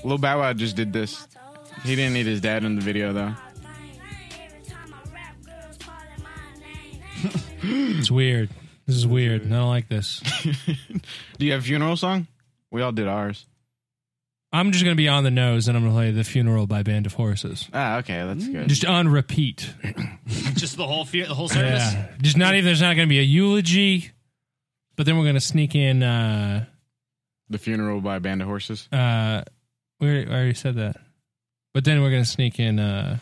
[SPEAKER 2] Lil Bow Wow just did this. He didn't need his dad in the video though.
[SPEAKER 6] It's weird. This is weird. and I don't like this.
[SPEAKER 2] Do you have a funeral song? We all did ours.
[SPEAKER 6] I'm just gonna be on the nose, and I'm gonna play "The Funeral" by Band of Horses.
[SPEAKER 2] Ah, okay, that's good.
[SPEAKER 6] Just on repeat.
[SPEAKER 13] <laughs> Just the whole fe- the whole service.
[SPEAKER 6] yeah. Just not even. There's not gonna be a eulogy, but then we're gonna sneak in. uh
[SPEAKER 2] The funeral by Band of Horses.
[SPEAKER 6] uh We already, I already said that, but then we're gonna sneak in uh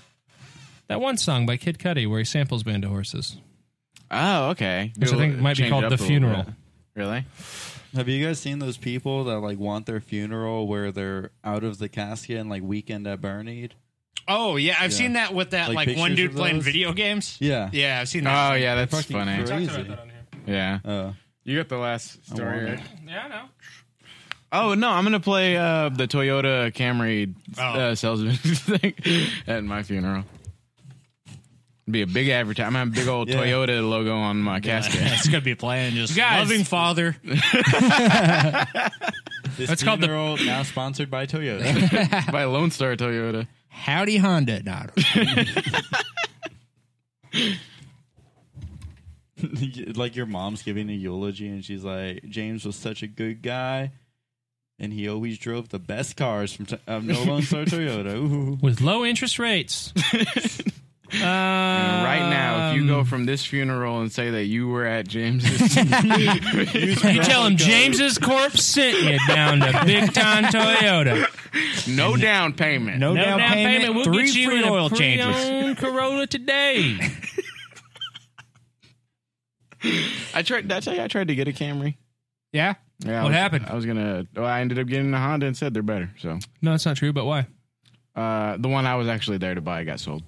[SPEAKER 6] that one song by Kid Cudi where he samples Band of Horses.
[SPEAKER 2] Oh, okay.
[SPEAKER 6] Which I think
[SPEAKER 2] It'll
[SPEAKER 6] might be
[SPEAKER 2] change
[SPEAKER 6] called
[SPEAKER 2] it up
[SPEAKER 6] The
[SPEAKER 2] a little
[SPEAKER 6] Funeral.
[SPEAKER 2] bit. Really?
[SPEAKER 7] Have you guys seen those people that like want their funeral where they're out of the casket and like weekend at Bernie?
[SPEAKER 13] Oh yeah, I've
[SPEAKER 7] Yeah.
[SPEAKER 13] seen that with that
[SPEAKER 7] Like
[SPEAKER 13] like, one
[SPEAKER 7] pictures
[SPEAKER 13] dude
[SPEAKER 7] of
[SPEAKER 13] playing
[SPEAKER 7] those?
[SPEAKER 13] video games.
[SPEAKER 7] Yeah.
[SPEAKER 13] Yeah, I've seen that.
[SPEAKER 2] Oh yeah, that's
[SPEAKER 7] Fucking
[SPEAKER 2] funny.
[SPEAKER 7] Crazy.
[SPEAKER 2] Yeah.
[SPEAKER 7] Uh,
[SPEAKER 2] you got the last
[SPEAKER 7] I want
[SPEAKER 2] story.
[SPEAKER 7] it.
[SPEAKER 2] Right?
[SPEAKER 6] Yeah, I know.
[SPEAKER 2] Oh no, I'm gonna play uh, the Toyota Camry uh, salesman <laughs> thing at my funeral. Be a big advertisement. I'm gonna have a big old
[SPEAKER 4] Yeah.
[SPEAKER 2] Toyota logo on my casket. <laughs>
[SPEAKER 4] it's gonna be playing just
[SPEAKER 13] Guys.
[SPEAKER 4] loving father.
[SPEAKER 7] This
[SPEAKER 4] That's called the-
[SPEAKER 7] funeral now sponsored by Toyota.
[SPEAKER 2] by Lone Star Toyota.
[SPEAKER 4] Howdy Honda. No, I <laughs> don't know.
[SPEAKER 7] <laughs> like your mom's giving a eulogy and she's like, James was such a good guy, and he always drove the best <laughs> cars from t- um, No Lone Star Toyota. Ooh.
[SPEAKER 6] with low interest rates. uh,
[SPEAKER 2] And right now, if you go from this funeral and say that you were at James's, <laughs>
[SPEAKER 6] you tell him James's corpse sent you down to Big Time Toyota.
[SPEAKER 2] no down payment.
[SPEAKER 6] No, down, payment. We'll get you in a
[SPEAKER 2] oil
[SPEAKER 6] pre-owned
[SPEAKER 2] changes.
[SPEAKER 6] Corolla today.
[SPEAKER 2] I tried. Did I tell you I tried to get a Camry?
[SPEAKER 6] Yeah.
[SPEAKER 2] Yeah. I
[SPEAKER 6] What
[SPEAKER 2] was-
[SPEAKER 6] happened?
[SPEAKER 2] I was gonna. Well, I ended up getting a Honda and said they're better. So
[SPEAKER 6] No, that's not true. But why?
[SPEAKER 2] uh, the one I was actually there to buy got sold.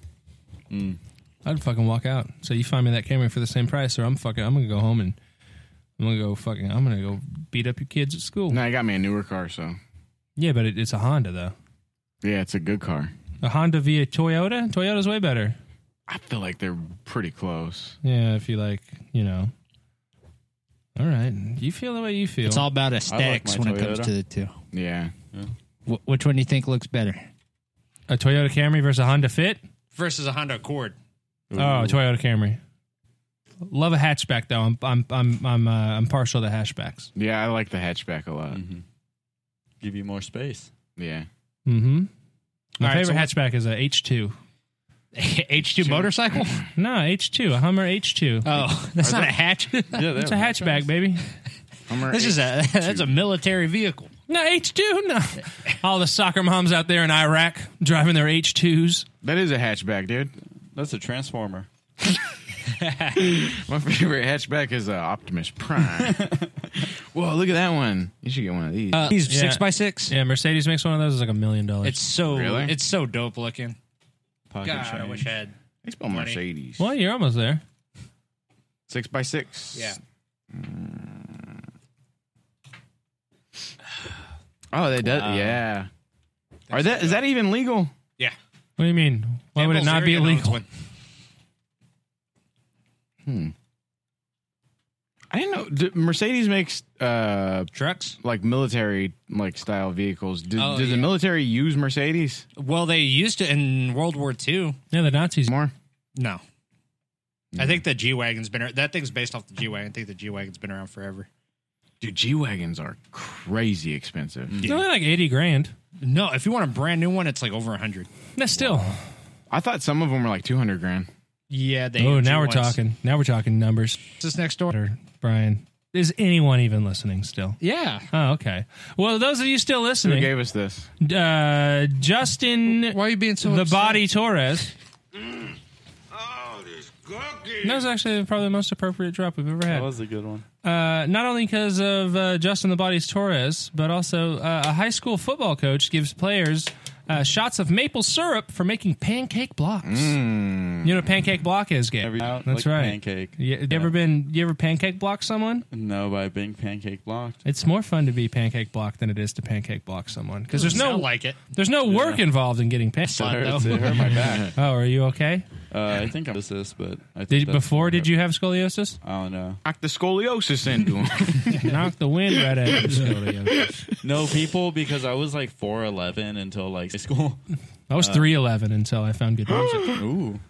[SPEAKER 6] I'd fucking walk out. So you find me that Camry for the same price, or I'm fucking. I'm gonna go home and I'm gonna go fucking. I'm gonna go beat up your kids at school.
[SPEAKER 2] No, I got me a newer car. So
[SPEAKER 6] Yeah, but it, it's a Honda though.
[SPEAKER 2] yeah, it's a good car.
[SPEAKER 6] A Honda via Toyota. Toyota's way better.
[SPEAKER 2] I feel like they're pretty close.
[SPEAKER 6] Yeah, if you like, you know. All right, you feel the way you feel.
[SPEAKER 4] It's all about aesthetics when it comes to the two.
[SPEAKER 2] Yeah.
[SPEAKER 4] Wh- which one do you think looks better?
[SPEAKER 6] A Toyota Camry versus a Honda Fit.
[SPEAKER 13] versus a Honda
[SPEAKER 4] <laughs>
[SPEAKER 13] Accord.
[SPEAKER 6] Oh, Toyota Camry. Love a hatchback though. I'm I'm I'm I'm uh, I'm partial to hatchbacks.
[SPEAKER 2] Yeah, I like the hatchback a lot.
[SPEAKER 7] Give you more space.
[SPEAKER 2] Yeah.
[SPEAKER 6] Mm-hmm. My
[SPEAKER 13] All right,
[SPEAKER 6] favorite
[SPEAKER 13] so
[SPEAKER 6] hatchback is a H two.
[SPEAKER 13] H two motorcycle.
[SPEAKER 6] No, H two, a Hummer H two.
[SPEAKER 13] Oh, <laughs> that's not a hatch. <laughs>
[SPEAKER 6] it's a hatchback, baby.
[SPEAKER 13] This is a <laughs> that's a military vehicle.
[SPEAKER 6] No H two. <laughs> No, all the soccer moms out there in Iraq driving their H twos.
[SPEAKER 2] That is a hatchback, dude.
[SPEAKER 7] That's a transformer.
[SPEAKER 2] My <laughs> favorite hatchback is a
[SPEAKER 13] <laughs>
[SPEAKER 2] Optimus Prime. Whoa, look at that one. You should get one of these.
[SPEAKER 13] Uh,
[SPEAKER 6] by six. Yeah, Mercedes makes one of those. It's like a million dollars.
[SPEAKER 13] It's so
[SPEAKER 2] Really?
[SPEAKER 13] it's so dope looking.
[SPEAKER 2] Pocket
[SPEAKER 13] God, I
[SPEAKER 2] change.
[SPEAKER 13] wish I had.
[SPEAKER 2] They spell
[SPEAKER 13] money.
[SPEAKER 2] Mercedes.
[SPEAKER 6] Well, you're almost there.
[SPEAKER 2] Six by six.
[SPEAKER 13] Yeah.
[SPEAKER 2] Oh, they does.
[SPEAKER 13] Wow.
[SPEAKER 2] Yeah. Are that is that even legal?
[SPEAKER 13] Yeah.
[SPEAKER 6] What do you mean? Why would it
[SPEAKER 13] Campbell's
[SPEAKER 6] not be
[SPEAKER 13] area owns
[SPEAKER 6] illegal?
[SPEAKER 13] one.
[SPEAKER 2] Hmm. I didn't know d- Mercedes makes uh
[SPEAKER 13] trucks
[SPEAKER 2] like military like style vehicles. Do,
[SPEAKER 13] Oh,
[SPEAKER 2] does
[SPEAKER 13] yeah.
[SPEAKER 2] the military use Mercedes?
[SPEAKER 13] Well, they used to in World War II.
[SPEAKER 6] Yeah, the Nazis
[SPEAKER 2] more.
[SPEAKER 13] No. I
[SPEAKER 6] Mm-hmm.
[SPEAKER 13] think the G wagon's been ar- that thing's based off the G wagon. I think the G wagon's been around forever.
[SPEAKER 2] Dude, G wagons are crazy expensive.
[SPEAKER 6] It's only like eighty grand.
[SPEAKER 13] No, if you want a brand new one, it's like over hundred.
[SPEAKER 6] That's still.
[SPEAKER 2] I thought some of them were like two hundred grand.
[SPEAKER 13] Yeah. They
[SPEAKER 6] oh,
[SPEAKER 13] AMG
[SPEAKER 6] now we're
[SPEAKER 13] ones.
[SPEAKER 6] talking. Now we're talking numbers.
[SPEAKER 13] This next door,
[SPEAKER 6] Brian. Is anyone even listening still?
[SPEAKER 13] Yeah.
[SPEAKER 6] Oh, okay. Well, those of you still
[SPEAKER 2] Who
[SPEAKER 6] listening,
[SPEAKER 2] gave us this?
[SPEAKER 6] uh, Justin. Why are you being so Mm. the body Torres? That was actually probably the most appropriate drop we've ever
[SPEAKER 7] That
[SPEAKER 6] had.
[SPEAKER 7] was a good one.
[SPEAKER 6] Uh, not only because of uh, Justin the Body's Torres, but also uh, a high school football coach gives players uh, shots of maple syrup for making pancake blocks. You know, what pancake block is Gabe.
[SPEAKER 7] Out
[SPEAKER 6] That's
[SPEAKER 7] like
[SPEAKER 6] right.
[SPEAKER 7] Pancake.
[SPEAKER 6] You, you ever been? You ever pancake block someone?
[SPEAKER 7] No, by being pancake blocked.
[SPEAKER 6] It's more fun to be pancake block than it is to pancake block someone because there's no
[SPEAKER 13] like it.
[SPEAKER 6] There's no work involved in getting pancake
[SPEAKER 7] <laughs> It
[SPEAKER 6] blocked. <laughs>
[SPEAKER 7] hurts-
[SPEAKER 6] though.
[SPEAKER 7] it hurt my back.
[SPEAKER 6] oh, are you okay?
[SPEAKER 7] Uh, I think I'm this, but I think
[SPEAKER 6] Did
[SPEAKER 7] that's-
[SPEAKER 6] before did you have scoliosis? <laughs>
[SPEAKER 7] I don't know.
[SPEAKER 2] Knock the scoliosis into him.
[SPEAKER 6] Knock the wind right <laughs> out of your scoliosis.
[SPEAKER 7] No people because I was like four eleven until like high school.
[SPEAKER 6] I was
[SPEAKER 7] Uh,
[SPEAKER 6] three eleven until I found good <laughs> music.
[SPEAKER 7] Ooh.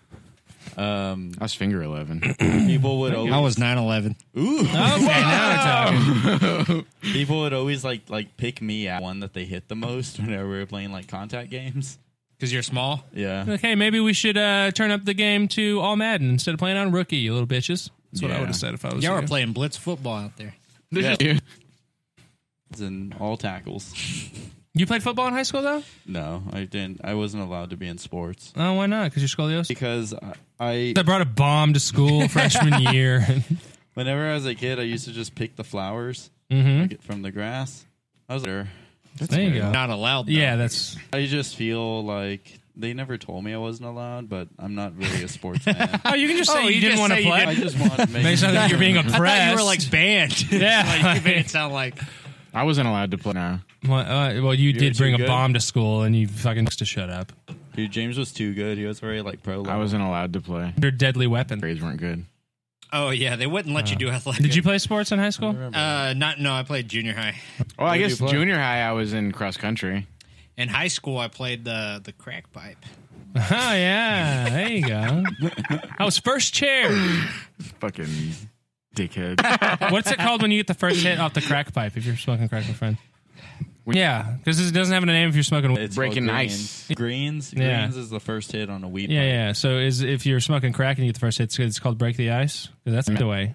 [SPEAKER 7] Um,
[SPEAKER 2] I was finger eleven.
[SPEAKER 7] people would always.
[SPEAKER 4] I was 9-11.
[SPEAKER 7] Ooh.
[SPEAKER 6] now
[SPEAKER 7] people would always like like pick me at one that they hit the most <laughs> whenever we were playing like contact games.
[SPEAKER 13] because you're small.
[SPEAKER 7] Yeah.
[SPEAKER 6] Okay, maybe we should uh, turn up the game to all Madden instead of playing on rookie. You little bitches. That's what I
[SPEAKER 7] Yeah.
[SPEAKER 6] would have said if I was
[SPEAKER 13] Y'all
[SPEAKER 6] you.
[SPEAKER 13] are playing blitz football out there.
[SPEAKER 7] Yeah.
[SPEAKER 2] Yeah.
[SPEAKER 7] And all tackles.
[SPEAKER 6] You played football in high school though?
[SPEAKER 7] No, I didn't. I wasn't allowed to be in sports
[SPEAKER 6] Oh, why not? Because you're <laughs> scoliosis.
[SPEAKER 7] because I, I
[SPEAKER 6] I brought a bomb to school freshman year.
[SPEAKER 7] whenever I was a kid, I used to just pick the flowers
[SPEAKER 6] Mhm.
[SPEAKER 7] like, from the grass. I was there.
[SPEAKER 6] <laughs> there you go.
[SPEAKER 13] Not allowed. Though.
[SPEAKER 6] Yeah, that's
[SPEAKER 7] I just feel like they never told me I wasn't allowed, but I'm not really a sports fan.
[SPEAKER 6] Oh, you can just
[SPEAKER 13] Oh,
[SPEAKER 6] say you,
[SPEAKER 13] you
[SPEAKER 6] didn't
[SPEAKER 13] just
[SPEAKER 6] want to
[SPEAKER 13] say you
[SPEAKER 6] play.
[SPEAKER 7] I just want to make
[SPEAKER 6] Based on that you're being oppressed.
[SPEAKER 13] I thought you were
[SPEAKER 4] <laughs>
[SPEAKER 13] like banned.
[SPEAKER 6] <laughs> Yeah.
[SPEAKER 13] like, you made it sound like
[SPEAKER 2] I wasn't allowed to play. Nah.
[SPEAKER 6] well, uh, well, you,
[SPEAKER 7] were
[SPEAKER 6] did
[SPEAKER 7] too
[SPEAKER 6] bring a
[SPEAKER 7] good.
[SPEAKER 6] bomb to school, and you fucking to shut up.
[SPEAKER 7] Dude, James was too good. He was already like pro level.
[SPEAKER 2] I wasn't allowed to play.
[SPEAKER 6] Your deadly weapon.
[SPEAKER 2] Grades weren't good.
[SPEAKER 13] Oh yeah, they wouldn't let you do athletic.
[SPEAKER 6] Uh, Did you play sports in high school?
[SPEAKER 13] Uh, not no. I played junior high.
[SPEAKER 2] Well, I
[SPEAKER 7] Where'd
[SPEAKER 2] guess
[SPEAKER 7] you play?
[SPEAKER 2] junior high I was in cross country.
[SPEAKER 13] In high school, I played the the crack pipe.
[SPEAKER 6] <laughs> Oh yeah, there you go. I was first chair.
[SPEAKER 2] Fucking dickhead. <laughs>
[SPEAKER 6] What's it called when you get the first hit off the crack pipe if you're smoking crack with friends? yeah, because it doesn't have a name if you're smoking.
[SPEAKER 7] It's called greens. Greens.
[SPEAKER 6] Yeah.
[SPEAKER 7] Greens is the first hit on a weed.
[SPEAKER 6] Yeah, yeah. So is if you're smoking crack and you get the first hit, it's- it's called break the ice. 'Cause That's the way.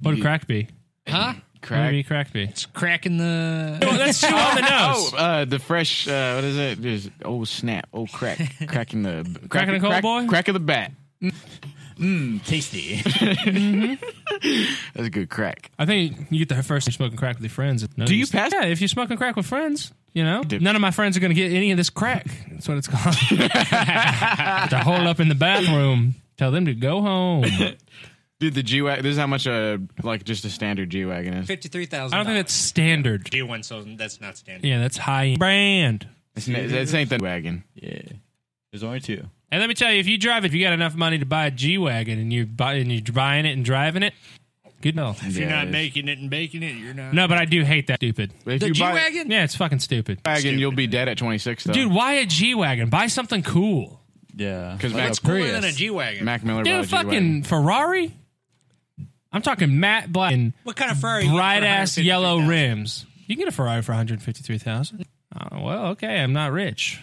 [SPEAKER 6] What would
[SPEAKER 2] You-
[SPEAKER 6] crack be?
[SPEAKER 4] Huh?
[SPEAKER 6] Crack. Maybe crack be. It's
[SPEAKER 4] Cracking the.
[SPEAKER 6] that's too on the nose.
[SPEAKER 2] <laughs> Oh, uh, the fresh. Uh, what is it? There's old snap, old
[SPEAKER 6] <laughs>
[SPEAKER 2] crack, cracking the
[SPEAKER 6] Cracking the cold
[SPEAKER 2] crack,
[SPEAKER 6] boy?
[SPEAKER 2] crack of the bat.
[SPEAKER 7] Mmm, tasty.
[SPEAKER 2] That's a good crack.
[SPEAKER 6] I think you get the first you're smoking crack with your friends.
[SPEAKER 2] Do you pass?
[SPEAKER 6] Yeah, if you're smoking crack with friends, you know, none of my friends are going to get any of this crack. That's what
[SPEAKER 2] <laughs>
[SPEAKER 6] it's called. <laughs> to hole up in the bathroom, tell them to go home.
[SPEAKER 2] Dude, the G wagon. This is how much a like just a standard G wagon is.
[SPEAKER 4] Fifty-three thousand.
[SPEAKER 6] I don't think that's standard.
[SPEAKER 4] Do one, so that's not standard.
[SPEAKER 6] Yeah, that's high end brand.
[SPEAKER 2] It's, n- it's ain't the wagon.
[SPEAKER 7] Yeah, there's only two.
[SPEAKER 6] And let me tell you, if you drive it, if you got enough money to buy a G wagon and you buy and you're buying it and driving it, good enough.
[SPEAKER 4] If you're not making it and baking it, you're not.
[SPEAKER 6] No, but I do hate that stupid.
[SPEAKER 2] If you buy a
[SPEAKER 6] Yeah, it's fucking stupid.
[SPEAKER 2] wagon, you'll be dead at 26 though.
[SPEAKER 6] Dude, why a G wagon? Buy something cool.
[SPEAKER 7] Yeah,
[SPEAKER 2] because
[SPEAKER 6] Like
[SPEAKER 2] Mac's
[SPEAKER 6] a Prius. Cooler than a
[SPEAKER 4] G-Wagon.
[SPEAKER 2] Mac Miller
[SPEAKER 6] Dude,
[SPEAKER 2] bought
[SPEAKER 6] a
[SPEAKER 2] a G-Wagon.
[SPEAKER 6] fucking Ferrari. I'm talking matte black. And
[SPEAKER 4] What kind of Ferrari you get for
[SPEAKER 6] Bright ass yellow rims. You can get a Ferrari for 153,000. Oh, well, okay, I'm not rich.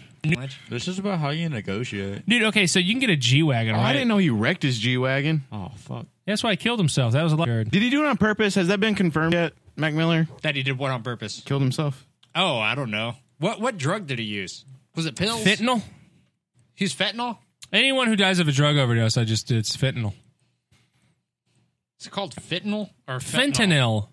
[SPEAKER 7] This is about how you negotiate.
[SPEAKER 6] Dude, okay, so you can get a G wagon.
[SPEAKER 2] Oh,
[SPEAKER 6] right?
[SPEAKER 2] I didn't know he wrecked his G wagon.
[SPEAKER 7] Oh fuck!
[SPEAKER 6] That's why he killed himself. That was a lot. Did
[SPEAKER 2] Did he do it on purpose? Has that been confirmed yet, Mac Miller?
[SPEAKER 4] That he did what on purpose?
[SPEAKER 2] Killed himself.
[SPEAKER 4] Oh, I don't know. What what drug did he use? Was it pills?
[SPEAKER 6] fentanyl?
[SPEAKER 4] He's fentanyl.
[SPEAKER 6] Anyone who dies of a drug overdose, I just it's fentanyl.
[SPEAKER 4] Is it called fentanyl or
[SPEAKER 6] Fentanyl.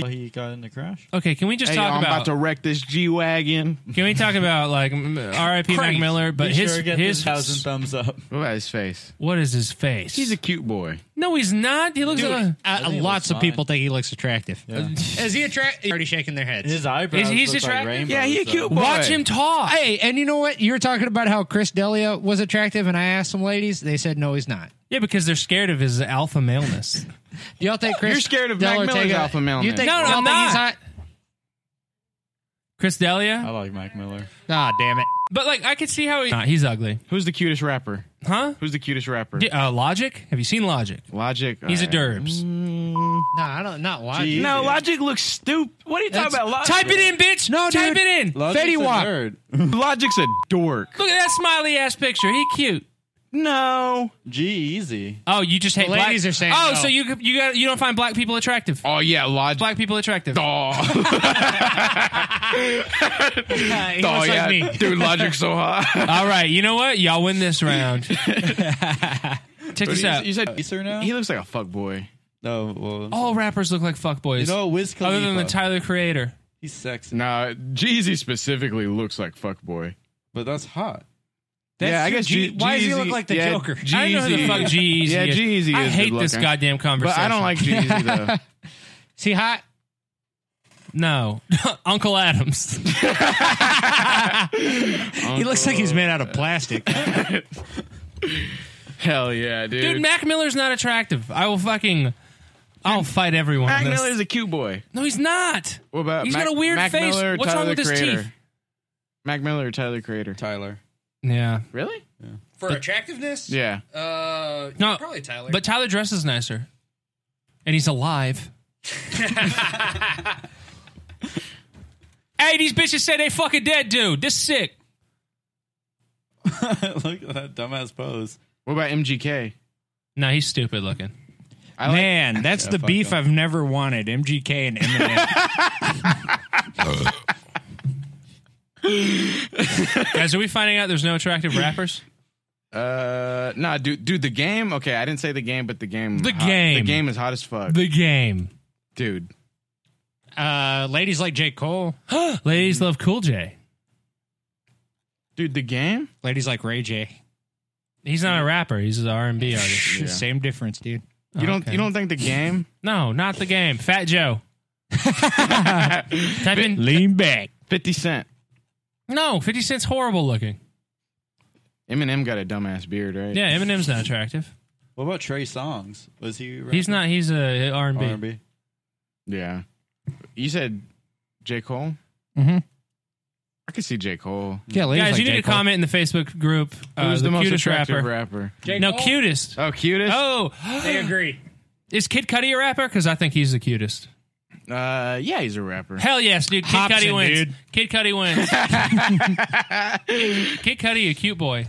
[SPEAKER 7] How he got in the crash?
[SPEAKER 6] Okay, can we just
[SPEAKER 2] Hey,
[SPEAKER 6] talk
[SPEAKER 2] I'm
[SPEAKER 6] about?
[SPEAKER 2] to wreck this G wagon.
[SPEAKER 6] Can we talk about like m- R.I.P. Mac
[SPEAKER 2] Crazy.
[SPEAKER 6] Miller? But
[SPEAKER 2] Be
[SPEAKER 6] his
[SPEAKER 2] sure to get
[SPEAKER 6] his
[SPEAKER 2] this thousand
[SPEAKER 7] thumbs up.
[SPEAKER 2] What about his face?
[SPEAKER 6] What is his face?
[SPEAKER 2] He's a cute boy.
[SPEAKER 6] No, he's not. He looks
[SPEAKER 4] Dude,
[SPEAKER 6] like
[SPEAKER 4] uh,
[SPEAKER 6] a
[SPEAKER 4] lots of people think he looks attractive.
[SPEAKER 6] Yeah.
[SPEAKER 4] Is he attractive? Already shaking their heads.
[SPEAKER 7] <laughs> His eyebrows.
[SPEAKER 6] Is- he's
[SPEAKER 7] look
[SPEAKER 6] attractive?
[SPEAKER 7] Like rainbows,
[SPEAKER 6] Yeah, he a cute
[SPEAKER 7] though.
[SPEAKER 6] boy. Watch him talk.
[SPEAKER 4] Hey, and you know what? You were talking about how Chris Delia was attractive, and I asked some ladies. They said no, he's not.
[SPEAKER 6] Yeah, because they're scared of his alpha maleness.
[SPEAKER 4] <laughs> Do y'all think Chris?
[SPEAKER 2] You're scared of
[SPEAKER 4] Del
[SPEAKER 2] Mac Miller's
[SPEAKER 4] Ortega-
[SPEAKER 2] alpha maleness.
[SPEAKER 4] You think,
[SPEAKER 2] No, no,
[SPEAKER 4] y'all
[SPEAKER 2] I'm
[SPEAKER 4] think
[SPEAKER 2] not.
[SPEAKER 4] He's hot?
[SPEAKER 6] Chris
[SPEAKER 2] Oh,
[SPEAKER 6] Delia.
[SPEAKER 7] I like Mac Miller.
[SPEAKER 4] Ah, damn it.
[SPEAKER 6] But like, I could see how he. Nah, he's ugly.
[SPEAKER 2] Who's the cutest rapper?
[SPEAKER 6] Huh?
[SPEAKER 2] Who's the cutest rapper?
[SPEAKER 6] D- uh, Logic. Have you seen Logic?
[SPEAKER 2] Logic.
[SPEAKER 6] He's a
[SPEAKER 2] alright.
[SPEAKER 6] derbs.
[SPEAKER 4] No, I don't. Not logic.
[SPEAKER 2] No, Logic looks stupid. What are you talking about? Logic?
[SPEAKER 6] Type it in, bitch.
[SPEAKER 4] No,
[SPEAKER 6] Type
[SPEAKER 4] dude.
[SPEAKER 6] it in.
[SPEAKER 7] Logic's
[SPEAKER 4] Fetty
[SPEAKER 7] a
[SPEAKER 4] Wap.
[SPEAKER 7] nerd.
[SPEAKER 2] <laughs> Logic's a dork.
[SPEAKER 6] Look at that smiley ass picture. He cute.
[SPEAKER 2] No.
[SPEAKER 7] G Easy.
[SPEAKER 6] Oh, you just hate
[SPEAKER 4] The
[SPEAKER 6] black.
[SPEAKER 4] ladies are saying
[SPEAKER 6] Oh,
[SPEAKER 4] no.
[SPEAKER 6] so you you got you don't find black people attractive.
[SPEAKER 2] Oh yeah, Logic.
[SPEAKER 6] Black people attractive.
[SPEAKER 2] Oh,
[SPEAKER 4] he
[SPEAKER 2] oh
[SPEAKER 4] looks
[SPEAKER 2] yeah,
[SPEAKER 4] like me.
[SPEAKER 2] dude, Logic's so hot.
[SPEAKER 6] All right, you know what? Y'all win this
[SPEAKER 4] <laughs>
[SPEAKER 6] round. Check this out.
[SPEAKER 2] You said
[SPEAKER 7] Easter now?
[SPEAKER 2] he looks like a fuck boy.
[SPEAKER 7] No. Well,
[SPEAKER 6] All rappers look like fuckboys.
[SPEAKER 7] you know Wiz Khalifa.
[SPEAKER 6] Oh. other than the Tyler Creator.
[SPEAKER 7] he's sexy,
[SPEAKER 2] Nah, Jeezy specifically looks like fuck boy.
[SPEAKER 7] but that's hot.
[SPEAKER 2] yeah, I guess.
[SPEAKER 4] G-
[SPEAKER 2] G-
[SPEAKER 4] why does he
[SPEAKER 2] Jeezy-
[SPEAKER 4] look like the
[SPEAKER 2] yeah,
[SPEAKER 4] Joker?
[SPEAKER 2] Jeezy.
[SPEAKER 6] I don't know who the fuck Jeezy
[SPEAKER 2] Yeah,
[SPEAKER 6] is.
[SPEAKER 2] Jeezy
[SPEAKER 6] I
[SPEAKER 2] is
[SPEAKER 6] hate
[SPEAKER 2] good
[SPEAKER 6] this
[SPEAKER 2] looking.
[SPEAKER 6] goddamn
[SPEAKER 2] But
[SPEAKER 6] conversation.
[SPEAKER 2] I don't like Jeezy though.
[SPEAKER 4] See, hot.
[SPEAKER 6] No, <laughs> Uncle Adams. <laughs>
[SPEAKER 4] He looks like he's made out of plastic.
[SPEAKER 2] Hell yeah, dude.
[SPEAKER 6] Dude, Mac Miller's not attractive. I will fucking. I'll fight everyone.
[SPEAKER 2] Mac
[SPEAKER 6] on this.
[SPEAKER 2] Miller's a cute boy.
[SPEAKER 6] no, he's not.
[SPEAKER 2] What about
[SPEAKER 6] He's
[SPEAKER 2] Mac,
[SPEAKER 6] got a weird
[SPEAKER 2] Mac
[SPEAKER 6] face.
[SPEAKER 2] Miller, or
[SPEAKER 6] What's
[SPEAKER 2] Tyler
[SPEAKER 6] wrong with
[SPEAKER 2] the
[SPEAKER 6] his
[SPEAKER 2] Creator?
[SPEAKER 6] teeth?
[SPEAKER 2] Mac Miller or Tyler the Creator?
[SPEAKER 7] Tyler. <laughs>
[SPEAKER 6] Yeah.
[SPEAKER 2] Really?
[SPEAKER 4] For attractiveness?
[SPEAKER 2] Yeah.
[SPEAKER 4] Uh,
[SPEAKER 6] No,
[SPEAKER 4] probably Tyler.
[SPEAKER 6] But Tyler dresses nicer. And he's
[SPEAKER 2] <laughs>
[SPEAKER 6] alive. hey, these bitches say they fucking dead, dude. This sick.
[SPEAKER 7] Look at that dumbass pose.
[SPEAKER 2] What about MGK?
[SPEAKER 6] No, he's stupid looking.
[SPEAKER 2] I like <laughs>
[SPEAKER 4] Man, that's
[SPEAKER 7] Yeah,
[SPEAKER 4] the
[SPEAKER 7] fuck
[SPEAKER 4] beef
[SPEAKER 7] him.
[SPEAKER 4] I've never wanted. MGK and Eminem.
[SPEAKER 2] <laughs>
[SPEAKER 6] Guys, are we finding out there's no attractive rappers?
[SPEAKER 2] Uh, nah, dude, dude, the game. Okay, I didn't say the game, but the game.
[SPEAKER 6] The
[SPEAKER 2] hot- The
[SPEAKER 6] game.
[SPEAKER 2] game is hot as fuck,
[SPEAKER 6] The game.
[SPEAKER 2] dude.
[SPEAKER 4] uh, ladies like J. Cole.
[SPEAKER 6] <gasps> Ladies love Cool J.
[SPEAKER 2] Dude, the game.
[SPEAKER 4] Ladies like Ray J.
[SPEAKER 6] He's not a rapper. He's an R&B artist.
[SPEAKER 2] Yeah.
[SPEAKER 4] Same difference, dude.
[SPEAKER 2] You don't. You don't think the game?
[SPEAKER 6] No, not the game.
[SPEAKER 2] <laughs>
[SPEAKER 6] Fat Joe. Type in.
[SPEAKER 4] Lean back.
[SPEAKER 2] Fifty Cent.
[SPEAKER 6] No, 50 Cent's horrible looking.
[SPEAKER 2] Eminem got a dumbass beard, right?
[SPEAKER 6] Yeah, Eminem's not attractive.
[SPEAKER 7] What about Trey Songs? Was he?
[SPEAKER 6] He's not. He's a R&B.
[SPEAKER 7] R&B.
[SPEAKER 2] Yeah. You said J Cole.
[SPEAKER 6] Mm-hmm.
[SPEAKER 4] Mhm.
[SPEAKER 2] I could see J Cole.
[SPEAKER 4] Yeah, ladies
[SPEAKER 6] Guys,
[SPEAKER 4] like
[SPEAKER 6] you need
[SPEAKER 4] J.
[SPEAKER 6] to
[SPEAKER 4] Cole.
[SPEAKER 6] comment in the Facebook group. Uh,
[SPEAKER 2] Who's the, most
[SPEAKER 6] cutest
[SPEAKER 2] attractive
[SPEAKER 6] rapper?
[SPEAKER 2] rapper?
[SPEAKER 6] No, cutest.
[SPEAKER 2] Oh, cutest.
[SPEAKER 6] Oh,
[SPEAKER 4] agree.
[SPEAKER 6] is Kid Cudi a rapper? Because I think he's the cutest.
[SPEAKER 2] Uh, yeah, he's a rapper.
[SPEAKER 6] Hell yes, dude. Kid
[SPEAKER 2] Hobson,
[SPEAKER 6] Cudi wins.
[SPEAKER 2] dude.
[SPEAKER 6] Kid Cudi
[SPEAKER 2] <laughs>
[SPEAKER 6] wins. Kid, Kid Cudi, a cute boy.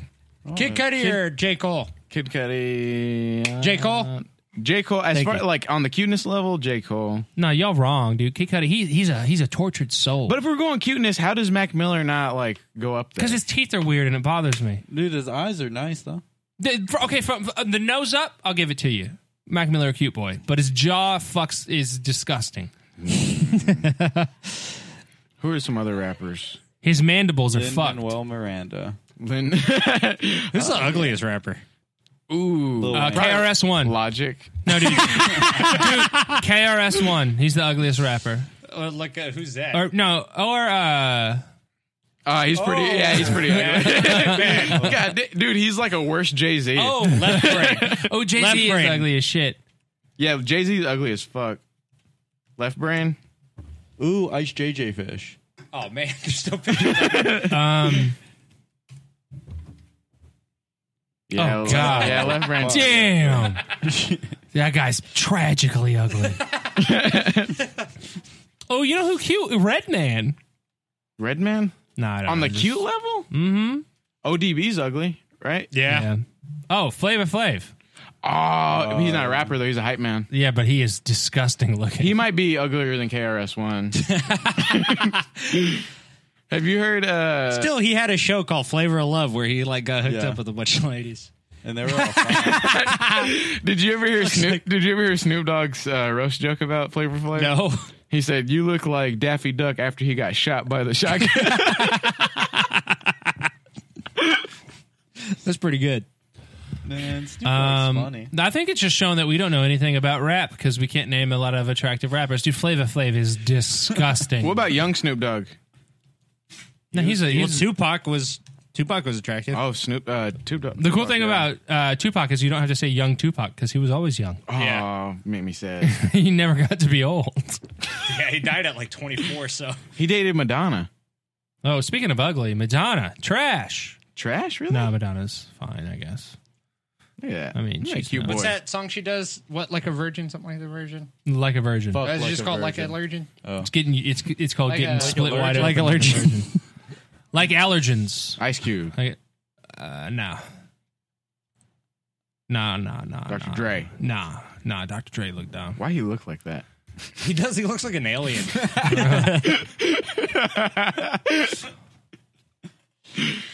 [SPEAKER 2] Kid Cudi or
[SPEAKER 6] J. Cole?
[SPEAKER 2] Kid Cudi.
[SPEAKER 6] Uh,
[SPEAKER 2] J. Cole? J. Cole, as
[SPEAKER 6] Thank
[SPEAKER 2] far
[SPEAKER 6] you.
[SPEAKER 2] like on the cuteness level, J. Cole.
[SPEAKER 6] No, y'all wrong, dude. Kid Cudi, he, he's a he's a tortured soul.
[SPEAKER 2] But if we're going cuteness, how does Mac Miller not like go up there?
[SPEAKER 6] Because his teeth are weird and it bothers me.
[SPEAKER 7] Dude, his eyes are nice though.
[SPEAKER 6] The, fr- okay, from from the nose up, I'll give it to you. Mac Miller, a cute boy, but his jaw fucks is disgusting.
[SPEAKER 2] Who are some other rappers?
[SPEAKER 6] His mandibles are
[SPEAKER 7] Lin
[SPEAKER 6] fucked.
[SPEAKER 7] Manuel Miranda.
[SPEAKER 2] Lin- Who's the
[SPEAKER 4] ugliest rapper?
[SPEAKER 2] Ooh,
[SPEAKER 6] Uh, KRS
[SPEAKER 2] <laughs>
[SPEAKER 6] One.
[SPEAKER 2] Logic.
[SPEAKER 6] No, dude. dude, KRS One. He's the ugliest rapper.
[SPEAKER 13] Uh, look, uh, who's that?
[SPEAKER 6] Or no, or uh.
[SPEAKER 2] Uh, he's pretty.
[SPEAKER 13] Oh.
[SPEAKER 2] Yeah, he's pretty ugly.
[SPEAKER 13] Man.
[SPEAKER 2] <laughs> God, di- dude, he's like a worse Jay Z.
[SPEAKER 6] Oh, left brain. <laughs> Oh, Jay
[SPEAKER 2] Left
[SPEAKER 6] Z is
[SPEAKER 2] brain.
[SPEAKER 6] ugly as shit.
[SPEAKER 2] Yeah, Jay Z's ugly as fuck. Left brain.
[SPEAKER 7] Ooh, Ice JJ Fish.
[SPEAKER 13] Oh man, there's still pictures.
[SPEAKER 6] Um.
[SPEAKER 2] Yeah,
[SPEAKER 6] oh
[SPEAKER 2] le-
[SPEAKER 6] God!
[SPEAKER 2] yeah, left
[SPEAKER 6] <laughs>
[SPEAKER 2] brain.
[SPEAKER 6] Damn, that guy's tragically ugly. oh, you know who cute? Red Man.
[SPEAKER 2] Red Man.
[SPEAKER 6] No, I don't
[SPEAKER 2] On
[SPEAKER 6] know,
[SPEAKER 2] the
[SPEAKER 6] just-
[SPEAKER 2] cute level.
[SPEAKER 6] Mm-hmm.
[SPEAKER 2] ODB's ugly, right?
[SPEAKER 6] Yeah. Oh, Flavor Flav.
[SPEAKER 2] Oh, he's not a rapper though. He's a hype man.
[SPEAKER 6] Yeah, but he is disgusting looking.
[SPEAKER 2] He might be uglier than KRS
[SPEAKER 6] <laughs>
[SPEAKER 2] One. Have you heard? uh
[SPEAKER 4] Still, he had a show called Flavor of Love where he like got hooked
[SPEAKER 2] Yeah.
[SPEAKER 4] up with a bunch of ladies.
[SPEAKER 7] And they were all
[SPEAKER 2] Did you ever hear Snoop? Did you ever hear Snoop Dogg's uh, roast joke about Flavor Flav?
[SPEAKER 4] No.
[SPEAKER 2] He said, "You look like Daffy Duck after he got shot by the shotgun."
[SPEAKER 6] <laughs>
[SPEAKER 4] That's pretty good.
[SPEAKER 7] Man, Snoop Dogg's
[SPEAKER 6] Um,
[SPEAKER 7] funny.
[SPEAKER 6] <laughs> I think it's just showing that we don't know anything about rap because we can't name a lot of attractive rappers. Dude, Flavor Flav is <laughs> disgusting.
[SPEAKER 2] what about young Snoop Dogg?
[SPEAKER 6] no, he's a he's,
[SPEAKER 4] Tupac was Tupac was attractive.
[SPEAKER 2] Oh, Snoop, uh, Tupac.
[SPEAKER 6] the cool thing about uh, Tupac is you don't have to say young Tupac because he was always young. <laughs>
[SPEAKER 2] Oh, made me sad.
[SPEAKER 6] he never got to be old.
[SPEAKER 4] <laughs> Yeah, he died at like 24. So
[SPEAKER 2] he dated Madonna.
[SPEAKER 6] Oh, speaking of ugly, Madonna, trash.
[SPEAKER 2] Trash, really?
[SPEAKER 6] No, Madonna's fine, I guess.
[SPEAKER 2] Yeah,
[SPEAKER 6] I mean, she's not-
[SPEAKER 4] What's that song she does? What like a virgin? Something like a virgin?
[SPEAKER 6] Like a virgin.
[SPEAKER 4] Is it just called like a virgin?
[SPEAKER 6] It's getting it's it's called
[SPEAKER 4] Like
[SPEAKER 6] getting
[SPEAKER 4] a-
[SPEAKER 6] split
[SPEAKER 4] like
[SPEAKER 6] wide
[SPEAKER 4] allergen.
[SPEAKER 6] open
[SPEAKER 4] Like allergen.
[SPEAKER 6] virgin.
[SPEAKER 4] <laughs>
[SPEAKER 6] like allergens.
[SPEAKER 2] Ice Cube.
[SPEAKER 6] Like, uh, nah. Nah, nah, nah.
[SPEAKER 2] Dr.
[SPEAKER 6] nah.
[SPEAKER 2] Dre.
[SPEAKER 6] Nah, nah. Dr. Dre looked dumb.
[SPEAKER 2] Why he look like that?
[SPEAKER 4] <laughs> He does. He looks like an alien.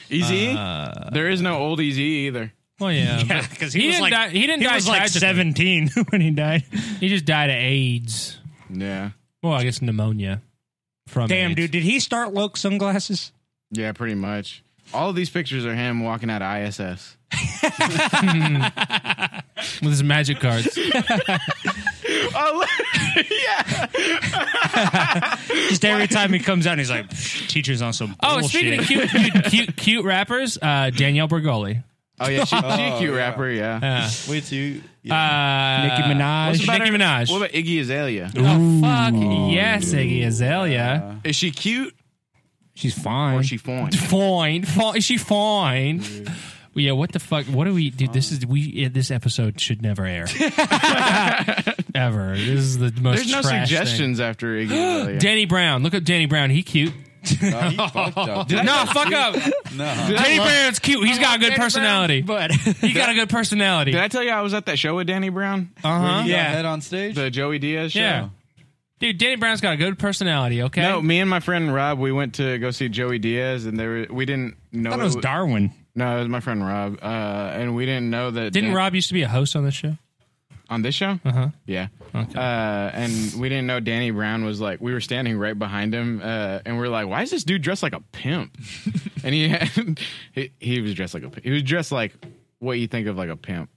[SPEAKER 2] Easy.
[SPEAKER 6] uh,
[SPEAKER 2] there is no old Easy either.
[SPEAKER 6] Well, Oh, yeah,
[SPEAKER 4] <laughs> yeah,
[SPEAKER 6] but
[SPEAKER 4] because he, was
[SPEAKER 6] didn't
[SPEAKER 4] like
[SPEAKER 6] die, he didn't
[SPEAKER 4] he
[SPEAKER 6] die
[SPEAKER 4] was like
[SPEAKER 6] tragically.
[SPEAKER 4] 17 <laughs> when he died.
[SPEAKER 6] He just died of AIDS.
[SPEAKER 2] Yeah.
[SPEAKER 6] Well, I guess pneumonia. From
[SPEAKER 4] Damn,
[SPEAKER 6] AIDS.
[SPEAKER 4] dude, did he start Loke sunglasses?
[SPEAKER 2] Yeah, pretty much. All of these pictures are him walking out of ISS.
[SPEAKER 6] with his magic <laughs> cards. <laughs>
[SPEAKER 2] oh, yeah.
[SPEAKER 4] Just every time he comes out, he's like, "Psh, "Teacher's on some."
[SPEAKER 6] Oh,
[SPEAKER 4] bullshit."
[SPEAKER 6] speaking of cute, cute, cute, cute rappers, uh, Danielle Bergoli.
[SPEAKER 2] Oh yeah, <laughs> she, she a
[SPEAKER 7] Oh,
[SPEAKER 2] cute
[SPEAKER 7] yeah.
[SPEAKER 2] rapper. Yeah.
[SPEAKER 6] Uh,
[SPEAKER 7] Wait till you.
[SPEAKER 6] uh,
[SPEAKER 4] Nicki Minaj.
[SPEAKER 2] What's about
[SPEAKER 6] Nicki
[SPEAKER 2] her-
[SPEAKER 6] Minaj.
[SPEAKER 2] What about Iggy Azalea?
[SPEAKER 6] Oh, fuck yes, Iggy Azalea.
[SPEAKER 2] Is she cute
[SPEAKER 4] She's
[SPEAKER 2] or
[SPEAKER 4] fine.
[SPEAKER 2] is she fine?
[SPEAKER 6] fine, fine. Is she fine? Well, yeah. What the fuck? What do we, dude? This is we. eh, This episode should never
[SPEAKER 4] <laughs>
[SPEAKER 6] air. Ever. This is the most.
[SPEAKER 2] There's no
[SPEAKER 6] trash
[SPEAKER 2] suggestions after Iggy
[SPEAKER 6] Thing. <gasps>
[SPEAKER 2] Azalea.
[SPEAKER 6] Danny Brown. Look up Danny Brown. He cute.
[SPEAKER 7] No, he fucked up.
[SPEAKER 6] No, <laughs> fuck up.
[SPEAKER 7] No.
[SPEAKER 6] Danny Brown's cute. He's got a good personality.
[SPEAKER 4] but
[SPEAKER 6] He got a good personality.
[SPEAKER 2] Did I tell you I was at that show with Danny Brown?
[SPEAKER 6] Uh huh.
[SPEAKER 7] Yeah.
[SPEAKER 4] Yeah.
[SPEAKER 7] Head on stage.
[SPEAKER 2] The Joey Diaz show?
[SPEAKER 6] Yeah. Dude, Danny Brown's got a good personality. Okay.
[SPEAKER 2] No, Oh, me and my friend Rob, we went to go see Joey Diaz, and there we didn't know.
[SPEAKER 4] I thought it
[SPEAKER 6] uh,
[SPEAKER 4] was Darwin.
[SPEAKER 2] No, it was my friend Rob, uh, and we didn't know that.
[SPEAKER 6] Didn't
[SPEAKER 2] Dan-
[SPEAKER 6] Rob used to be a host on this show?
[SPEAKER 2] on this show?
[SPEAKER 4] Uh-huh.
[SPEAKER 6] Uh huh.
[SPEAKER 2] Yeah.
[SPEAKER 6] Okay.
[SPEAKER 2] Uh, and we didn't know Danny Brown was like, we were standing right behind him, uh, and we are like, why is this dude dressed like a
[SPEAKER 4] <laughs>
[SPEAKER 2] pimp? and he, had, <laughs> he he was dressed like a pimp. He was dressed like what you think of like a pimp.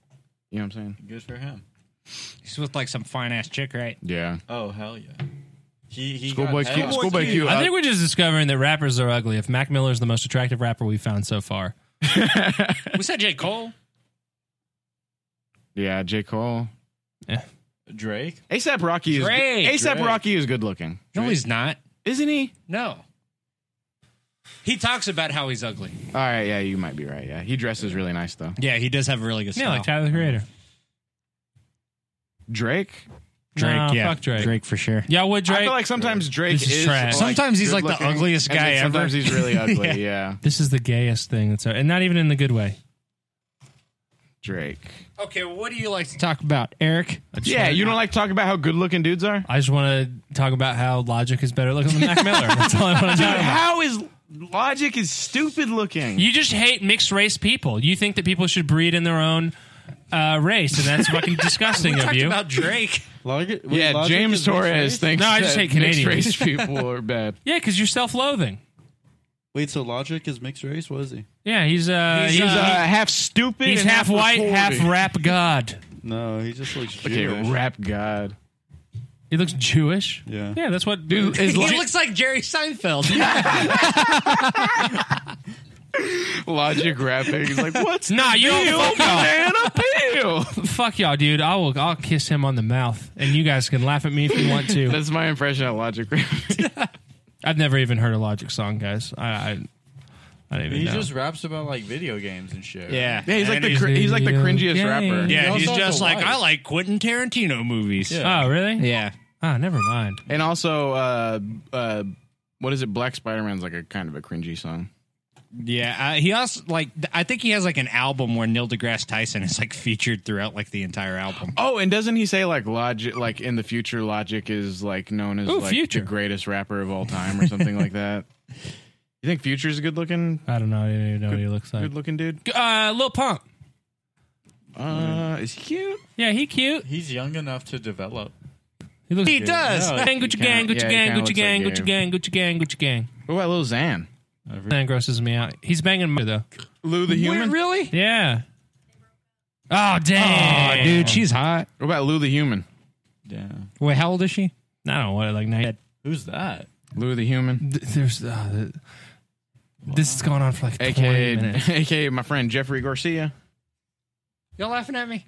[SPEAKER 2] You know what I'm saying?
[SPEAKER 7] Good for him.
[SPEAKER 4] He's with like some fine ass chick, right?
[SPEAKER 2] Yeah.
[SPEAKER 7] Oh hell yeah. He he.
[SPEAKER 2] Schoolboy
[SPEAKER 7] got
[SPEAKER 2] Q.
[SPEAKER 7] head on-
[SPEAKER 2] Schoolboy Q.
[SPEAKER 6] I think we're just discovering that rappers are ugly. If Mac Miller's the most attractive rapper we've found so
[SPEAKER 4] <laughs>
[SPEAKER 6] far,
[SPEAKER 4] We said J. Cole.
[SPEAKER 2] yeah, J. Cole.
[SPEAKER 7] Drake.
[SPEAKER 2] ASAP Rocky is
[SPEAKER 4] Drake,
[SPEAKER 2] ASAP
[SPEAKER 7] Drake.
[SPEAKER 2] Rocky is good looking,
[SPEAKER 4] No, he's not.
[SPEAKER 2] isn't he?
[SPEAKER 4] No. He talks about how he's ugly.
[SPEAKER 2] All right, yeah, you might be right. Yeah, he dresses really nice though.
[SPEAKER 4] <laughs> Yeah, he does have a really good
[SPEAKER 6] yeah, like Tyler the Creator.
[SPEAKER 2] Drake,
[SPEAKER 4] Drake,
[SPEAKER 6] Nah,
[SPEAKER 4] yeah,
[SPEAKER 6] fuck Drake.
[SPEAKER 4] for sure.
[SPEAKER 6] Y'all would Drake.
[SPEAKER 2] I feel like sometimes Drake
[SPEAKER 6] This is
[SPEAKER 2] is.
[SPEAKER 6] trash.
[SPEAKER 4] Sometimes he's, like, the
[SPEAKER 2] good-looking,
[SPEAKER 4] ugliest
[SPEAKER 2] and then
[SPEAKER 4] guy
[SPEAKER 2] Sometimes
[SPEAKER 4] ever.
[SPEAKER 2] he's really ugly.
[SPEAKER 4] <laughs> Yeah.
[SPEAKER 2] yeah.
[SPEAKER 6] This is the gayest thing that's and not even in the good way.
[SPEAKER 2] Drake.
[SPEAKER 4] Okay, well, what do you like to talk about, Eric?
[SPEAKER 2] Yeah, you don't like talk about how good looking dudes are.
[SPEAKER 6] I just want to talk about how Logic is better looking than Mac <laughs> Miller. That's all I want to
[SPEAKER 2] Dude,
[SPEAKER 6] talk about.
[SPEAKER 2] how is Logic is stupid looking?
[SPEAKER 6] You just hate mixed race people. You think that people should breed in their own uh, race, and that's <laughs> fucking disgusting
[SPEAKER 4] We
[SPEAKER 6] of
[SPEAKER 4] talked
[SPEAKER 6] you.
[SPEAKER 4] about Drake.
[SPEAKER 7] Logic,
[SPEAKER 2] yeah, James Torres thinks.
[SPEAKER 6] No, I just
[SPEAKER 2] that
[SPEAKER 6] hate Canadians.
[SPEAKER 2] mixed race people are bad.
[SPEAKER 6] Yeah, because you're self-loathing.
[SPEAKER 7] Wait, so Logic is mixed race? What is he?
[SPEAKER 6] Yeah, <laughs> he's uh,
[SPEAKER 2] He's, uh,
[SPEAKER 6] he-
[SPEAKER 2] half stupid.
[SPEAKER 6] He's
[SPEAKER 2] and
[SPEAKER 6] half white,
[SPEAKER 2] retarded.
[SPEAKER 6] half rap god.
[SPEAKER 7] No, he just looks
[SPEAKER 2] Okay,
[SPEAKER 7] Jewish.
[SPEAKER 2] rap god.
[SPEAKER 6] He looks Jewish.
[SPEAKER 7] Yeah.
[SPEAKER 6] Yeah, that's what
[SPEAKER 2] Dude,
[SPEAKER 6] <laughs>
[SPEAKER 2] is
[SPEAKER 4] he
[SPEAKER 2] Lo-
[SPEAKER 4] looks like Jerry Seinfeld.
[SPEAKER 2] Logic rapping. <laughs> He's like, what's
[SPEAKER 6] Nah,
[SPEAKER 2] the
[SPEAKER 6] you don't
[SPEAKER 2] deal,
[SPEAKER 6] fuck off.
[SPEAKER 2] banana peel?
[SPEAKER 6] Fuck y'all, dude. I will. I'll kiss him on the mouth, and you guys can laugh at me if you want <laughs>
[SPEAKER 2] <laughs>
[SPEAKER 6] to.
[SPEAKER 2] That's my impression of Logic <laughs> rapping.
[SPEAKER 6] I've never even heard a Logic song, guys. I, I, I don't even
[SPEAKER 7] He
[SPEAKER 6] know.
[SPEAKER 7] just raps about like video games and
[SPEAKER 4] <laughs>
[SPEAKER 7] shit.
[SPEAKER 4] Yeah.
[SPEAKER 2] Yeah, he's like
[SPEAKER 4] And
[SPEAKER 2] the cr- he's like the cringiest
[SPEAKER 6] Yeah.
[SPEAKER 2] rapper.
[SPEAKER 4] Yeah,
[SPEAKER 7] He
[SPEAKER 4] he's
[SPEAKER 7] also has
[SPEAKER 4] just
[SPEAKER 7] a
[SPEAKER 4] like
[SPEAKER 7] wife.
[SPEAKER 4] I like Quentin Tarantino movies. Uh,
[SPEAKER 7] Yeah.
[SPEAKER 6] oh, really?
[SPEAKER 4] Yeah.
[SPEAKER 6] Ah, never mind.
[SPEAKER 2] And also, uh, uh, what is it? Black Spider Man's like a kind of a cringy song.
[SPEAKER 4] Yeah, uh, he also like th- I think he has like an album where Neil deGrasse Tyson is like featured throughout like the entire album.
[SPEAKER 2] Oh, and doesn't he say like Logic, like in the future, Logic is like known as
[SPEAKER 6] Ooh,
[SPEAKER 2] like
[SPEAKER 6] Future.
[SPEAKER 2] the greatest rapper of all time or something like that? You think Future's a good looking,
[SPEAKER 6] I don't know. I don't even know what he looks like.
[SPEAKER 2] good looking dude?
[SPEAKER 6] Uh, Lil Pump.
[SPEAKER 2] Uh, is he cute?
[SPEAKER 6] Yeah, he cute.
[SPEAKER 7] He's young enough to develop.
[SPEAKER 6] He looks.
[SPEAKER 4] He
[SPEAKER 6] good.
[SPEAKER 4] does.
[SPEAKER 7] No,
[SPEAKER 6] Gang,
[SPEAKER 7] he
[SPEAKER 6] Gucci gang,
[SPEAKER 7] can't.
[SPEAKER 6] Gucci
[SPEAKER 2] Yeah, he
[SPEAKER 6] gang,
[SPEAKER 2] kinda
[SPEAKER 6] Gucci
[SPEAKER 2] looks
[SPEAKER 6] gang,
[SPEAKER 2] like
[SPEAKER 6] Gucci
[SPEAKER 2] Gabe.
[SPEAKER 6] gang, Gucci gang, Gucci gang.
[SPEAKER 2] What about Lil Xan?
[SPEAKER 6] That grosses me out. He's banging me though.
[SPEAKER 2] Lou the Human?
[SPEAKER 4] really?
[SPEAKER 6] Yeah. Oh damn,
[SPEAKER 4] Oh, dude, she's hot.
[SPEAKER 2] What about Lou the Human?
[SPEAKER 7] Yeah.
[SPEAKER 4] Wait, how old is she?
[SPEAKER 6] I don't know what like now.
[SPEAKER 7] Who's that?
[SPEAKER 2] Lou the Human,
[SPEAKER 6] Th- There's uh, th- this is going on for like 20
[SPEAKER 2] aka <laughs>
[SPEAKER 6] minutes.
[SPEAKER 2] aka my friend Jeffrey Garcia.
[SPEAKER 4] Y'all laughing at me?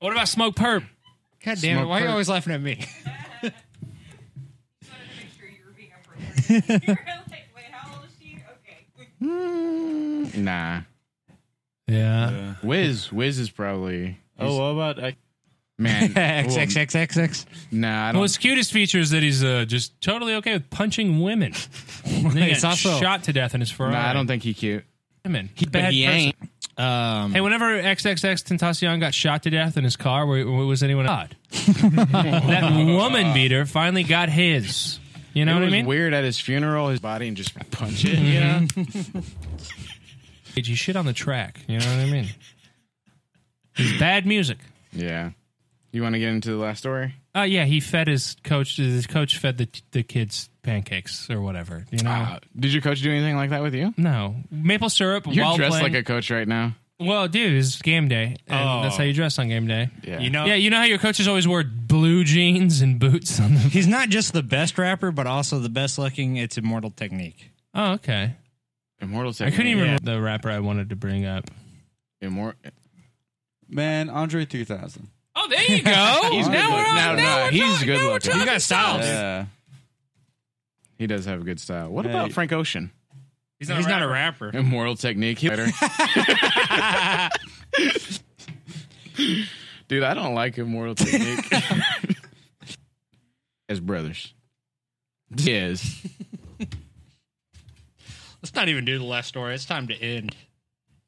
[SPEAKER 6] What about Smoke Perp?
[SPEAKER 4] God damn it!
[SPEAKER 2] Smoke
[SPEAKER 4] Why are you
[SPEAKER 2] perp.
[SPEAKER 4] always laughing at me?
[SPEAKER 15] <laughs>
[SPEAKER 2] Mm, nah,
[SPEAKER 6] Yeah.
[SPEAKER 4] <laughs>
[SPEAKER 7] Yeah.
[SPEAKER 2] Wiz Wiz is probably
[SPEAKER 7] Oh, what about I,
[SPEAKER 6] <laughs>
[SPEAKER 2] man. well,
[SPEAKER 4] XXXXX.
[SPEAKER 2] Nah, I
[SPEAKER 6] Well,
[SPEAKER 2] don't.
[SPEAKER 6] his cutest feature is that he's uh, just totally okay with punching
[SPEAKER 4] <laughs>
[SPEAKER 6] women. and then he
[SPEAKER 4] It's
[SPEAKER 6] got
[SPEAKER 4] also-
[SPEAKER 6] shot to death in his Ferrari.
[SPEAKER 2] Nah, I don't think he cute.
[SPEAKER 6] Women. He's a bad person.
[SPEAKER 4] Um,
[SPEAKER 6] Hey, whenever XXX Tentacion got shot to death in his car, where, where was
[SPEAKER 4] <laughs>
[SPEAKER 6] anyone? God. that woman beater finally got his. You know
[SPEAKER 2] it
[SPEAKER 6] what I
[SPEAKER 2] was
[SPEAKER 6] mean?
[SPEAKER 2] Weird at his funeral, his body and just punch it. You know?
[SPEAKER 6] You shit on the track. You know what I mean? It's bad music.
[SPEAKER 2] Yeah. You want to get into the last story?
[SPEAKER 6] Oh yeah, he fed his coach. His coach fed the the kids pancakes or whatever. You know?
[SPEAKER 4] Ah.
[SPEAKER 2] Uh, did your coach do anything like that with you?
[SPEAKER 6] no maple syrup.
[SPEAKER 2] You're
[SPEAKER 6] while
[SPEAKER 2] dressed like
[SPEAKER 6] playing.
[SPEAKER 2] a coach right now.
[SPEAKER 6] well, dude. It's game day, and
[SPEAKER 4] Oh.
[SPEAKER 6] that's how you dress on game day.
[SPEAKER 2] Yeah.
[SPEAKER 4] you know,
[SPEAKER 6] Yeah, you know how your coaches always wore blue jeans and boots on them.
[SPEAKER 4] he's not just the best rapper, but also the best looking. It's immortal technique.
[SPEAKER 6] Oh, okay.
[SPEAKER 2] Immortal
[SPEAKER 6] I
[SPEAKER 2] Technique.
[SPEAKER 6] couldn't even remember the rapper I wanted to bring up.
[SPEAKER 2] Immor-
[SPEAKER 7] man Andre 3000?
[SPEAKER 6] Oh, there you go. <laughs>
[SPEAKER 2] He's good
[SPEAKER 6] now we're
[SPEAKER 2] looking. No,
[SPEAKER 6] on. now
[SPEAKER 2] no,
[SPEAKER 6] we're
[SPEAKER 2] he's
[SPEAKER 6] talking-
[SPEAKER 2] good
[SPEAKER 6] now we're
[SPEAKER 2] looking.
[SPEAKER 6] talking
[SPEAKER 2] He got
[SPEAKER 6] style.
[SPEAKER 7] Yeah.
[SPEAKER 2] He does have a good style. What
[SPEAKER 7] Yeah,
[SPEAKER 2] about
[SPEAKER 7] he-
[SPEAKER 2] Frank Ocean?
[SPEAKER 4] He's not, he's not a rapper.
[SPEAKER 2] Immortal Technique. He better. Dude, I don't like Immortal Technique. As brothers. Yes.
[SPEAKER 4] Let's not even do the last story. It's time to end.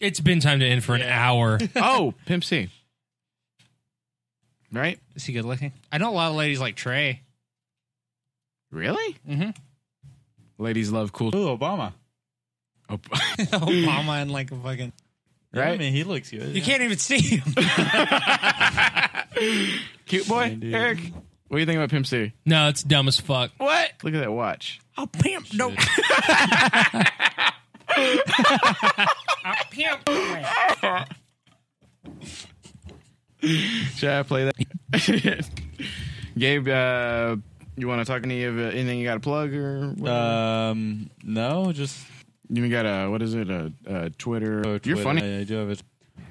[SPEAKER 6] It's been time to end for an hour.
[SPEAKER 2] Oh, Pimp C. Right?
[SPEAKER 4] <laughs> Is he good looking? I know a lot of ladies like Trey.
[SPEAKER 2] Really?
[SPEAKER 4] Mhm.
[SPEAKER 2] Ladies love cool.
[SPEAKER 7] Ooh, Obama.
[SPEAKER 2] Oh,
[SPEAKER 4] <laughs> Obama and like a fucking.
[SPEAKER 7] Yeah, I
[SPEAKER 2] right?
[SPEAKER 7] mean, he looks good.
[SPEAKER 4] You can't even see him.
[SPEAKER 2] Cute boy,
[SPEAKER 7] dude.
[SPEAKER 2] Eric. What do you think about Pimp C?
[SPEAKER 6] <laughs> No, it's dumb as fuck.
[SPEAKER 2] What? Look at that watch.
[SPEAKER 4] I'll Oh, pimp no. <laughs>
[SPEAKER 2] Should I play that? <laughs> Gabe, uh, you want to talk any of uh, anything you got to plug or? What?
[SPEAKER 7] Um, no, just
[SPEAKER 2] you got a what is it? A, a Twitter.
[SPEAKER 7] oh,
[SPEAKER 2] You're
[SPEAKER 7] Twitter.
[SPEAKER 2] funny.
[SPEAKER 7] I, I do have it.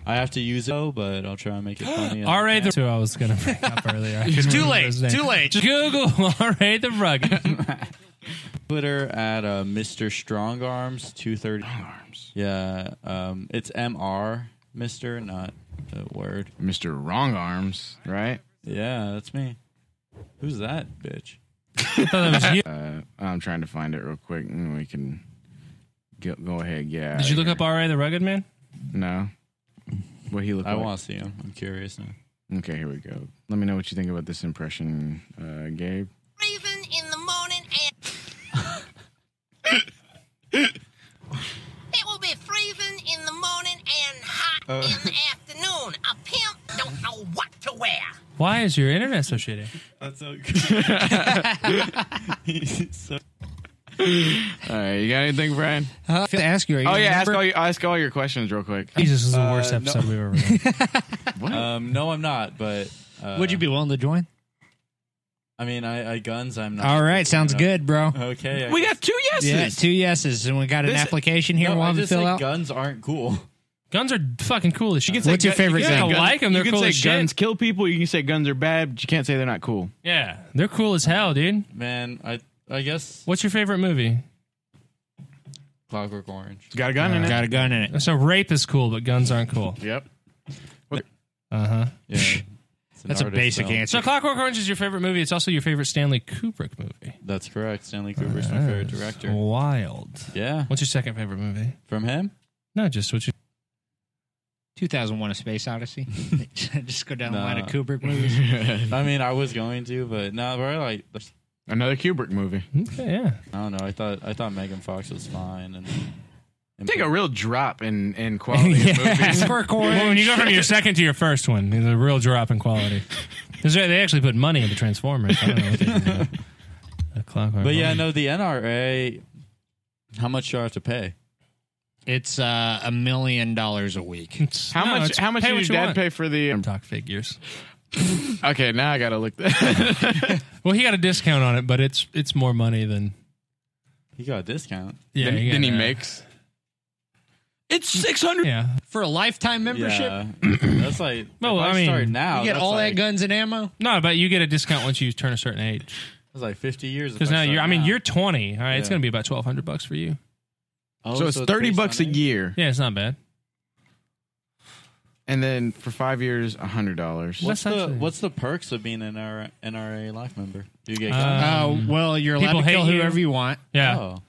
[SPEAKER 7] I have to use it, though, but I'll try
[SPEAKER 4] <gasps>
[SPEAKER 7] and make it funny. as I
[SPEAKER 6] R.A.
[SPEAKER 7] can.
[SPEAKER 6] the two I was gonna bring up earlier. <laughs> I couldn't
[SPEAKER 4] Too
[SPEAKER 6] remember
[SPEAKER 4] late.
[SPEAKER 6] his name.
[SPEAKER 4] Too late.
[SPEAKER 6] Just Google <laughs> R.A. the
[SPEAKER 4] <laughs>
[SPEAKER 6] rugged.
[SPEAKER 7] Twitter at uh, Mr. Strongarms two thirty. Yeah, um, it's Mr. Mister, not the word.
[SPEAKER 2] Mr. Wrong Arms, right?
[SPEAKER 7] Yeah, that's me. Who's that bitch?
[SPEAKER 2] Uh, I'm trying to find it real quick, and we can go, go ahead. Yeah.
[SPEAKER 6] Did you look up R.A. the Rugged Man?
[SPEAKER 2] No. What he looked
[SPEAKER 7] I
[SPEAKER 2] like?
[SPEAKER 7] want to see him. I'm curious now.
[SPEAKER 2] Okay, here we go. Let me know what you think about this impression, uh, Gabe.
[SPEAKER 15] Raven in the morning
[SPEAKER 2] and
[SPEAKER 15] it will be freezing in the morning and hot
[SPEAKER 6] Uh.
[SPEAKER 15] in the afternoon. A pimp don't know what to wear.
[SPEAKER 6] Why is your internet so shitty?
[SPEAKER 7] That's <laughs> so
[SPEAKER 2] all right, you got anything, Brian?
[SPEAKER 4] Uh, I feel to ask you, are you
[SPEAKER 2] oh
[SPEAKER 4] a
[SPEAKER 2] yeah, ask
[SPEAKER 4] member?
[SPEAKER 2] all, your, ask all your questions real quick.
[SPEAKER 6] Jesus, this is the
[SPEAKER 7] Uh,
[SPEAKER 6] worst
[SPEAKER 7] no.
[SPEAKER 6] episode we've ever
[SPEAKER 4] <laughs>
[SPEAKER 6] done.
[SPEAKER 7] Um, no, I'm not. But uh,
[SPEAKER 4] Would you be willing to join?
[SPEAKER 7] I mean, I, I guns. I'm not.
[SPEAKER 4] All right, sounds
[SPEAKER 7] you know.
[SPEAKER 4] good,
[SPEAKER 6] Uh,
[SPEAKER 4] bro.
[SPEAKER 7] Okay. I
[SPEAKER 4] We
[SPEAKER 7] guess-
[SPEAKER 4] got two yeses. Yeah, two yeses, and we got an application here
[SPEAKER 7] No,
[SPEAKER 4] we'll
[SPEAKER 7] I
[SPEAKER 4] have to
[SPEAKER 7] just
[SPEAKER 4] fill
[SPEAKER 7] think
[SPEAKER 4] out.
[SPEAKER 7] Guns aren't cool.
[SPEAKER 6] Guns are fucking cool as shit.
[SPEAKER 4] say What's your gu- favorite
[SPEAKER 2] You
[SPEAKER 6] You
[SPEAKER 2] can
[SPEAKER 6] gotta
[SPEAKER 2] say
[SPEAKER 6] like
[SPEAKER 2] guns-
[SPEAKER 6] them. They're
[SPEAKER 2] you can
[SPEAKER 6] cool
[SPEAKER 2] say
[SPEAKER 6] as shit.
[SPEAKER 2] guns kill people. You can say guns are bad, but you can't say they're not cool.
[SPEAKER 6] Yeah, they're cool as hell, dude.
[SPEAKER 7] Man, I I guess
[SPEAKER 6] What's your favorite movie?
[SPEAKER 7] Clockwork Orange.
[SPEAKER 2] Got a gun in it.
[SPEAKER 4] Got a gun in it.
[SPEAKER 6] So rape is cool, but guns aren't cool.
[SPEAKER 2] Yep.
[SPEAKER 6] Uh huh.
[SPEAKER 7] Yeah.
[SPEAKER 4] That's a basic answer.
[SPEAKER 6] So Clockwork Orange is your favorite movie. It's also your favorite Stanley Kubrick movie.
[SPEAKER 7] That's correct. Stanley Kubrick's my favorite director.
[SPEAKER 6] Wild.
[SPEAKER 7] Yeah.
[SPEAKER 6] What's your second favorite movie?
[SPEAKER 7] From him?
[SPEAKER 6] No, just what you.
[SPEAKER 4] 2001: A Space <laughs> Odyssey. Just go down the line
[SPEAKER 7] No.
[SPEAKER 4] of Kubrick movies.
[SPEAKER 7] I mean, I was going to, but no, we're like.
[SPEAKER 2] Another Kubrick movie.
[SPEAKER 6] yeah.
[SPEAKER 7] I don't know. I thought I thought Megan Fox was fine, and, and
[SPEAKER 2] Take a real drop in
[SPEAKER 4] <laughs>
[SPEAKER 2] in quality of
[SPEAKER 6] <laughs>
[SPEAKER 2] movies.
[SPEAKER 6] Well, when you go from your second to your first one, there's a real drop in <laughs> quality. 'Cause They they actually put money into Transformers. I don't know what they did there. A Clockwork
[SPEAKER 7] But yeah,
[SPEAKER 6] Orange.
[SPEAKER 7] no, the NRA. How much do I have to pay?
[SPEAKER 4] It's uh, a million dollars a week.
[SPEAKER 2] How much? How much did your dad pay for the um,
[SPEAKER 6] talk figures?
[SPEAKER 2] <laughs> okay, now I gotta look. <laughs> That.
[SPEAKER 6] Well, he got a discount on it, but it's it's more money than
[SPEAKER 7] He got a discount.
[SPEAKER 6] yeah.
[SPEAKER 2] then, then he
[SPEAKER 6] got, uh,
[SPEAKER 2] makes.
[SPEAKER 4] It's six hundred
[SPEAKER 6] Yeah.
[SPEAKER 4] for a lifetime membership.
[SPEAKER 7] Yeah, that's like.
[SPEAKER 6] Well,
[SPEAKER 7] if I,
[SPEAKER 6] I mean,
[SPEAKER 7] start now.
[SPEAKER 4] You get
[SPEAKER 7] that's
[SPEAKER 4] all
[SPEAKER 7] like,
[SPEAKER 4] that guns and ammo.
[SPEAKER 6] No, but you get a discount once you turn a certain age.
[SPEAKER 7] That's like fifty years. if
[SPEAKER 6] Because
[SPEAKER 7] I
[SPEAKER 6] now
[SPEAKER 7] start
[SPEAKER 6] you're. I mean,
[SPEAKER 7] now.
[SPEAKER 6] you're 20. All right, it's
[SPEAKER 7] Yeah.
[SPEAKER 6] gonna be about 1,200 bucks for you.
[SPEAKER 7] Oh,
[SPEAKER 2] so it's thirty
[SPEAKER 7] based
[SPEAKER 2] bucks a
[SPEAKER 7] on age?
[SPEAKER 2] year,
[SPEAKER 6] Yeah, it's not bad.
[SPEAKER 2] and then for five years, hundred dollars.
[SPEAKER 7] What's
[SPEAKER 6] That's
[SPEAKER 7] the
[SPEAKER 6] actually-
[SPEAKER 7] What's the perks of being an NRA, NRA life member? Do you get guns?
[SPEAKER 4] Oh
[SPEAKER 6] Um,
[SPEAKER 4] well, you're allowed
[SPEAKER 6] people
[SPEAKER 4] to kill
[SPEAKER 6] hate you.
[SPEAKER 4] whoever you want.
[SPEAKER 6] Yeah.
[SPEAKER 7] Oh.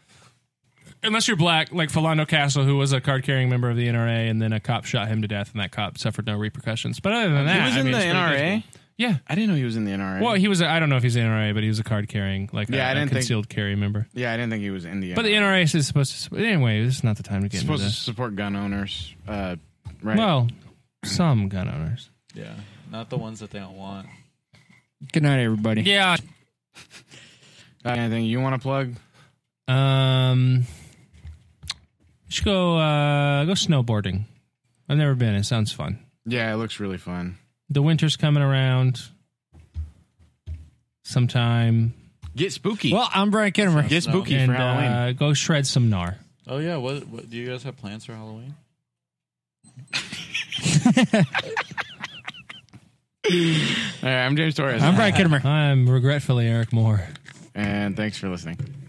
[SPEAKER 6] Unless you're black, like Philando Castle, who was a card carrying member of the NRA, and then a cop shot him to death, and that cop suffered no repercussions. But other than that,
[SPEAKER 2] He was
[SPEAKER 6] I
[SPEAKER 2] in
[SPEAKER 6] mean,
[SPEAKER 2] the
[SPEAKER 6] it's pretty
[SPEAKER 2] NRA.
[SPEAKER 6] Yeah.
[SPEAKER 2] I didn't know he was in the NRA.
[SPEAKER 6] good. Well, he was. A, I don't know if he's an NRA, but he was a card carrying, like
[SPEAKER 2] Yeah,
[SPEAKER 6] a,
[SPEAKER 2] I
[SPEAKER 6] a
[SPEAKER 2] didn't think-
[SPEAKER 6] concealed carry member.
[SPEAKER 2] yeah, I didn't think he was in the. NRA.
[SPEAKER 6] But the NRA is supposed to. Anyway, this is not the time to
[SPEAKER 2] It's
[SPEAKER 6] get into
[SPEAKER 2] supposed to
[SPEAKER 6] this.
[SPEAKER 2] support gun owners, uh, right?
[SPEAKER 6] Well, some gun owners.
[SPEAKER 7] Yeah, not the ones that they don't want.
[SPEAKER 4] Good night, everybody.
[SPEAKER 6] Yeah.
[SPEAKER 2] Uh, anything you want to plug?
[SPEAKER 6] Um. You should go uh, go snowboarding. I've never been. It sounds fun.
[SPEAKER 2] Yeah, it looks really fun.
[SPEAKER 6] The winter's coming around. Sometime.
[SPEAKER 2] Get spooky.
[SPEAKER 4] Well, I'm Brian Kittimer.
[SPEAKER 2] Get spooky
[SPEAKER 6] and
[SPEAKER 2] for Halloween.
[SPEAKER 6] Uh, go shred some gnar.
[SPEAKER 7] Oh yeah, what, what do you guys have plans for Halloween?
[SPEAKER 2] All right, I'm James Torres,
[SPEAKER 4] I'm Brian
[SPEAKER 6] <laughs>
[SPEAKER 4] Kittimer.
[SPEAKER 6] I'm regretfully Eric Moore.
[SPEAKER 2] and thanks for listening.